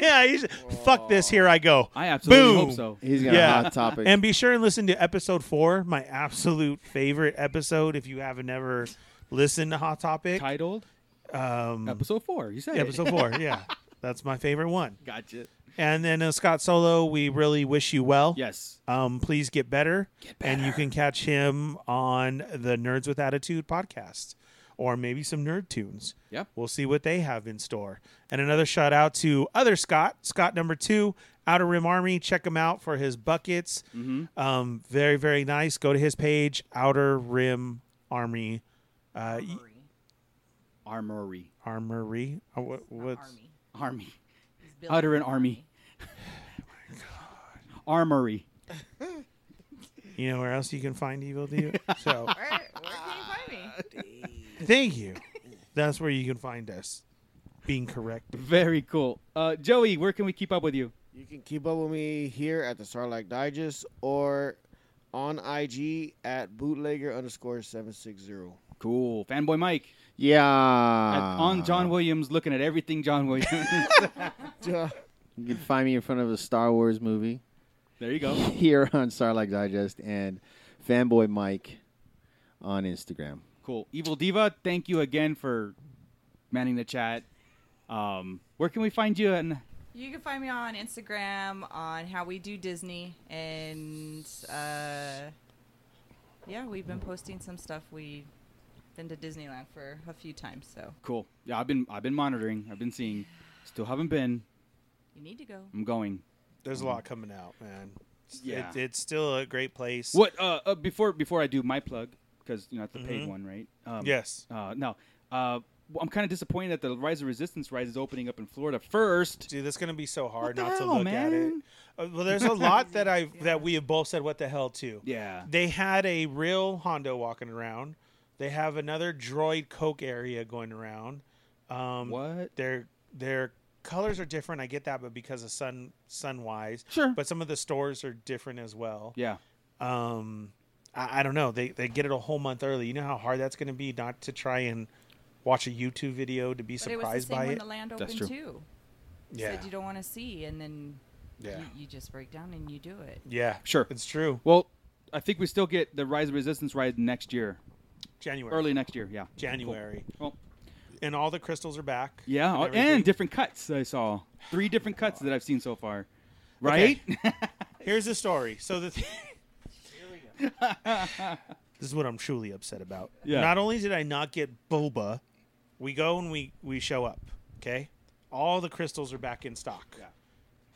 yeah, he's, fuck this. Here I go. I absolutely Boom. hope so. He's got Yeah. a hot topic. And be sure and listen to episode four, my absolute favorite episode. If you haven't ever listened to Hot Topic, Titled um, episode four. You said it. episode four, yeah, that's my favorite one. Gotcha. And then uh, Scott Solo, we really wish you well. Yes. Um, please get better. get better. And you can catch him on the Nerds with Attitude podcast or maybe some Nerd Tunes. Yep. We'll see what they have in store. And another shout out to other Scott, Scott number two, Outer Rim Army. Check him out for his buckets. Um, very, very nice. Go to his page, Outer Rim Army. Uh, y- Armory. Armory. Uh, what, what's Army. Army. He's building Utter an army. Armory. you know where else you can find Evil Deal? so Where, where can you find me? thank you. That's where you can find us. Being correct. Very cool. Uh, Joey, where can we keep up with you? You can keep up with me here at the Sarlacc Digest or on IG at bootlegger underscore seven six zero. Cool. Fanboy Mike. yeah. At, Ah. on John Williams, looking at everything John Williams. You can find me in front of a Star Wars movie there you go. here on Sarlacc Digest and Fanboy Mike on Instagram. Cool. Evil Diva, thank you again for manning the chat. Um, where can we find you? And You can find me on Instagram on how we do Disney, and uh, yeah, we've been posting some stuff. We've been to Disneyland for a few times, so cool. Yeah, I've been I've been monitoring. I've been seeing. Still haven't been. you need to go. I'm going. There's a lot coming out, man. Yeah. It, it's still a great place. What? Uh, uh before before I do my plug, because you know it's the paid one, right? Um, Yes. Uh, no. Uh, well, I'm kind of disappointed that the Rise of Resistance Rise is opening up in Florida first. Dude, that's gonna be so hard the not to hell, look at it. man? Uh, well, there's a lot that I that we have both said what the hell too. Yeah. They had a real Hondo walking around. They have another droid Coke area going around. Um, What? Their their colors are different. I get that, but because of sun sunwise, Sure. But some of the stores are different as well. Yeah. um I, I don't know they they get it a whole month early you know how hard that's going to be not to try and watch a youtube video to be But it was the surprised same by when it the land That's opened true. too. You yeah Said you don't want to see, and then yeah you, you just break down and you do it. yeah Sure. it's true Well, I think we still get the Rise of Resistance ride next year, january early next year. Yeah. january Well, and all the crystals are back yeah, oh, and, everything. different cuts I saw. Three different cuts that I've seen so far. Right? Okay. here's the story so the th- this is what i'm truly upset about Yeah. not only did i not get boba we go and we we show up okay all the crystals are back in stock yeah.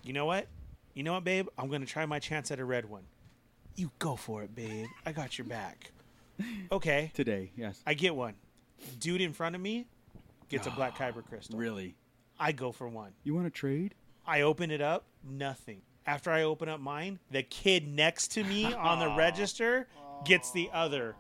you know what you know what babe i'm gonna try my chance at a red one you go for it babe i got your back okay Today, yes. i get one dude in front of me gets a black kyber crystal really? i go for one You want to trade? I open it up, nothing. After I open up mine, the kid next to me on the register gets the other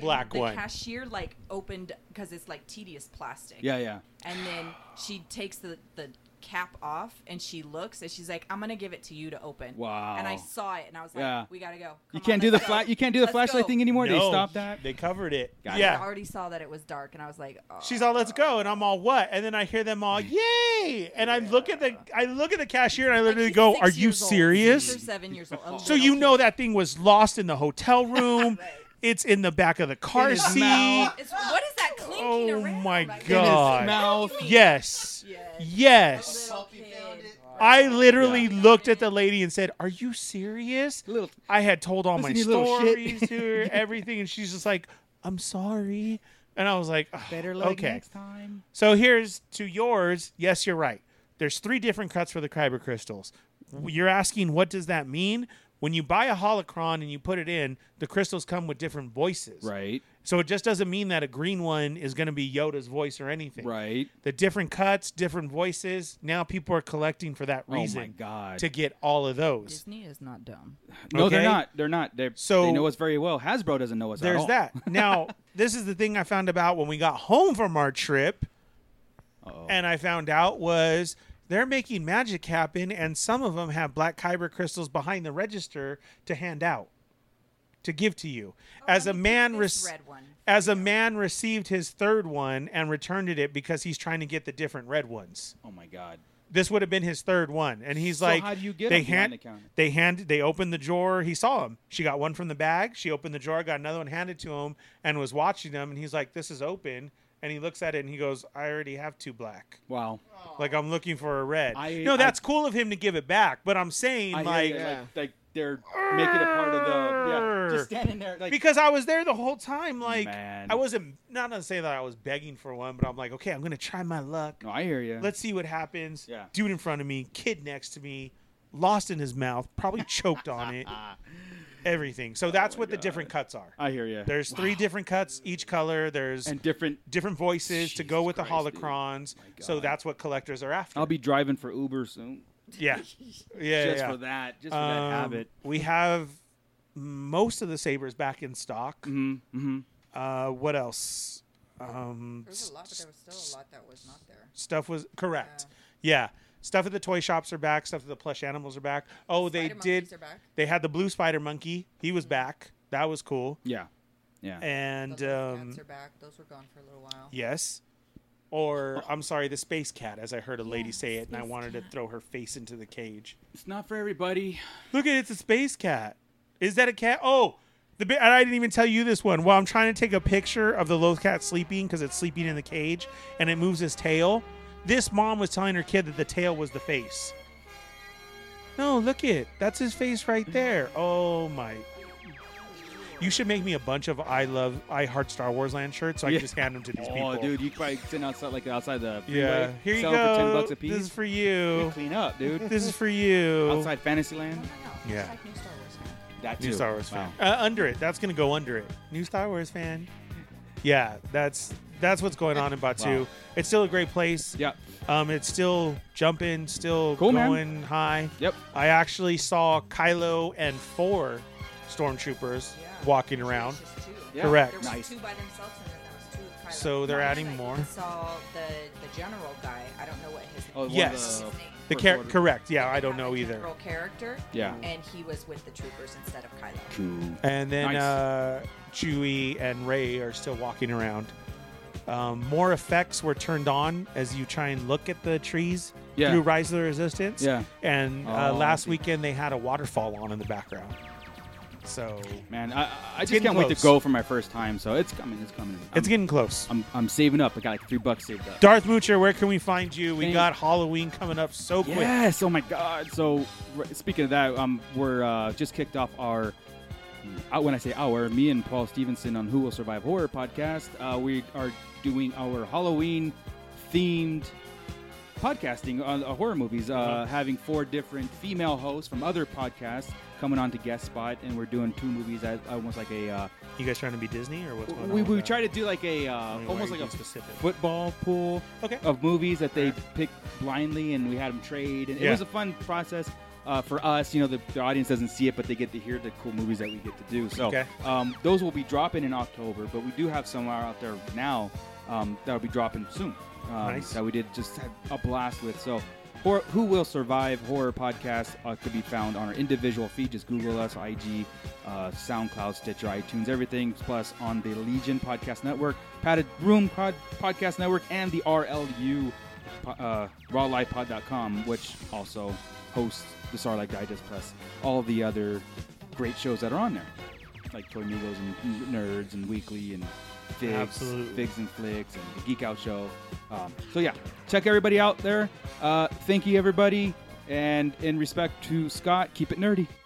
black The one. cashier like opened because it's like tedious plastic. Yeah, yeah. And then she takes the the cap off, and she looks, and she's like, "I'm gonna give it to you to open." Wow. And I saw it, and I was like, Yeah. "We gotta go." You Come can't on, do the let's go. fla- you can't do the Let's flashlight go." thing anymore. They No, stopped that. They covered it. Got it. I yeah. already saw that it was dark, and I was like, oh. She's all, "Let's go," and I'm all, "What?" And then I hear them all, Mm. "Yay!" And I look at the, I look at the cashier, and I literally He's go, six "Are you years old. Six or serious?" Oh. seven years old. A So little you kid. know that thing was lost in the hotel room. It's in the back of the car his seat. mouth. It's, what is that clinking Oh around? my Like, God. In his mouth. Yes. Yes. Yes. Little kid. I literally looked at the lady and said, "Are you serious?" Little- I had told all Listen, my you little shit. stories to her, everything, and she's just like, "I'm sorry," and I was like, "Oh, Better luck okay." next time. So here's to yours. Yes, you're right. There's three different cuts for the kyber crystals. Mm-hmm. You're asking what does that mean? When you buy a holocron and you put it in, the crystals come with different voices. Right. So it just doesn't mean that a green one is going to be Yoda's voice or anything. Right. The different cuts, different voices. Now people are collecting for that Oh my reason. God. To get all of those. Disney is not dumb. No, they're Okay? not. They're not. They're, So- they know us very well. Hasbro doesn't know us. at There's all. that. Now, this is the thing I found about when we got home from our trip, and I found out was they're making magic happen, and some of them have black kyber crystals behind the register to hand out, to give to you. as a Oh, let me man, pick this rec- red one. as a man received his third one and returned it because he's trying to get the different red ones Oh my God. this would have been his third one, and he's So like, how do you get they them behind hand, the counter? they hand, they opened the drawer. He saw him. She got one from the bag. She opened the drawer, got another one handed to him, and was watching them. And he's like, "This is open," and he looks at it and he goes, "I already have two black. Wow. Like I'm looking for a red." I- no, I- that's cool of him to give it back, but I'm saying I like. like, like, like they're making it part of the yeah, just standing there like because I was there the whole time, like Man. I wasn't not gonna say that I was begging for one, but I'm like, okay, I'm gonna try my luck. no, I hear you. Let's see what happens. Yeah. Dude in front of me, kid next to me, lost in his mouth, probably choked on it. Everything. So Oh that's what the different cuts are. I hear you. There's three different cuts, each color. There's and different. different voices to go Jesus with Christ, the dude. holocrons. So God. that's what collectors are after. I'll be driving for Uber soon. yeah. Yeah. just yeah. for that, just for Um, that habit. We have most of the sabers back in stock. Mm, hmm Uh, what else? Um, There was a lot, but there was still a lot that was not there. stuff was correct. Yeah. Stuff at the toy shops are back. Stuff at the plush animals are back. Oh, they Spider monkeys did. are back. They had the blue spider monkey. He was back. That was cool. Yeah, yeah. And the little um, cats are back. Those were gone for a little while. yes, or I'm sorry, the space cat, as I heard a lady Yeah, say it, and I space wanted to cat. throw her face into the cage. it's not for everybody. Look at it, it's a space cat. Is that a cat? Oh, the bi- and I didn't even tell you this one. Well, I'm trying to take a picture of the low cat sleeping because it's sleeping in the cage and it moves its tail. This mom was telling her kid that the tail was the face. No, look it. That's his face right there. Oh my. You should make me a bunch of I love I heart Star Wars land shirts so I Yeah. can just hand them to these oh, people. dude, you probably sitting outside like outside the freeway, Yeah. Here you sell go. for ten bucks a This is piece. for you. Clean up, dude. this is for you. outside Fantasyland. I don't know. Just Yeah. Like new Star Wars fan. That too. New Star Wars Wow. fan. Uh, under it. That's gonna go under it. New Star Wars fan. Yeah, that's that's what's going on in Batu. Wow. It's still a great place. Yep. Um, it's still jumping, still Cool, man. going high. Yep. I actually saw Kylo and four stormtroopers Yeah. walking around. There was just two. Yeah. Correct. There was Nice. two by themselves, and then there was two with Kylo. So they're Last adding night more. We saw the the general guy. I don't know what his name. Oh, one of Yes. the His name. The First char- Order. correct. Yeah, But I they don't have a know either. General character. Yeah. And he was with the troopers instead of Kylo. Cool. And then Nice. uh, Chewie and Ray are still walking around. Um, more effects were turned on as you try and look at the trees Yeah. through Rise of the Resistance. Yeah. And uh, Oh, I last see. weekend they had a waterfall on in the background. So Man, I, I- I just getting can't wait close. to go for my first time. So it's coming. It's coming. I'm, it's getting close. I'm, I'm saving up. I got like three bucks saved up. Darth Moocher, where can we find you? We Thank- got Halloween coming up so quick. Yes. Oh my God. So r- speaking of that, um, we're uh, just kicked off our. Uh, when I say our, me and Paul Stevenson on Who Will Survive Horror podcast, uh, we are doing our Halloween themed podcasting on uh, horror movies, uh, having four different female hosts from other podcasts coming on to guest spot, and we're doing two movies as almost like a. Uh, You guys trying to be Disney or what's going on? Oh, we with we that? try to do like a uh, I mean, why almost are you like a being specific. football pool Okay. of movies that they picked blindly and we had them trade and it Yeah. was a fun process uh, for us you know the, the audience doesn't see it but they get to hear the cool movies that we get to do so Okay. um, those will be dropping in october but we do have some are out there now um, that will be dropping soon um, Nice. that we did just have a blast with so Hor Who Will Survive horror podcast uh, can be found on our individual feed. Just Google us, IG, uh, SoundCloud, Stitcher, iTunes, everything. Plus on the Legion Podcast Network, Padded Room Pod- Podcast Network, and the RLU, po- uh, RawLivePod.com, which also hosts the Sarlacc Digest plus all the other great shows that are on there, like Toy Migos and Nerds and Weekly and Figs, Absolutely. Figs and Flicks and the Geek Out Show. Um, so yeah, check everybody out there. Uh, thank you everybody, and in respect to Scott, keep it nerdy.